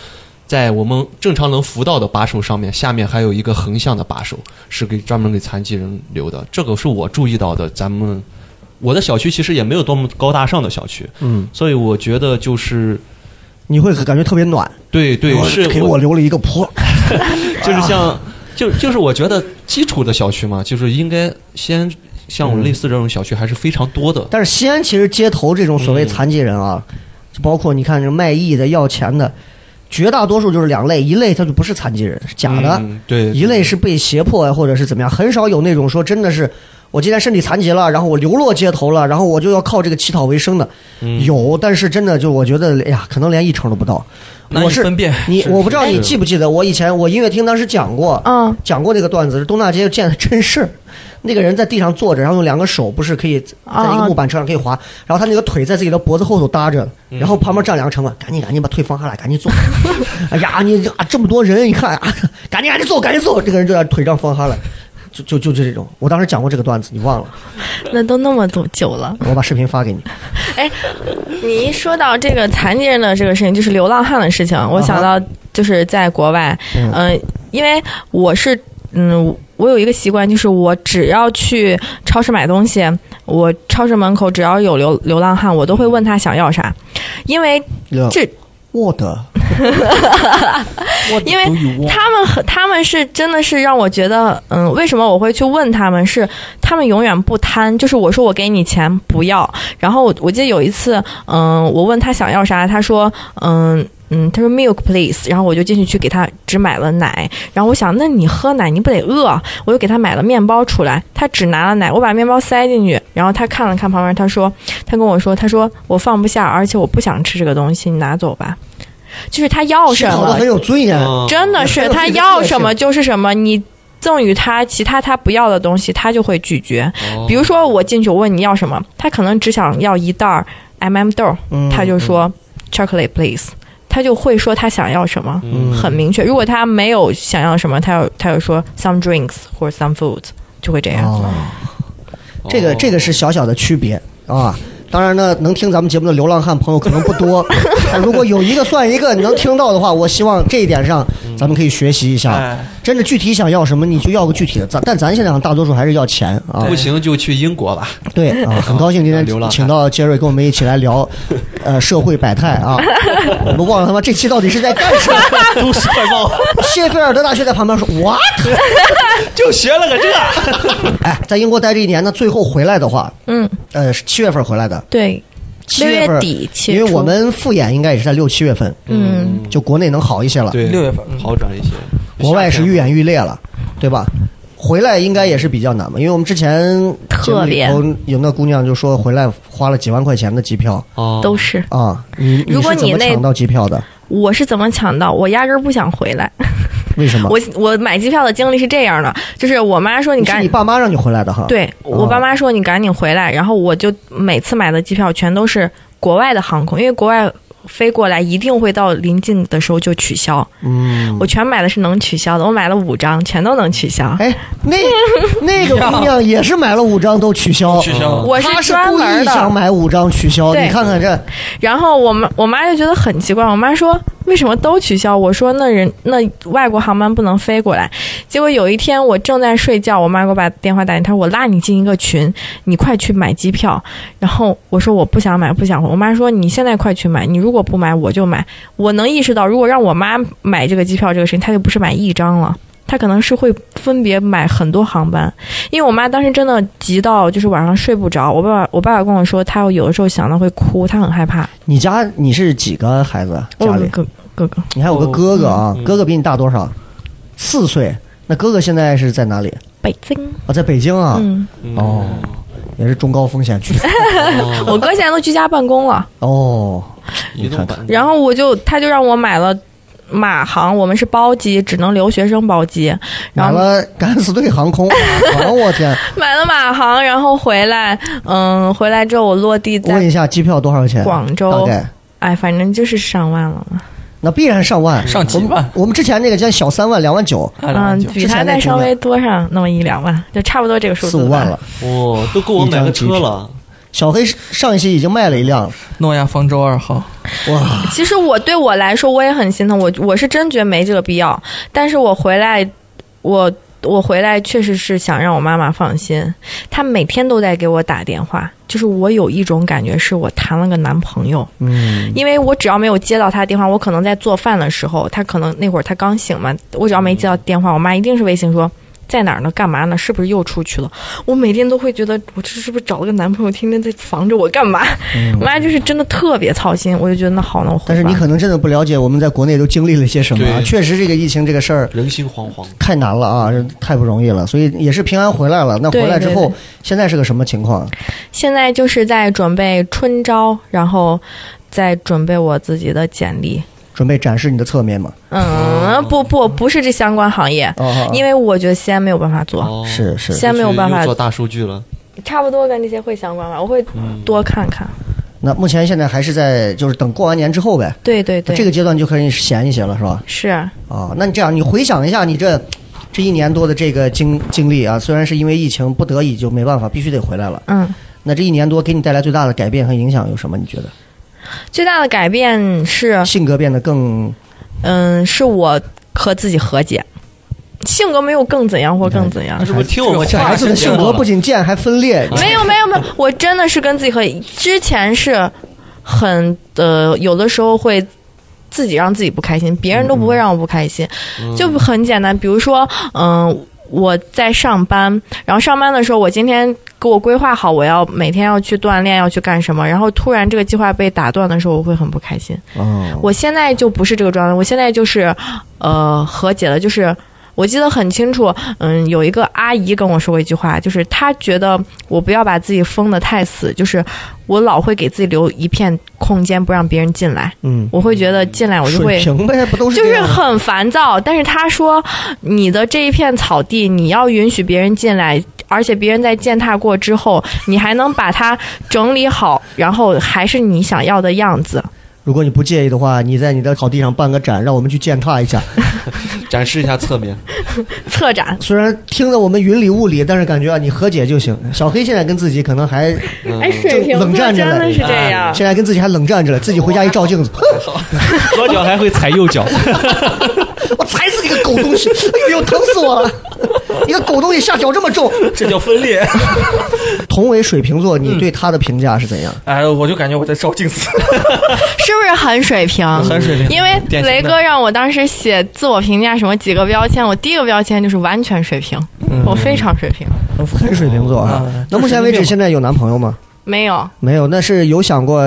[SPEAKER 7] 在我们正常能扶到的把手上面，下面还有一个横向的把手，是给专门给残疾人留的。这个是我注意到的。咱们我的小区其实也没有多么高大上的小区，
[SPEAKER 2] 嗯，
[SPEAKER 7] 所以我觉得就是
[SPEAKER 2] 你会感觉特别暖，
[SPEAKER 7] 对对，
[SPEAKER 2] 我
[SPEAKER 7] 是
[SPEAKER 2] 哦给我留啊了一个坡。
[SPEAKER 7] 就是像，就就是我觉得基础的小区嘛，就是应该先像我类似这种小区还是非常多的。嗯
[SPEAKER 2] 但是西安其实街头这种所谓残疾人啊，包括你看这卖艺的、要钱的，绝大多数就是两类，一类他就不是残疾人，是假的，
[SPEAKER 7] 嗯对，
[SPEAKER 2] 一类是被胁迫呀，或者是怎么样，很少有那种说真的是我今天身体残疾了，然后我流落街头了，然后我就要靠这个乞讨为生的，
[SPEAKER 7] 嗯
[SPEAKER 2] 有，但是真的就我觉得，哎呀，可能连一成都不到。
[SPEAKER 6] 难
[SPEAKER 2] 我
[SPEAKER 6] 以
[SPEAKER 2] 是
[SPEAKER 6] 分辨。
[SPEAKER 2] 你，
[SPEAKER 7] 是
[SPEAKER 2] 我不知道
[SPEAKER 7] 是
[SPEAKER 2] 你
[SPEAKER 7] 是
[SPEAKER 2] 记不记得，我以前我音乐厅当时讲过，
[SPEAKER 4] 嗯，
[SPEAKER 2] 讲过那个段子，是东大街见的真事儿。 那个人在地上坐着，然后用两个手不是可以在一个木板车上可以滑，然后他那个腿在自己的脖子后头搭着，然后旁边站两个城管，赶紧赶紧把腿放下来，赶紧坐。哎呀，你这啊这么多人，你看啊， 赶紧赶紧坐，赶紧坐。这个人就在腿上放下来，就就就就这种。我当时讲过这个段子，你忘了？
[SPEAKER 4] 那都那么多久了。
[SPEAKER 2] 我把视频发给你。
[SPEAKER 4] 你一说到这个残疾人的这个事情，就是流浪汉的事情，我想到就是在国外，
[SPEAKER 2] 嗯
[SPEAKER 4] 嗯、因为我是嗯，我有一个习惯，就是我只要去超市买东西，我超市门口只要有流流浪汉，我都会问他想要啥，因为这
[SPEAKER 2] 我的，
[SPEAKER 4] 因为他们很，他们是真的是让我觉得，嗯，为什么我会去问他们是？他们永远不贪，就是我说我给你钱不要。然后我我记得有一次，嗯，我问他想要啥，他说，嗯。嗯，他说 milk please，然后我就进去去给他只买了奶，然后我想，那你喝奶你不得饿？我就给他买了面包出来，他只拿了奶，我把面包塞进去，然后他看了看旁边，他说，他跟我说，他说我放不下，而且我不想吃这个东西，你拿走吧。就是啊他要什
[SPEAKER 2] 好
[SPEAKER 4] 么
[SPEAKER 2] 的，很有尊严。
[SPEAKER 7] 嗯
[SPEAKER 4] 真的是
[SPEAKER 2] 很有
[SPEAKER 4] 他
[SPEAKER 2] 自己的
[SPEAKER 4] 要
[SPEAKER 2] 特
[SPEAKER 4] 什
[SPEAKER 2] 性
[SPEAKER 4] 么就是什么，你赠予他其他他不要的东西，他就会拒绝。
[SPEAKER 7] 哦
[SPEAKER 4] 比如说我进去我问你要什么，他可能只想要一袋儿 MM 豆儿，
[SPEAKER 2] 嗯
[SPEAKER 4] 他就说 chocolate please，他就会说他想要什么，
[SPEAKER 2] 嗯
[SPEAKER 4] 很明确。如果他没有想要什么，他要他要说 some drinks 或者 some food，就会这样。
[SPEAKER 2] 哦，这
[SPEAKER 7] 哦
[SPEAKER 2] 个这个是小小的区别啊。当然呢，能听咱们节目的流浪汉朋友可能不 多，但如果有一个算一个能听到的话，我希望这一点上
[SPEAKER 7] 嗯
[SPEAKER 2] 咱们可以学习一下。
[SPEAKER 6] 哎，
[SPEAKER 2] 真的具体想要什么，你就要个具体的。咱但咱现在大多数还是要钱啊。
[SPEAKER 7] 哦不行就去英国吧。
[SPEAKER 2] 对啊，很高兴今天
[SPEAKER 7] 流浪汉
[SPEAKER 2] 请到杰瑞跟我们一起来聊，呃，社会百态 啊。我们忘了他妈这期到底是在干什么。
[SPEAKER 7] 都市快报
[SPEAKER 2] 谢菲尔德大学在旁边说 what？
[SPEAKER 7] 就学了个这，
[SPEAKER 2] 哎，在英国待这一年呢，最后回来的话，
[SPEAKER 4] 嗯，
[SPEAKER 2] 呃，是七月份回来的，
[SPEAKER 4] 对，
[SPEAKER 2] 七
[SPEAKER 4] 六
[SPEAKER 2] 月份
[SPEAKER 4] 月底其
[SPEAKER 2] 因为
[SPEAKER 4] 实
[SPEAKER 2] 我们复演应该也是在六七月份，
[SPEAKER 4] 嗯，
[SPEAKER 2] 就国内能好一些了，
[SPEAKER 7] 对，
[SPEAKER 6] 六月份嗯
[SPEAKER 7] 好转一些。
[SPEAKER 2] 国外是愈演愈烈了，对吧？回来应该也是比较难嘛，因为我们之前节目
[SPEAKER 4] 特
[SPEAKER 2] 里
[SPEAKER 4] 别
[SPEAKER 2] 头有那姑娘就说回来花了几万块钱的机票
[SPEAKER 7] 哦，
[SPEAKER 4] 都是。
[SPEAKER 2] 啊，你
[SPEAKER 4] 如果
[SPEAKER 2] 是怎
[SPEAKER 4] 你
[SPEAKER 2] 么
[SPEAKER 4] 那
[SPEAKER 2] 抢到机票的？
[SPEAKER 4] 我是怎么抢到？我压根儿不想回来。
[SPEAKER 2] 为什么？
[SPEAKER 4] 我我买机票的经历是这样的，就是我妈说你
[SPEAKER 2] 你是
[SPEAKER 4] 赶
[SPEAKER 2] 你
[SPEAKER 4] 紧。
[SPEAKER 2] 爸妈让你回来的哈？，
[SPEAKER 4] 对我爸妈说你赶紧回来，然后我就每次买的机票全都是国外的航空，因为国外飞过来一定会到临近的时候就取消。
[SPEAKER 2] 嗯，
[SPEAKER 4] 我全买的是能取消的，我买了五张，全都能取消。
[SPEAKER 2] 哎， 那那个姑娘也是买了五张都取消，啊
[SPEAKER 6] 取消
[SPEAKER 4] 我
[SPEAKER 2] 她是
[SPEAKER 4] 专
[SPEAKER 2] 故
[SPEAKER 4] 门
[SPEAKER 2] 意想
[SPEAKER 4] 的，
[SPEAKER 2] 买五张取消，
[SPEAKER 4] 对
[SPEAKER 2] 你看看这，
[SPEAKER 4] 然后我妈我妈就觉得很奇怪，我妈说为什么都取消？我说那人那外国航班不能飞过来。结果有一天我正在睡觉，我妈给我把电话打进，她说我拉你进一个群，你快去买机票。然后我说我不想买，不想回。我妈说你现在快去买，你如果不买我就买。我能意识到，如果让我妈买这个机票这个事情，她就不是买一张了。她可能是会分别买很多航班，因为我妈当时真的急到就是晚上睡不着。我爸爸我爸爸跟我说，他有的时候想到会哭，他很害怕。
[SPEAKER 2] 你家你是几个孩子啊？
[SPEAKER 4] 我
[SPEAKER 2] 家
[SPEAKER 4] 有
[SPEAKER 2] 里
[SPEAKER 4] 个哥哥哥，
[SPEAKER 2] 你还有个哥哥
[SPEAKER 4] 哦
[SPEAKER 2] 啊，
[SPEAKER 7] 嗯
[SPEAKER 2] 哥哥比你大多少？四岁。那哥哥现在是在哪里？
[SPEAKER 4] 北京，
[SPEAKER 2] 啊，在北京啊，
[SPEAKER 4] 嗯，
[SPEAKER 7] 嗯
[SPEAKER 2] 哦，也是中高风险 区。
[SPEAKER 4] 我哥现在都居家办公了。
[SPEAKER 2] 哦，
[SPEAKER 7] 移动版。
[SPEAKER 4] 然后我就他就让我买了马航，我们是包机，只能留学生包机，
[SPEAKER 2] 买
[SPEAKER 4] 然后
[SPEAKER 2] 了敢死队航 空，啊我天！
[SPEAKER 4] 买了马航，然后回来，嗯，回来之后我落地
[SPEAKER 2] 问
[SPEAKER 4] 在
[SPEAKER 2] 一下机票多少钱？
[SPEAKER 4] 广
[SPEAKER 2] 大
[SPEAKER 4] 州，
[SPEAKER 2] 概
[SPEAKER 4] 哎，反正就是上万了嘛，
[SPEAKER 2] 那必然上万，
[SPEAKER 6] 上几
[SPEAKER 2] 我们
[SPEAKER 6] 万
[SPEAKER 2] 我们之前那个叫小三万，两万九，
[SPEAKER 6] 按了
[SPEAKER 4] 嗯
[SPEAKER 6] 就，
[SPEAKER 4] 比他再稍微多上那么一两万，就差不多这个数字
[SPEAKER 2] 四五万了。。
[SPEAKER 7] 哦，都够我买个车了。
[SPEAKER 2] 小黑上一期已经卖了一辆了，
[SPEAKER 6] 诺亚方舟二号，
[SPEAKER 2] 哇！
[SPEAKER 4] 其实我对我来说，我也很心疼，我我是真觉得没这个必要。但是我回来，我我回来确实是想让我妈妈放心，她每天都在给我打电话，就是我有一种感觉是我谈了个男朋友，
[SPEAKER 2] 嗯，
[SPEAKER 4] 因为我只要没有接到她的电话，我可能在做饭的时候，她可能那会儿她刚醒嘛，我只要没接到电话，我妈一定是微信说。在哪儿呢？干嘛呢？是不是又出去了？我每天都会觉得，我这是不是找了个男朋友，天天在防着我干嘛？我妈就是真的特别操心，我就觉得那好，那我回吧。
[SPEAKER 2] 但是你可能真的不了解我们在国内都经历了些什么啊。
[SPEAKER 7] 对
[SPEAKER 2] 确实，这个疫情这个事儿
[SPEAKER 7] 人心惶惶。
[SPEAKER 2] 太难了啊，太不容易了。所以也是平安回来了。那回来之
[SPEAKER 4] 嗯对对
[SPEAKER 2] 后，现在是个什么情况？
[SPEAKER 4] 现在就是在准备春招，然后再准备我自己的简历。
[SPEAKER 2] 准备展示你的侧面吗？
[SPEAKER 4] 嗯，不不，不是这相关行业，
[SPEAKER 2] 哦，
[SPEAKER 4] 因为我觉得西安没有办法做，
[SPEAKER 7] 哦，
[SPEAKER 2] 是是
[SPEAKER 4] 西安没有办
[SPEAKER 7] 又
[SPEAKER 4] 法
[SPEAKER 7] 做，大数据了。
[SPEAKER 4] 差不多跟这些会相关吧，我会多看看。
[SPEAKER 2] 那目前现在还是在就是等过完年之后呗，
[SPEAKER 4] 对对对，
[SPEAKER 2] 这个阶段就可以闲一些了，是吧？
[SPEAKER 4] 是
[SPEAKER 2] 啊，那你这样，你回想一下你这这一年多的这个经经历啊，虽然是因为疫情不得已就没办法，必须得回来了。
[SPEAKER 4] 嗯，
[SPEAKER 2] 那这一年多给你带来最大的改变和影响有什么？你觉得
[SPEAKER 4] 最大的改变是，
[SPEAKER 2] 性格变得更
[SPEAKER 4] 嗯，是我和自己和解，性格没有更怎样或更怎样
[SPEAKER 7] 他。是不是听我们
[SPEAKER 2] 这孩子的性格不仅贱还分裂，
[SPEAKER 4] 没有没有没有，我真的是跟自己和之前是很呃，有的时候会自己让自己不开心，别人都不会让我不开心，就很简单。比如说，嗯、我在上班，然后上班的时候，我今天给我规划好我要每天要去锻炼，要去干什么，然后突然这个计划被打断的时候，我会很不开心。
[SPEAKER 2] 哦，
[SPEAKER 4] 我现在就不是这个状态，我现在就是，呃，和解了。就是我记得很清楚，嗯，有一个阿姨跟我说过一句话，就是她觉得我不要把自己封得太死，就是我老会给自己留一片空间，不让别人进来。
[SPEAKER 2] 嗯，
[SPEAKER 4] 我会觉得进来我就
[SPEAKER 2] 水
[SPEAKER 4] 会。
[SPEAKER 2] 平呗，不都是
[SPEAKER 4] 就
[SPEAKER 2] 这
[SPEAKER 4] 是
[SPEAKER 2] 样吗
[SPEAKER 4] 很烦躁，但是她说，你的这一片草地，你要允许别人进来，而且别人在践踏过之后，你还能把它整理好，然后还是你想要的样子。
[SPEAKER 2] 如果你不介意的话，你在你的草地上办个展，让我们去践踏一下。
[SPEAKER 7] 展示一下侧面？
[SPEAKER 4] 策展
[SPEAKER 2] 虽然听得我们云里雾里，但是感觉啊，你和解就行。小黑现在跟自己可能还，
[SPEAKER 4] 哎，水瓶
[SPEAKER 2] 嗯冷
[SPEAKER 4] 座
[SPEAKER 2] 战着
[SPEAKER 4] 真
[SPEAKER 2] 呢哎
[SPEAKER 4] 的是这样。
[SPEAKER 2] 现在跟自己还冷战着了，自己回家一照镜子，
[SPEAKER 10] 左脚还会踩右脚，
[SPEAKER 2] 我踩死你个狗东西！哎呦呦，疼死我了！ 你个狗东西下脚这么重。
[SPEAKER 6] 这叫分裂。
[SPEAKER 2] 同为水瓶座，你对他的评价是怎样？
[SPEAKER 6] 哎，我就感觉我在照镜子，
[SPEAKER 4] 是不是很水平？
[SPEAKER 6] 很水平。
[SPEAKER 4] 因为
[SPEAKER 10] 典型的
[SPEAKER 4] 雷哥让我当时写自我评价什么几个标签，我第一个标签就是完全水平，
[SPEAKER 2] 嗯
[SPEAKER 4] 我非常水平，
[SPEAKER 2] 很水瓶座啊
[SPEAKER 6] 啊。
[SPEAKER 2] 那目前为止，现在有男朋友吗？
[SPEAKER 4] 没有，
[SPEAKER 2] 没有，那是有想过，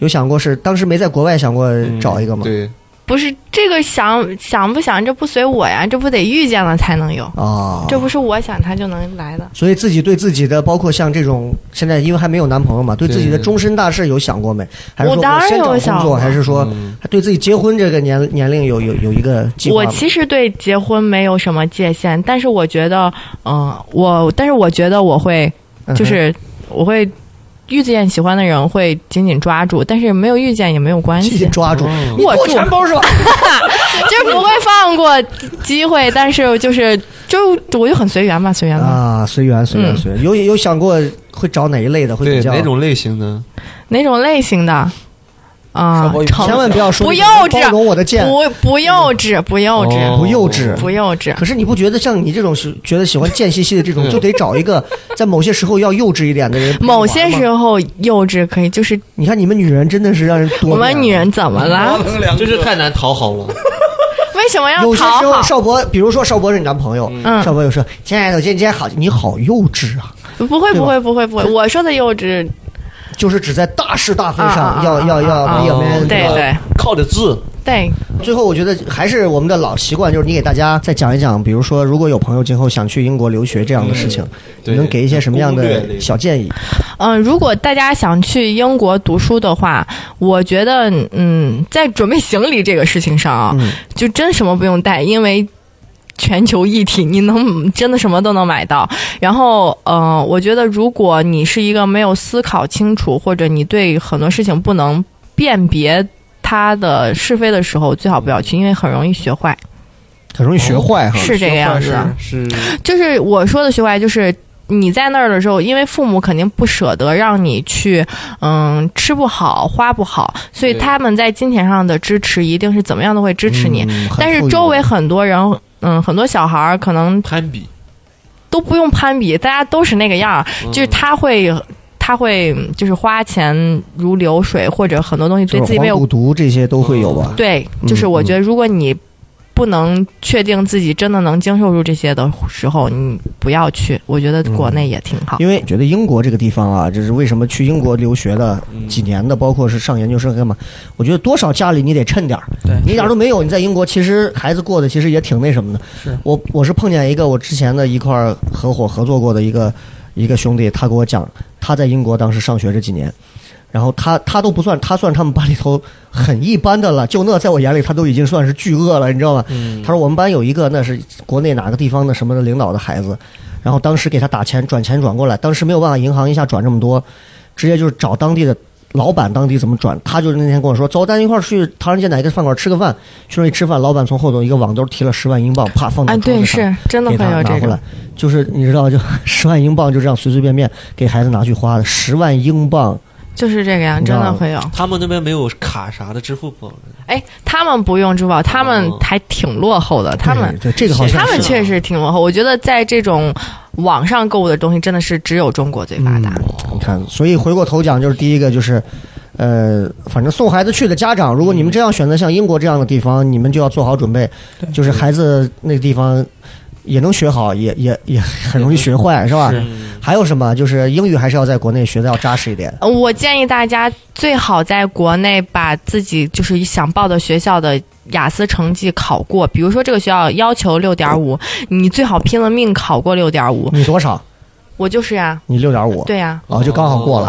[SPEAKER 2] 有想过是当时没在国外想过
[SPEAKER 7] 嗯
[SPEAKER 2] 找一个吗？
[SPEAKER 7] 对，
[SPEAKER 4] 不是这个想想不想，这不随我呀，这不得遇见了才能有，
[SPEAKER 2] 啊，
[SPEAKER 4] 这不是我想他就能来的。
[SPEAKER 2] 所以自己对自己的，包括像这种现在因为还没有男朋友嘛，对自己的
[SPEAKER 7] 对
[SPEAKER 2] 终身大事有想过没？还是说
[SPEAKER 4] 我当然
[SPEAKER 2] 先找
[SPEAKER 4] 有
[SPEAKER 2] 工
[SPEAKER 4] 想
[SPEAKER 2] 作，
[SPEAKER 4] 过
[SPEAKER 2] 还是说
[SPEAKER 7] 嗯
[SPEAKER 2] 还对自己结婚这个年年龄有有有一个计划
[SPEAKER 4] 我
[SPEAKER 2] 吗？
[SPEAKER 4] 其实对结婚没有什么界限，但是我觉得，嗯、我但是我觉得我会
[SPEAKER 2] 嗯哼
[SPEAKER 4] 就是我会遇见喜欢的人会紧紧抓住，但是没有遇见也没有关
[SPEAKER 2] 紧
[SPEAKER 4] 系
[SPEAKER 2] 紧，抓住，
[SPEAKER 7] 哦
[SPEAKER 2] 你
[SPEAKER 4] 握
[SPEAKER 2] 给我
[SPEAKER 4] 住
[SPEAKER 2] 钱包是吧？
[SPEAKER 4] 就是不会放过机会，但是就是就我就很随缘吧，随缘吧。
[SPEAKER 2] 啊，随缘随缘
[SPEAKER 4] 嗯
[SPEAKER 2] 随缘。有有想过会找哪一类的？会
[SPEAKER 7] 对
[SPEAKER 2] 比较
[SPEAKER 7] 哪种类型呢？
[SPEAKER 4] 哪种类型的？
[SPEAKER 6] 稍
[SPEAKER 4] 啊
[SPEAKER 6] 微，有
[SPEAKER 4] 成
[SPEAKER 2] 千万不要说
[SPEAKER 4] 不
[SPEAKER 2] 这
[SPEAKER 4] 幼
[SPEAKER 2] 个
[SPEAKER 4] 稚，
[SPEAKER 2] 包容我的贱，
[SPEAKER 4] 不不幼稚，不幼稚，
[SPEAKER 7] 哦
[SPEAKER 2] 不幼稚。
[SPEAKER 4] 不幼稚。
[SPEAKER 2] 可是你不觉得像你这种是觉得喜欢贱兮兮的这种，
[SPEAKER 7] 嗯
[SPEAKER 2] 就得找一个在某些时候要幼稚一点的人陪你玩吗？
[SPEAKER 4] 某些时候幼稚可以，就是
[SPEAKER 2] 你看你们女人真的是让人多
[SPEAKER 4] 我
[SPEAKER 2] 变啊
[SPEAKER 4] 们女人怎么了？
[SPEAKER 7] 就是太难讨好了。
[SPEAKER 4] 为什么要
[SPEAKER 2] 有些
[SPEAKER 4] 讨
[SPEAKER 2] 时候，
[SPEAKER 4] 好？
[SPEAKER 2] 邵博，比如说邵博是你男朋友，
[SPEAKER 4] 嗯
[SPEAKER 2] 邵博就说：“亲爱的，我今天好，你好幼稚啊
[SPEAKER 4] 不会，
[SPEAKER 2] 对吧
[SPEAKER 4] 不会，不会，不会。我说的幼稚，！”
[SPEAKER 2] 就是只在大是大非
[SPEAKER 4] 啊
[SPEAKER 2] 上
[SPEAKER 4] 啊
[SPEAKER 2] 要
[SPEAKER 4] 啊
[SPEAKER 2] 要
[SPEAKER 4] 啊
[SPEAKER 2] 要
[SPEAKER 4] 啊
[SPEAKER 2] 没有没有。
[SPEAKER 4] 对对
[SPEAKER 7] 靠着字，
[SPEAKER 4] 对，
[SPEAKER 2] 最后我觉得还是我们的老习惯，就是你给大家再讲一讲，比如说如果有朋友今后想去英国留学这样的事情，你
[SPEAKER 7] 对
[SPEAKER 2] 能给一些什么样
[SPEAKER 7] 攻略类
[SPEAKER 2] 的
[SPEAKER 7] 的
[SPEAKER 2] 小建议？
[SPEAKER 4] 嗯，如果大家想去英国读书的话，我觉得，嗯，在准备行李这个事情上啊，
[SPEAKER 2] 嗯
[SPEAKER 4] 就真什么不用带，因为全球一体，你能真的什么都能买到。然后，呃，我觉得如果你是一个没有思考清楚，或者你对很多事情不能辨别它的是非的时候，最好不要去，因为很容易学坏。
[SPEAKER 2] 很容易学坏哈。
[SPEAKER 4] 是这个样子啊的。
[SPEAKER 7] 是
[SPEAKER 4] 就是我说的学坏，就是你在那儿的时候，因为父母肯定不舍得让你去，嗯，吃不好，花不好，所以
[SPEAKER 7] 对
[SPEAKER 4] 他们在金钱上的支持一定是怎么样都会支持你。
[SPEAKER 2] 嗯很
[SPEAKER 4] 但
[SPEAKER 2] 富
[SPEAKER 4] 是
[SPEAKER 2] 裕
[SPEAKER 4] 周围很多人，嗯，很多小孩儿可能
[SPEAKER 7] 攀比，
[SPEAKER 4] 都不用攀比，大家都是那个样儿，
[SPEAKER 2] 嗯
[SPEAKER 4] 就是他会。他会就是花钱如流水，或者很多东西对
[SPEAKER 2] 就是
[SPEAKER 4] 自己没
[SPEAKER 2] 黄
[SPEAKER 4] 有
[SPEAKER 2] 赌毒这些都会有吧？
[SPEAKER 4] 对，
[SPEAKER 2] 嗯
[SPEAKER 4] 就是我觉得如果你不能确定自己真的能经受住这些的时候，你不要去。我觉得国内也挺好。
[SPEAKER 2] 嗯因为觉得英国这个地方啊，就是为什么去英国留学的几年的，包括是上研究生干嘛，我觉得多少家里你得趁点儿，
[SPEAKER 6] 对
[SPEAKER 2] 你一点都没有，你在英国其实孩子过得其实也挺那什么的。
[SPEAKER 6] 是
[SPEAKER 2] 我我是碰见一个我之前的一块儿合伙合作过的一个一个兄弟，他给我讲他在英国当时上学这几年。然后他他都不算，他算他们班里头很一般的了，就那在我眼里他都已经算是巨鳄了，你知道吗？他说我们班有一个那是国内哪个地方的什么的领导的孩子，然后当时给他打钱转钱转过来，当时没有办法，银行一下转这么多，直接就是找当地的老板，当地怎么转，他就那天跟我说，走，咱一块儿去唐人街哪个饭馆吃个饭，去那里吃饭，老板从后头一个网兜提了十万英镑，啪放到
[SPEAKER 4] 啊，
[SPEAKER 2] 桌
[SPEAKER 4] 对，
[SPEAKER 2] 子上。
[SPEAKER 4] 是真的
[SPEAKER 2] 给
[SPEAKER 4] 会
[SPEAKER 2] 他
[SPEAKER 4] 有
[SPEAKER 2] 拿
[SPEAKER 4] 这
[SPEAKER 2] 过
[SPEAKER 4] 种
[SPEAKER 2] 来，，就是你知道，就十万英镑就这样随随便便给孩子拿去花的，十万英镑，
[SPEAKER 4] 就是这个样，
[SPEAKER 2] 你知
[SPEAKER 4] 真
[SPEAKER 2] 道
[SPEAKER 4] 的
[SPEAKER 2] 吗
[SPEAKER 4] 会有。
[SPEAKER 7] 他们那边没有卡啥的支付宝，
[SPEAKER 4] 哎，他们不用支付宝，他们
[SPEAKER 7] 哦
[SPEAKER 4] 还挺落后的，他们
[SPEAKER 2] 嗯对对这个好像
[SPEAKER 4] 他们
[SPEAKER 2] 是啊
[SPEAKER 4] 确实挺落后。我觉得在这种网上购物的东西，真的是只有中国最发达。
[SPEAKER 2] 嗯你看，所以回过头讲，就是第一个就是，呃，反正送孩子去的家长，如果你们这样选择像英国这样的地方，你们就要做好准备，就是孩子那个地方也能学好，也也也很容易学坏，是吧？还有什么？就是英语还是要在国内学的要扎实一点。
[SPEAKER 4] 呃我建议大家最好在国内把自己就是想报的学校的雅思成绩考过，比如说这个学校要求六点五，你最好拼了命考过六点五。
[SPEAKER 2] 你多少？
[SPEAKER 4] 我就是呀、
[SPEAKER 2] 你六点五。
[SPEAKER 4] 对呀、
[SPEAKER 2] 哦，就刚好过了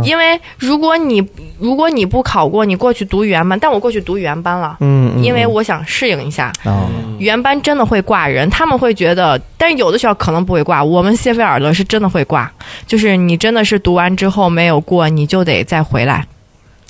[SPEAKER 2] 啊。
[SPEAKER 4] 因为如果你如果你不考过，你过去读语言班，但我过去读语言班了，
[SPEAKER 2] 嗯，嗯
[SPEAKER 4] 因为我想适应一下。
[SPEAKER 2] 啊，
[SPEAKER 4] 语言班真的会挂人，他们会觉得，但是有的学校可能不会挂。我们谢菲尔德是真的会挂，就是你真的是读完之后没有过，你就得再回来，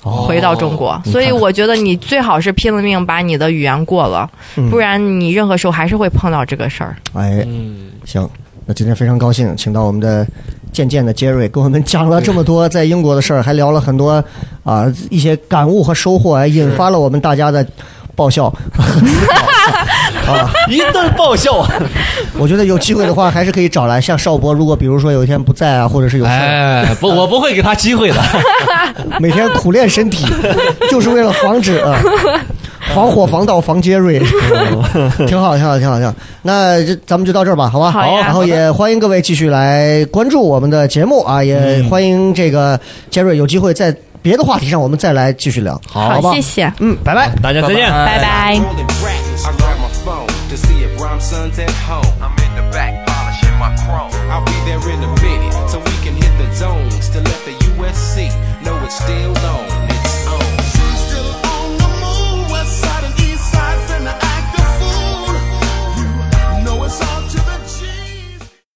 [SPEAKER 2] 哦
[SPEAKER 4] 回到中国。
[SPEAKER 2] 你看
[SPEAKER 4] 所以我觉得你最好是拼了命把你的语言过了，
[SPEAKER 2] 嗯
[SPEAKER 4] 不然你任何时候还是会碰到这个事儿。
[SPEAKER 2] 哎，
[SPEAKER 7] 嗯，
[SPEAKER 2] 行，那今天非常高兴，请到我们的渐渐的杰瑞，跟我们讲了这么多在英国的事儿，还聊了很多啊、一些感悟和收获，还哎引发了我们大家的爆笑。
[SPEAKER 7] 一顿爆笑啊！
[SPEAKER 2] 我觉得有机会的话，还是可以找来像邵博，如果比如说有一天不在啊，或者是有事儿，
[SPEAKER 7] 哎，不，我不会给他机 会的。
[SPEAKER 2] 每天苦练身体，就是为了防止啊。防火、防盗、防杰 瑞，挺好，挺好，挺好，挺好。那就咱们就到这儿吧，好吧？
[SPEAKER 4] 好呀
[SPEAKER 2] 然后也欢迎各位继续来关注我们的节目啊，也
[SPEAKER 4] 嗯
[SPEAKER 2] 欢迎这个杰瑞有机会在别的话题上我们再来继续聊，好吧
[SPEAKER 4] 谢？谢，
[SPEAKER 2] 嗯，拜拜。
[SPEAKER 7] 大家再见。
[SPEAKER 4] 拜拜。
[SPEAKER 5] Rolling back, I grab my phone to see if Rhyme Son's at home. I'm in the back polishing my chrome. I'll be there in a minute.